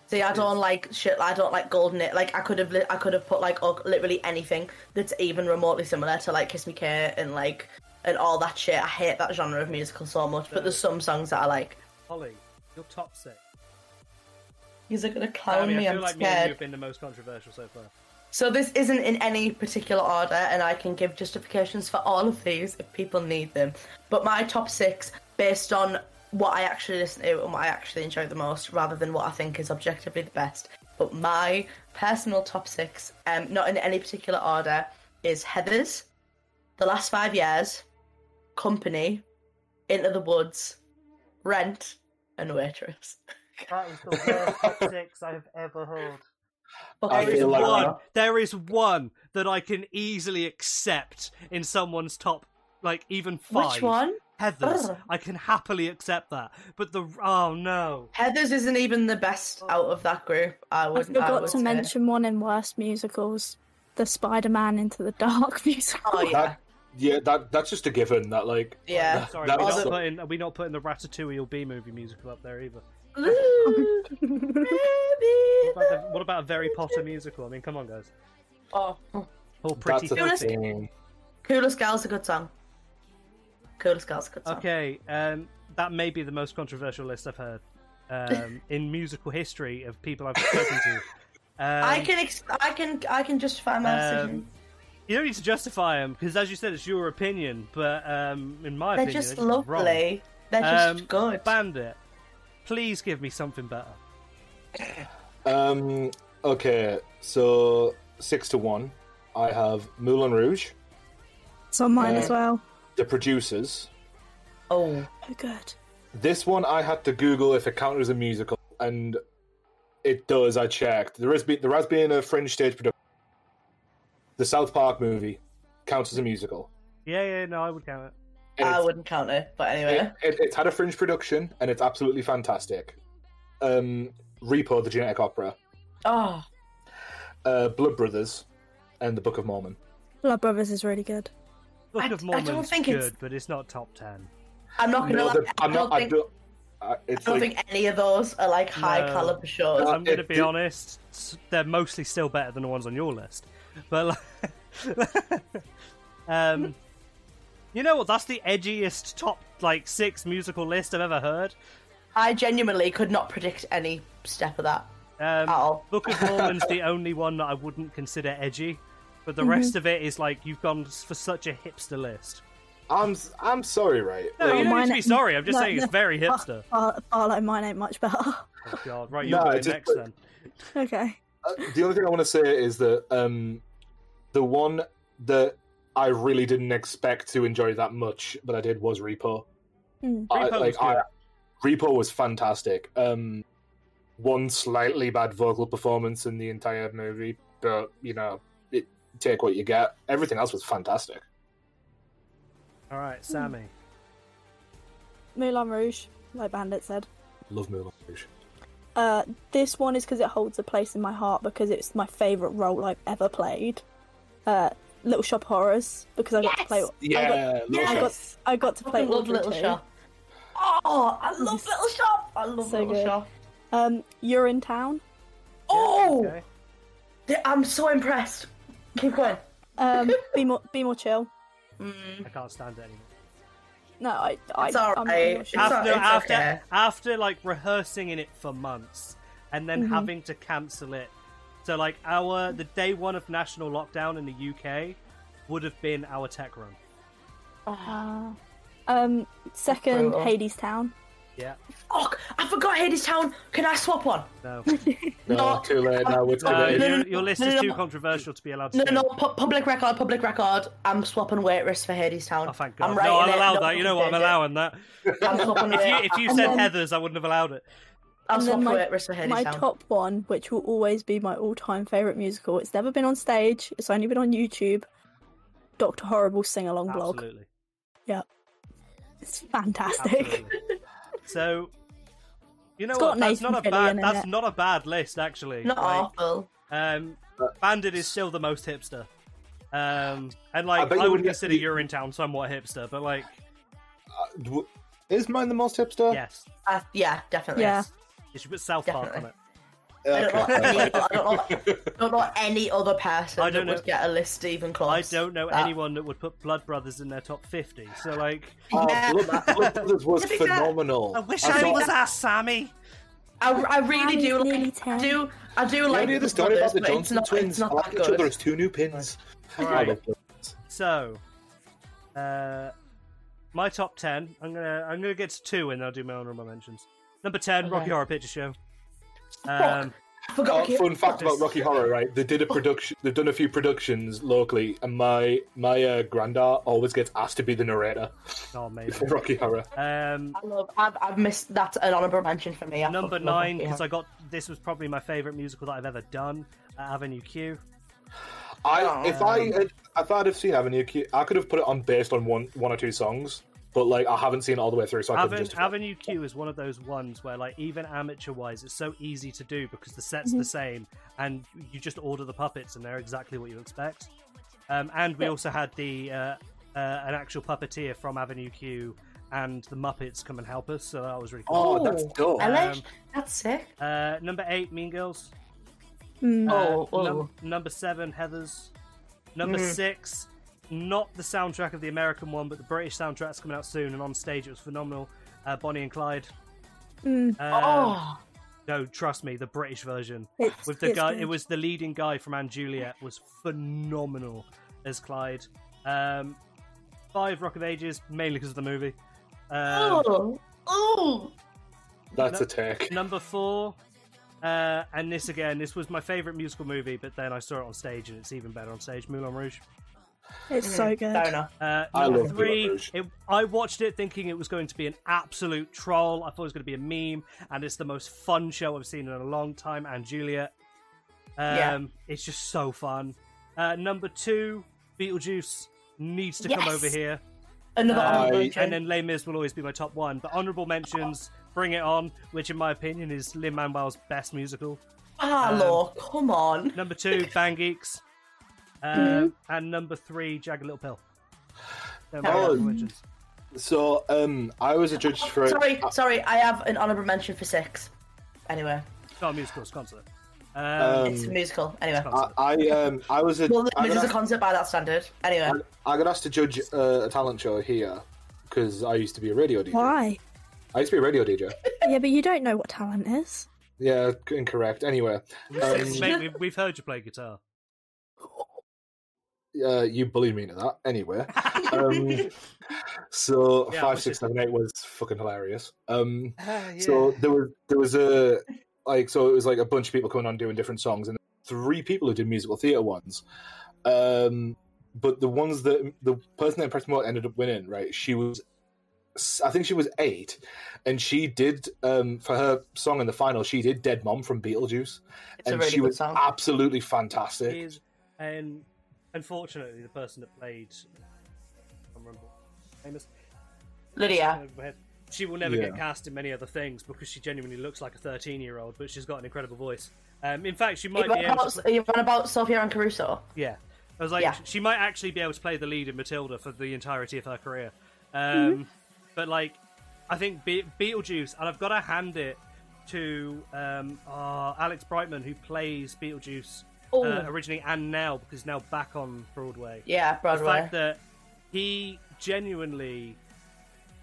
Speaker 3: See, I don't like shit. I don't like golden. It like I could have, li- I could have put like oh, literally anything that's even remotely similar to like Kiss Me Kate and like and all that shit. I hate that genre of musical so much. But there's some songs that I like.
Speaker 2: Holly, your top six.
Speaker 3: He's gonna
Speaker 2: I
Speaker 3: clown
Speaker 2: mean,
Speaker 3: me.
Speaker 2: I feel
Speaker 3: I'm
Speaker 2: like me and you
Speaker 3: scared.
Speaker 2: have been the most controversial so far.
Speaker 3: So this isn't in any particular order, and I can give justifications for all of these if people need them. But my top six, based on what I actually listen to and what I actually enjoy the most, rather than what I think is objectively the best. But my personal top six, um, not in any particular order, is Heather's, The Last Five Years, Company, Into the Woods, Rent, and Waitress.
Speaker 2: That was the worst top six I've ever heard.
Speaker 3: Okay,
Speaker 4: I
Speaker 2: There
Speaker 4: feel
Speaker 2: is
Speaker 4: like-
Speaker 2: one. There is one that I can easily accept in someone's top, like even five.
Speaker 3: which one?
Speaker 2: Heather's.
Speaker 3: Ugh.
Speaker 2: I can happily accept that, but the oh no.
Speaker 3: Heather's isn't even the best out of that group. I
Speaker 1: Oh. I
Speaker 3: wouldn't. I
Speaker 1: forgot
Speaker 3: would
Speaker 1: to
Speaker 3: say. (laughs)
Speaker 1: mention one in worst musicals, the Spider-Man Into the Dark (laughs) musical.
Speaker 3: Oh yeah,
Speaker 4: That, yeah, that that's just a given. That like,
Speaker 3: yeah.
Speaker 2: Sorry,
Speaker 4: That
Speaker 2: we're
Speaker 4: was
Speaker 2: not
Speaker 4: the-
Speaker 2: putting are we not putting the Ratatouille or B movie musical up there either?
Speaker 3: Ooh,
Speaker 2: What about, the, what about a Harry Potter musical? I mean, come on, guys.
Speaker 3: oh.
Speaker 2: Or pretty.
Speaker 3: (laughs)
Speaker 4: that's a
Speaker 3: Jonas-
Speaker 4: thing.
Speaker 3: Coolest Gal's a good song. Coolest Gal's a good song.
Speaker 2: Okay, um, that may be the most controversial list I've heard
Speaker 3: (laughs)
Speaker 2: um, in musical history of people I've spoken to. Um,
Speaker 3: I can ex- I can I can justify my decision.
Speaker 2: um, you don't need to justify them because, as you said, it's your opinion. But um, in my
Speaker 3: They're
Speaker 2: opinion, they're
Speaker 3: just
Speaker 2: just wrong.
Speaker 3: lovely. They're just
Speaker 2: Um,
Speaker 3: good.
Speaker 2: Bandit, please give me something better.
Speaker 4: Um, okay, so six to one. I have Moulin Rouge,
Speaker 1: It's on mine
Speaker 4: Yeah.
Speaker 1: as well.
Speaker 4: The Producers.
Speaker 3: oh,
Speaker 1: Oh, good.
Speaker 4: This one I had to Google if it counted as a musical, and it does. I checked. There is be, there has been a fringe stage production. The South Park movie counts as a musical.
Speaker 2: Yeah, yeah, no, I would count it.
Speaker 4: And
Speaker 3: I
Speaker 4: it's-
Speaker 3: wouldn't count it. But anyway,
Speaker 4: it, it, it's had a fringe production, and it's absolutely fantastic. Um, Repo, the Genetic Opera,
Speaker 3: oh,
Speaker 4: uh, Blood Brothers, and the Book of Mormon.
Speaker 1: Blood Brothers is really good.
Speaker 2: Book
Speaker 3: I-
Speaker 2: of
Speaker 3: I don't
Speaker 2: Mormon's
Speaker 3: think
Speaker 2: good,
Speaker 3: it's-
Speaker 2: but it's not top ten.
Speaker 3: I'm not gonna.
Speaker 4: No,
Speaker 3: lie.
Speaker 4: the-
Speaker 3: I
Speaker 4: I'm
Speaker 3: don't
Speaker 4: not. I
Speaker 3: think I
Speaker 4: don't. I, it's
Speaker 3: don't
Speaker 4: like,
Speaker 3: think any of those are like high
Speaker 2: No.
Speaker 3: caliber shows.
Speaker 4: Uh,
Speaker 2: I'm going to
Speaker 4: it-
Speaker 2: be
Speaker 4: it-
Speaker 2: honest; s- they're mostly still better than the ones on your list. But, like, (laughs) um, you know what? That's the edgiest top like six musical list I've ever heard.
Speaker 3: I genuinely could not predict any step of that.
Speaker 2: Um,
Speaker 4: Ah.
Speaker 3: Oh.
Speaker 2: Book of Mormon's the only one that I wouldn't consider edgy, but the
Speaker 1: Mm-hmm.
Speaker 2: rest of it is like you've gone s- for such a hipster list.
Speaker 4: I'm. s- I'm sorry, right?
Speaker 2: No,
Speaker 4: Like,
Speaker 2: you don't need
Speaker 1: mine-
Speaker 2: to be sorry. I'm just
Speaker 1: no,
Speaker 2: saying it's
Speaker 1: no. Ah.
Speaker 2: very hipster.
Speaker 1: Far- Farlight mine ain't much better. (laughs)
Speaker 2: Oh, God, right, you're
Speaker 4: No,
Speaker 2: going
Speaker 4: it's just-
Speaker 2: next then.
Speaker 1: okay.
Speaker 4: uh, the only thing I want to say is that um, the one that I really didn't expect to enjoy that much, but I did was Repo.
Speaker 1: Hmm.
Speaker 4: I-
Speaker 2: Repo was
Speaker 4: like, I-
Speaker 2: good.
Speaker 4: Repo was fantastic. Um, one slightly bad vocal performance in the entire movie, but you know, it, take what you get. Everything else was fantastic.
Speaker 2: All right, Sammy.
Speaker 1: Moulin Rouge, like Bandit said.
Speaker 4: Love Moulin Rouge.
Speaker 1: Uh, this one is because it holds a place in my heart because it's my favourite role I've ever played. Uh, Little Shop of Horrors because I got to
Speaker 3: Yes!
Speaker 1: play. I got,
Speaker 4: Yeah,
Speaker 3: yeah,
Speaker 4: Little
Speaker 1: I
Speaker 4: Shop.
Speaker 1: got, I got to play.
Speaker 3: I love
Speaker 1: Audrey
Speaker 3: Little
Speaker 1: too.
Speaker 3: Shop. Oh, I love Little Shop. I love
Speaker 1: So
Speaker 3: Little
Speaker 1: good.
Speaker 3: Shop.
Speaker 1: Um, You're in Town.
Speaker 3: Oh,
Speaker 2: Okay.
Speaker 3: th- I'm so impressed. Keep going. (laughs)
Speaker 1: Um, be more, be more chill.
Speaker 2: I can't stand it anymore.
Speaker 1: No, I, I,
Speaker 3: It's
Speaker 1: I'm not
Speaker 3: alright.
Speaker 1: really sure.
Speaker 3: It's
Speaker 2: after
Speaker 3: all- it's
Speaker 2: after
Speaker 3: okay.
Speaker 2: after like rehearsing in it for months and
Speaker 1: Mm-hmm.
Speaker 2: then having to cancel it. So like our the day one of national lockdown in the UK would have been our tech run.
Speaker 1: Uh, Um, second,
Speaker 4: Brutal.
Speaker 1: Hades Town.
Speaker 2: Yeah.
Speaker 3: Fuck! I forgot Hades Town. Can I swap one?
Speaker 2: No.
Speaker 1: (laughs)
Speaker 4: No,
Speaker 3: No.
Speaker 4: too late. Now we're too
Speaker 2: Uh,
Speaker 4: late.
Speaker 3: no,
Speaker 2: um, your,
Speaker 3: no,
Speaker 2: your list
Speaker 3: no,
Speaker 2: is
Speaker 3: no,
Speaker 2: too
Speaker 3: no.
Speaker 2: controversial to be allowed to
Speaker 3: No,
Speaker 2: say.
Speaker 3: no, pu- public record, public record. I'm swapping waitress for Hades Town.
Speaker 2: Oh, thank God.
Speaker 3: I'm
Speaker 2: no,
Speaker 3: writing
Speaker 2: I'll
Speaker 3: it.
Speaker 2: allow
Speaker 3: No,
Speaker 2: that. You know what? I'm
Speaker 3: change it.
Speaker 2: allowing that.
Speaker 3: I'm
Speaker 2: (laughs)
Speaker 3: swapping
Speaker 2: If you,
Speaker 3: wait-
Speaker 2: if you
Speaker 3: I'm
Speaker 2: said
Speaker 3: on-
Speaker 2: Heather's, I wouldn't have allowed it.
Speaker 3: I'm
Speaker 1: And then
Speaker 3: swapping
Speaker 1: my-
Speaker 3: waitress for Hades
Speaker 1: My
Speaker 3: Town.
Speaker 1: top one, which will always be my all-time favorite musical. It's never been on stage. It's only been on YouTube. Doctor Horrible sing-along blog. (laughs)
Speaker 2: Absolutely.
Speaker 1: It's fantastic.
Speaker 2: Absolutely. so, you know
Speaker 1: It's got
Speaker 2: what? That's
Speaker 1: Nathan
Speaker 2: not a
Speaker 1: Fillion
Speaker 2: bad.
Speaker 1: in
Speaker 2: That's
Speaker 1: it.
Speaker 2: not a bad list, actually.
Speaker 3: Not
Speaker 2: Like,
Speaker 3: awful.
Speaker 2: um, Bandit is still the most hipster. Um, and
Speaker 4: I
Speaker 2: like,
Speaker 4: bet
Speaker 2: I,
Speaker 4: you
Speaker 2: would
Speaker 4: wouldn't
Speaker 2: consider
Speaker 4: get the-
Speaker 2: Urinetown somewhat hipster, but like,
Speaker 4: W- Is mine the most hipster?
Speaker 2: yes,
Speaker 3: Uh, yeah,
Speaker 1: (laughs)
Speaker 3: definitely.
Speaker 1: Yeah.
Speaker 2: you should put South Park on
Speaker 3: Definitely.
Speaker 2: it.
Speaker 3: I don't know
Speaker 4: Okay.
Speaker 3: any. (laughs) I don't know, I don't know any other person
Speaker 2: I don't
Speaker 3: that
Speaker 2: know-
Speaker 3: would get a list even
Speaker 2: I
Speaker 3: close.
Speaker 2: don't know
Speaker 3: That-
Speaker 2: anyone that would put Blood Brothers in their top fifty. So like,
Speaker 4: Oh,
Speaker 3: Yeah.
Speaker 4: Blood, Blood Brothers was
Speaker 3: I think that-
Speaker 4: phenomenal.
Speaker 2: I wish
Speaker 4: thought-
Speaker 2: I was our Sammy.
Speaker 3: I, I really do
Speaker 1: Nearly
Speaker 3: like. I
Speaker 1: ten.
Speaker 3: do. I do
Speaker 4: You
Speaker 3: like.
Speaker 4: only had the
Speaker 3: Brothers,
Speaker 4: story about the
Speaker 3: but it's
Speaker 4: Johnson
Speaker 3: not-
Speaker 4: twins.
Speaker 3: It's not
Speaker 4: I like
Speaker 3: that
Speaker 4: each
Speaker 3: good.
Speaker 4: other as two new pins.
Speaker 2: All
Speaker 4: I
Speaker 2: right.
Speaker 4: love them.
Speaker 2: So, uh, my top ten. I'm gonna I'm gonna get to two, and I'll do my honorable mentions. Number ten, Rocky
Speaker 3: Okay.
Speaker 2: Horror Picture Show. Um,
Speaker 3: I forgot.
Speaker 4: Oh, fun fact about Rocky Horror, right? They did a production. They've done a few productions locally, and my my uh, granddad always gets asked to be the narrator
Speaker 2: oh,
Speaker 4: for
Speaker 2: amazing.
Speaker 4: Rocky Horror.
Speaker 2: Um,
Speaker 3: I love. I've, I've missed. That's an honourable mention for me. I
Speaker 2: number
Speaker 3: fucking love
Speaker 2: nine,
Speaker 3: Rocky
Speaker 2: because
Speaker 3: Horror.
Speaker 2: I got this was probably my favorite musical that I've ever done. At Avenue Q.
Speaker 4: I if I had, if I'd have seen Avenue Q, I could have put it on based on one one or two songs, but like I haven't seen it all the way through, so I couldn't
Speaker 2: Aven-
Speaker 4: just.
Speaker 2: Avenue Q is one of those ones where, like, even amateur-wise, it's so easy to do because the set's
Speaker 4: Mm-hmm.
Speaker 2: the same, and you just order the puppets, and they're exactly what you expect. Um, and we also had the uh, uh, an actual puppeteer from Avenue Q and the Muppets come and help us, so that was really cool.
Speaker 4: Oh, that's
Speaker 3: Ooh,
Speaker 4: dope.
Speaker 3: I like-
Speaker 2: Um,
Speaker 3: That's sick.
Speaker 2: Uh, number eight, Mean Girls.
Speaker 1: Mm.
Speaker 3: Oh,
Speaker 2: Uh, num-
Speaker 3: oh.
Speaker 2: number seven, Heather's. Number
Speaker 3: Mm.
Speaker 2: six, not the soundtrack of the American one, but the British soundtrack's coming out soon, and on stage it was phenomenal. Uh, Bonnie and Clyde.
Speaker 1: Mm.
Speaker 2: Um,
Speaker 3: oh,
Speaker 2: No, trust me, the British version
Speaker 1: It's-
Speaker 2: with the
Speaker 1: it's
Speaker 2: guy.
Speaker 1: good.
Speaker 2: It was the leading guy from Anne Juliet was phenomenal as Clyde. Um, five Rock of Ages mainly because of the movie. Um,
Speaker 3: oh, oh.
Speaker 4: That's a take.
Speaker 2: Number four, uh, and this again. This was my favorite musical movie, but then I saw it on stage, and it's even better on stage. Moulin Rouge.
Speaker 1: It's so good.
Speaker 3: Fair enough.
Speaker 2: Uh,
Speaker 4: I
Speaker 2: number
Speaker 4: love Moulin
Speaker 2: three,
Speaker 4: Rouge.
Speaker 2: it, I watched it thinking it was going to be an absolute troll. I thought it was going to be a meme, and it's the most fun show I've seen in a long time. And Juliet, um,
Speaker 3: Yeah.
Speaker 2: it's just so fun. Uh, number two, Beetlejuice needs to come
Speaker 3: Yes!
Speaker 2: over here,
Speaker 3: Another
Speaker 2: Um,
Speaker 3: honourable
Speaker 4: I-
Speaker 3: mention.
Speaker 2: and then Les Mis will always be my top one. But honorable mentions, Bring It On, which in my opinion is Lin Manuel's best musical. um,
Speaker 3: Hello, Ah, come on.
Speaker 2: Number
Speaker 4: (laughs)
Speaker 2: two, Bang Geeks, um,
Speaker 4: Mm-hmm.
Speaker 2: and number three, Jagged Little Pill. They're my
Speaker 3: Oh.
Speaker 2: honorable mentions.
Speaker 4: So um, I was a judge for.
Speaker 3: Sorry, sorry. I have an honourable mention for six. Anyway,
Speaker 2: It's not a musical, it's a concert. Um,
Speaker 4: Um,
Speaker 3: it's a musical. Anyway,
Speaker 4: I, I um I was a.
Speaker 3: well,
Speaker 4: I
Speaker 3: this
Speaker 4: got
Speaker 3: is a
Speaker 4: asked-
Speaker 3: concert by that standard. Anyway,
Speaker 4: I got asked to judge uh, a talent show here because I used to be a radio DJ.
Speaker 1: Why?
Speaker 4: I used to be a radio DJ.
Speaker 1: Yeah, but you don't know what talent is.
Speaker 4: Yeah, incorrect. Anyway, um,
Speaker 2: Mate, we've, we've heard you play
Speaker 4: (laughs)
Speaker 2: guitar.
Speaker 4: uh, you bullied me into that. Anyway, um, so
Speaker 2: Yeah,
Speaker 4: five,
Speaker 2: we
Speaker 4: six,
Speaker 2: should-
Speaker 4: seven, eight was fucking hilarious. Um, So there was there was a like so it was like a bunch of people coming on doing different songs and three people who did musical theatre ones. Um, but the ones that the person that impressed me more ended up winning. Right, she was. I think she was eight, and she did um, for her song in the final. She did "Dead Mom" from Beetlejuice,
Speaker 3: It's a
Speaker 4: and
Speaker 3: really
Speaker 4: she
Speaker 3: good
Speaker 4: was
Speaker 3: song.
Speaker 4: absolutely fantastic.
Speaker 2: Is, and unfortunately, the person that played, I can't remember, what her name is,
Speaker 3: Lydia.
Speaker 2: over my head. she will never get
Speaker 4: Yeah.
Speaker 2: cast in many other things because she genuinely looks like a 13 year old, but she's got an incredible voice. Um, in fact, she might
Speaker 3: You
Speaker 2: be
Speaker 3: run
Speaker 2: able to
Speaker 3: about, you run about Sophia and Caruso.
Speaker 2: Yeah. I was like,
Speaker 3: Yeah.
Speaker 2: she might actually be able to play the lead in Matilda for the entirety of her career. Um,
Speaker 3: Mm-hmm.
Speaker 2: But, like, I think Be- Beetlejuice, and I've got to hand it to um, uh, Alex Brightman, who plays Beetlejuice
Speaker 3: Oh.
Speaker 2: uh, originally and now, because now back on Broadway
Speaker 3: Yeah,
Speaker 2: the
Speaker 3: Broadway.
Speaker 2: fact that he genuinely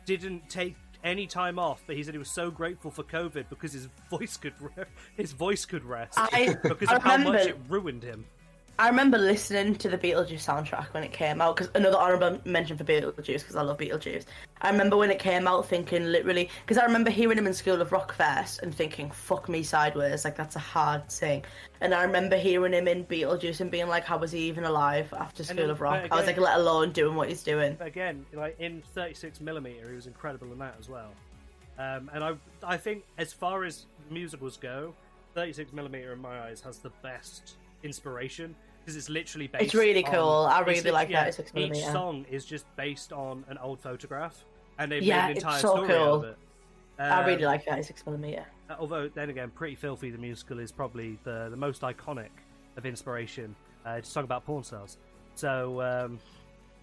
Speaker 2: didn't take any time off, but he said he was so grateful for COVID because his voice could re- (laughs) his voice could rest
Speaker 3: I-
Speaker 2: because
Speaker 3: I
Speaker 2: of how much
Speaker 3: remember-
Speaker 2: it ruined him.
Speaker 3: I remember listening to the Beetlejuice soundtrack when it came out because another honorable mention for Beetlejuice because I love Beetlejuice. I remember when it came out thinking literally because I remember hearing him in School of Rock Fest and thinking "fuck me sideways" like that's a hard thing. And I remember hearing him in Beetlejuice and being like, "How was he even alive after School
Speaker 2: then-
Speaker 3: of Rock?"
Speaker 2: but
Speaker 3: I was Um, like,
Speaker 2: again-
Speaker 3: "Let alone doing what he's doing."
Speaker 2: again, like in 36 millimeter, he was incredible in that as well. Um, and I, I think as far as musicals go, 36 millimeter in my eyes has the best inspiration because it's literally based.
Speaker 3: really
Speaker 2: on-
Speaker 3: cool. I
Speaker 2: it's
Speaker 3: really
Speaker 2: lit-
Speaker 3: like
Speaker 2: yeah,
Speaker 3: 36
Speaker 2: Each
Speaker 3: millimeter.
Speaker 2: song is just based on an old photograph, and they've made
Speaker 3: Yeah,
Speaker 2: an
Speaker 3: it's
Speaker 2: entire
Speaker 3: so
Speaker 2: story out of
Speaker 3: cool.
Speaker 2: it.
Speaker 3: I
Speaker 2: Um,
Speaker 3: really like 36 millimeter.
Speaker 2: uh, although then again, Pretty Filthy the musical is probably the the most iconic of inspiration. Uh, it's a song about porn stars. So um,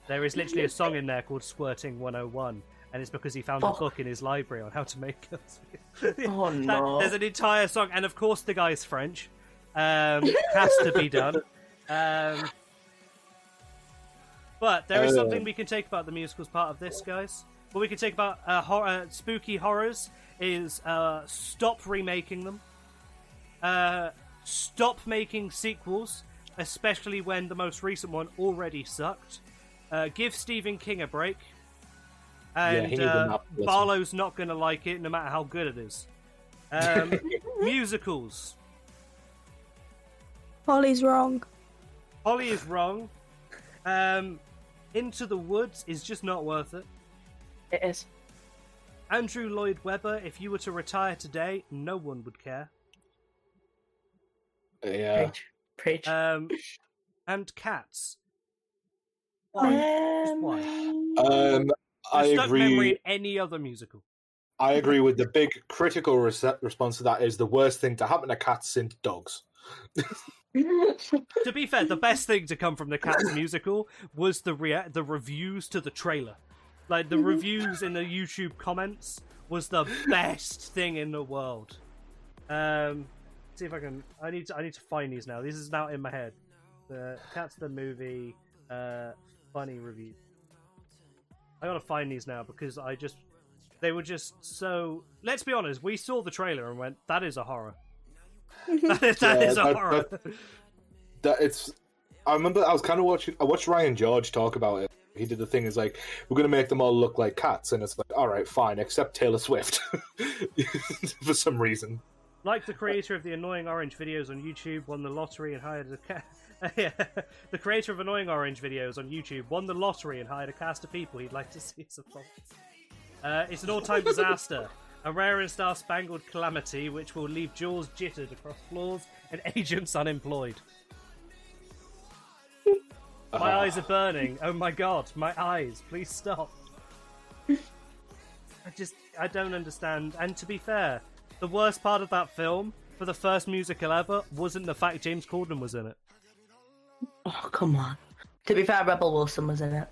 Speaker 2: there is literally a song in there called Squirting 101, and it's because he found a
Speaker 3: Fuck.
Speaker 2: book in his library on how to make (laughs) girls.
Speaker 3: Oh,
Speaker 2: That-
Speaker 3: no.
Speaker 2: There's an entire song, and of course the guy's French. Um, has to be
Speaker 3: (laughs)
Speaker 2: done. Um, but there is
Speaker 4: Uh.
Speaker 2: something we can take about the musicals part of this, guys. What we can take about uh, horror, spooky horrors is uh, stop remaking them. Uh, stop making sequels, especially when the most recent one already sucked. Uh, give Stephen King a break. And
Speaker 4: he needs a
Speaker 2: uh,
Speaker 4: nap, bless him.
Speaker 2: Barlow's not going to like it, no matter how good it is. Um,
Speaker 4: (laughs)
Speaker 2: musicals.
Speaker 1: Polly's wrong.
Speaker 2: Holly is wrong. Um, Into the Woods is just not worth it.
Speaker 3: It is.
Speaker 2: Andrew Lloyd Webber, if you were to retire today, no one would care.
Speaker 4: Yeah.
Speaker 3: Preach. Preach.
Speaker 2: Um, and cats. Why? Just
Speaker 3: Um,
Speaker 2: why?
Speaker 4: Um, I
Speaker 2: There's stuck memory in
Speaker 4: agree.
Speaker 2: any other musical.
Speaker 4: I agree with the big critical rese- response to that is the worst thing to happen to cats since dogs.
Speaker 3: Um, (laughs)
Speaker 2: To be fair, the best thing to come from the Cats (laughs) musical was the rea- the reviews to the trailer. Like the reviews in the YouTube comments was the best thing in the world. Um, see if I can. I need to. I need to find these now. This is now in my head. The Cats the movie uh, funny review. I gotta find these now because I just they were just so. Let's be honest. We saw the trailer and went, "That is a horror." (laughs) that is, that
Speaker 4: Yeah,
Speaker 2: is a
Speaker 4: that-
Speaker 2: horror.
Speaker 4: That it's. I remember I was kind of watching. I watched Ryan George talk about it. He did the thing is like we're gonna make them all look like cats, and it's like all right, fine, except Taylor Swift (laughs) for some reason.
Speaker 2: Like the creator of the annoying orange videos on YouTube, won the lottery and hired a ca- (laughs) yeah. the creator of annoying orange videos on YouTube won the lottery and hired a cast of people he'd like to (laughs) see as a prompt. Uh, it's an all-time disaster, a rare and star-spangled calamity which will leave jaws jittered across floors and (laughs) agents unemployed. My eyes are burning. Oh my god, my eyes! Please stop. I just I don't understand. And to be fair, the worst part of that film for the first musical ever wasn't the fact James Corden was in it.
Speaker 3: Oh, come on. To be fair, Rebel Wilson was in it.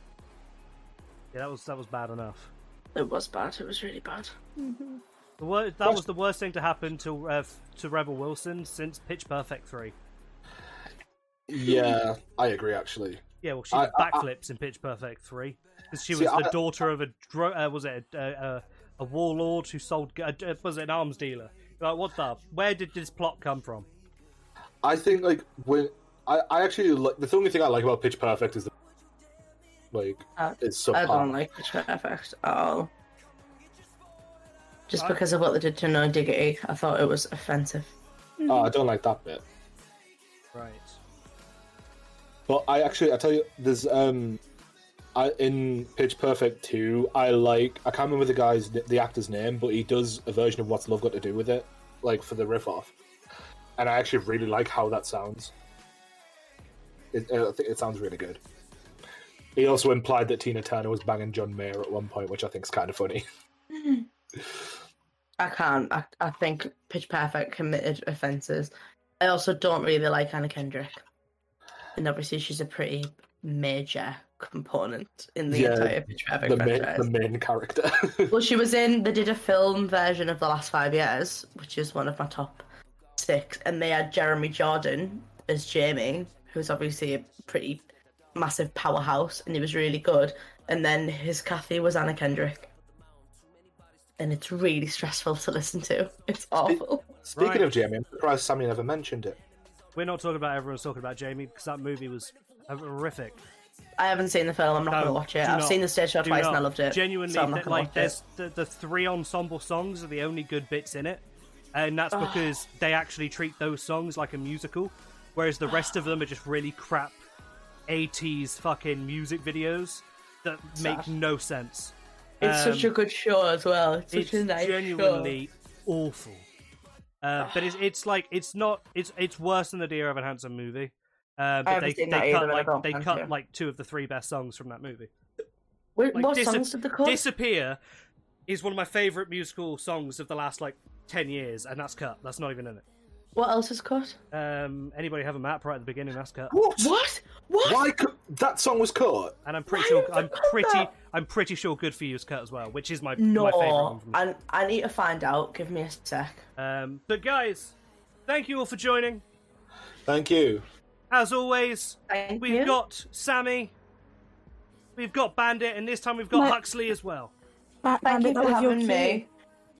Speaker 2: Yeah, that was that was bad enough.
Speaker 3: It was bad. It was really bad.
Speaker 2: The wor- that was the worst thing to happen to uh, f- to Rebel Wilson since Pitch Perfect three.
Speaker 4: Yeah, I agree. Actually,
Speaker 2: Yeah, well, she
Speaker 4: I-
Speaker 2: did
Speaker 4: I-
Speaker 2: backflips in Pitch Perfect three because she
Speaker 4: See,
Speaker 2: was the
Speaker 4: I-
Speaker 2: daughter of a dro- uh, was it a, a, a warlord who sold g- uh, d- was it an arms dealer? Like what the? Where did this plot come from?
Speaker 4: I think like when I, I actually like the only thing I like about Pitch Perfect is the like
Speaker 3: Uh,
Speaker 4: it's so
Speaker 3: I
Speaker 4: hard.
Speaker 3: don't like the Twitter effect at all. Just because of what they did to No Diggity, I thought it was offensive.
Speaker 4: Oh, I don't like that bit.
Speaker 2: Right.
Speaker 4: But I actually, I tell you, there's um, I in Pitch Perfect two, I like I can't remember the guy's the actor's name, but he does a version of What's Love Got to Do with It, like for the riff off, and I actually really like how that sounds. It, uh, I think it sounds really good. He also implied that Tina Turner was banging John Mayer at one point, which I think is kind of funny.
Speaker 3: I can't. I, I think Pitch Perfect committed offences. I also don't really like Anna Kendrick. And obviously, she's a pretty major component in the
Speaker 4: Yeah,
Speaker 3: entire Pitch Perfect
Speaker 4: the, main,
Speaker 3: franchise.
Speaker 4: the main character. (laughs)
Speaker 3: Well, she was in. They did a film version of the last five years, which is one of my top six, and they had Jeremy Jordan as Jamie, who's obviously a pretty massive powerhouse, and he was really good. And then his Kathy was Anna Kendrick. then it's really stressful to listen to. It's awful.
Speaker 4: Speaking
Speaker 2: Right.
Speaker 4: of Jamie, I'm surprised Sammy never mentioned it.
Speaker 2: We're not talking about everyone's talking about Jamie because that movie was horrific.
Speaker 3: I haven't seen the film. I'm not
Speaker 2: No,
Speaker 3: going to watch
Speaker 2: do
Speaker 3: it. I've
Speaker 2: not.
Speaker 3: seen the stage show
Speaker 2: Do
Speaker 3: twice and I
Speaker 2: not.
Speaker 3: loved it.
Speaker 2: Genuinely,
Speaker 3: so I'm not
Speaker 2: th-
Speaker 3: gonna
Speaker 2: like
Speaker 3: watch
Speaker 2: there's the, the three ensemble songs are the only good bits in it, and that's because they actually treat those songs like a musical, whereas the rest of them are just really crap '80s fucking music videos that make
Speaker 3: Sad.
Speaker 2: no sense.
Speaker 3: it. It's such a
Speaker 2: um,
Speaker 3: good show as well. It's such
Speaker 2: it's
Speaker 3: a nice show.
Speaker 2: genuinely awful. Uh, but it's it's like it's not it's it's worse than the Dear Evan Hansen movie. Uh, but
Speaker 3: haven't
Speaker 2: they,
Speaker 3: seen
Speaker 2: they
Speaker 3: that either,
Speaker 2: cut
Speaker 3: and I
Speaker 2: like
Speaker 3: don't
Speaker 2: they
Speaker 3: plan
Speaker 2: cut
Speaker 3: to.
Speaker 2: like two of the three best songs from that movie.
Speaker 3: Wait,
Speaker 2: Like,
Speaker 3: what
Speaker 2: Dis-
Speaker 3: songs did they cut?
Speaker 2: Disappear is one of my favorite musical songs of the last like ten years, and that's cut. That's not even in it.
Speaker 3: what else is cut?
Speaker 2: Um, anybody have a map right at the beginning? That's cut.
Speaker 4: What?
Speaker 3: What? What?
Speaker 4: Why could... that song was cut?
Speaker 2: And I'm pretty
Speaker 3: Why
Speaker 2: sure
Speaker 3: did they
Speaker 2: I'm
Speaker 3: cut
Speaker 2: pretty
Speaker 3: that?
Speaker 2: I'm pretty sure Good for You is cut as well, which is my my favorite one.
Speaker 3: No,
Speaker 2: From
Speaker 3: I, I need to find out. Give me a sec.
Speaker 2: um, but guys, thank you all for joining.
Speaker 4: Thank you.
Speaker 2: As always,
Speaker 3: Thank
Speaker 2: we've
Speaker 3: you.
Speaker 2: got Sammy, we've got Bandit, and this time we've got
Speaker 1: My-
Speaker 2: Huxley as well.
Speaker 1: Back
Speaker 3: Thank
Speaker 1: Bandit,
Speaker 3: you
Speaker 1: that
Speaker 3: for
Speaker 1: was your
Speaker 3: having
Speaker 1: cue.
Speaker 3: me.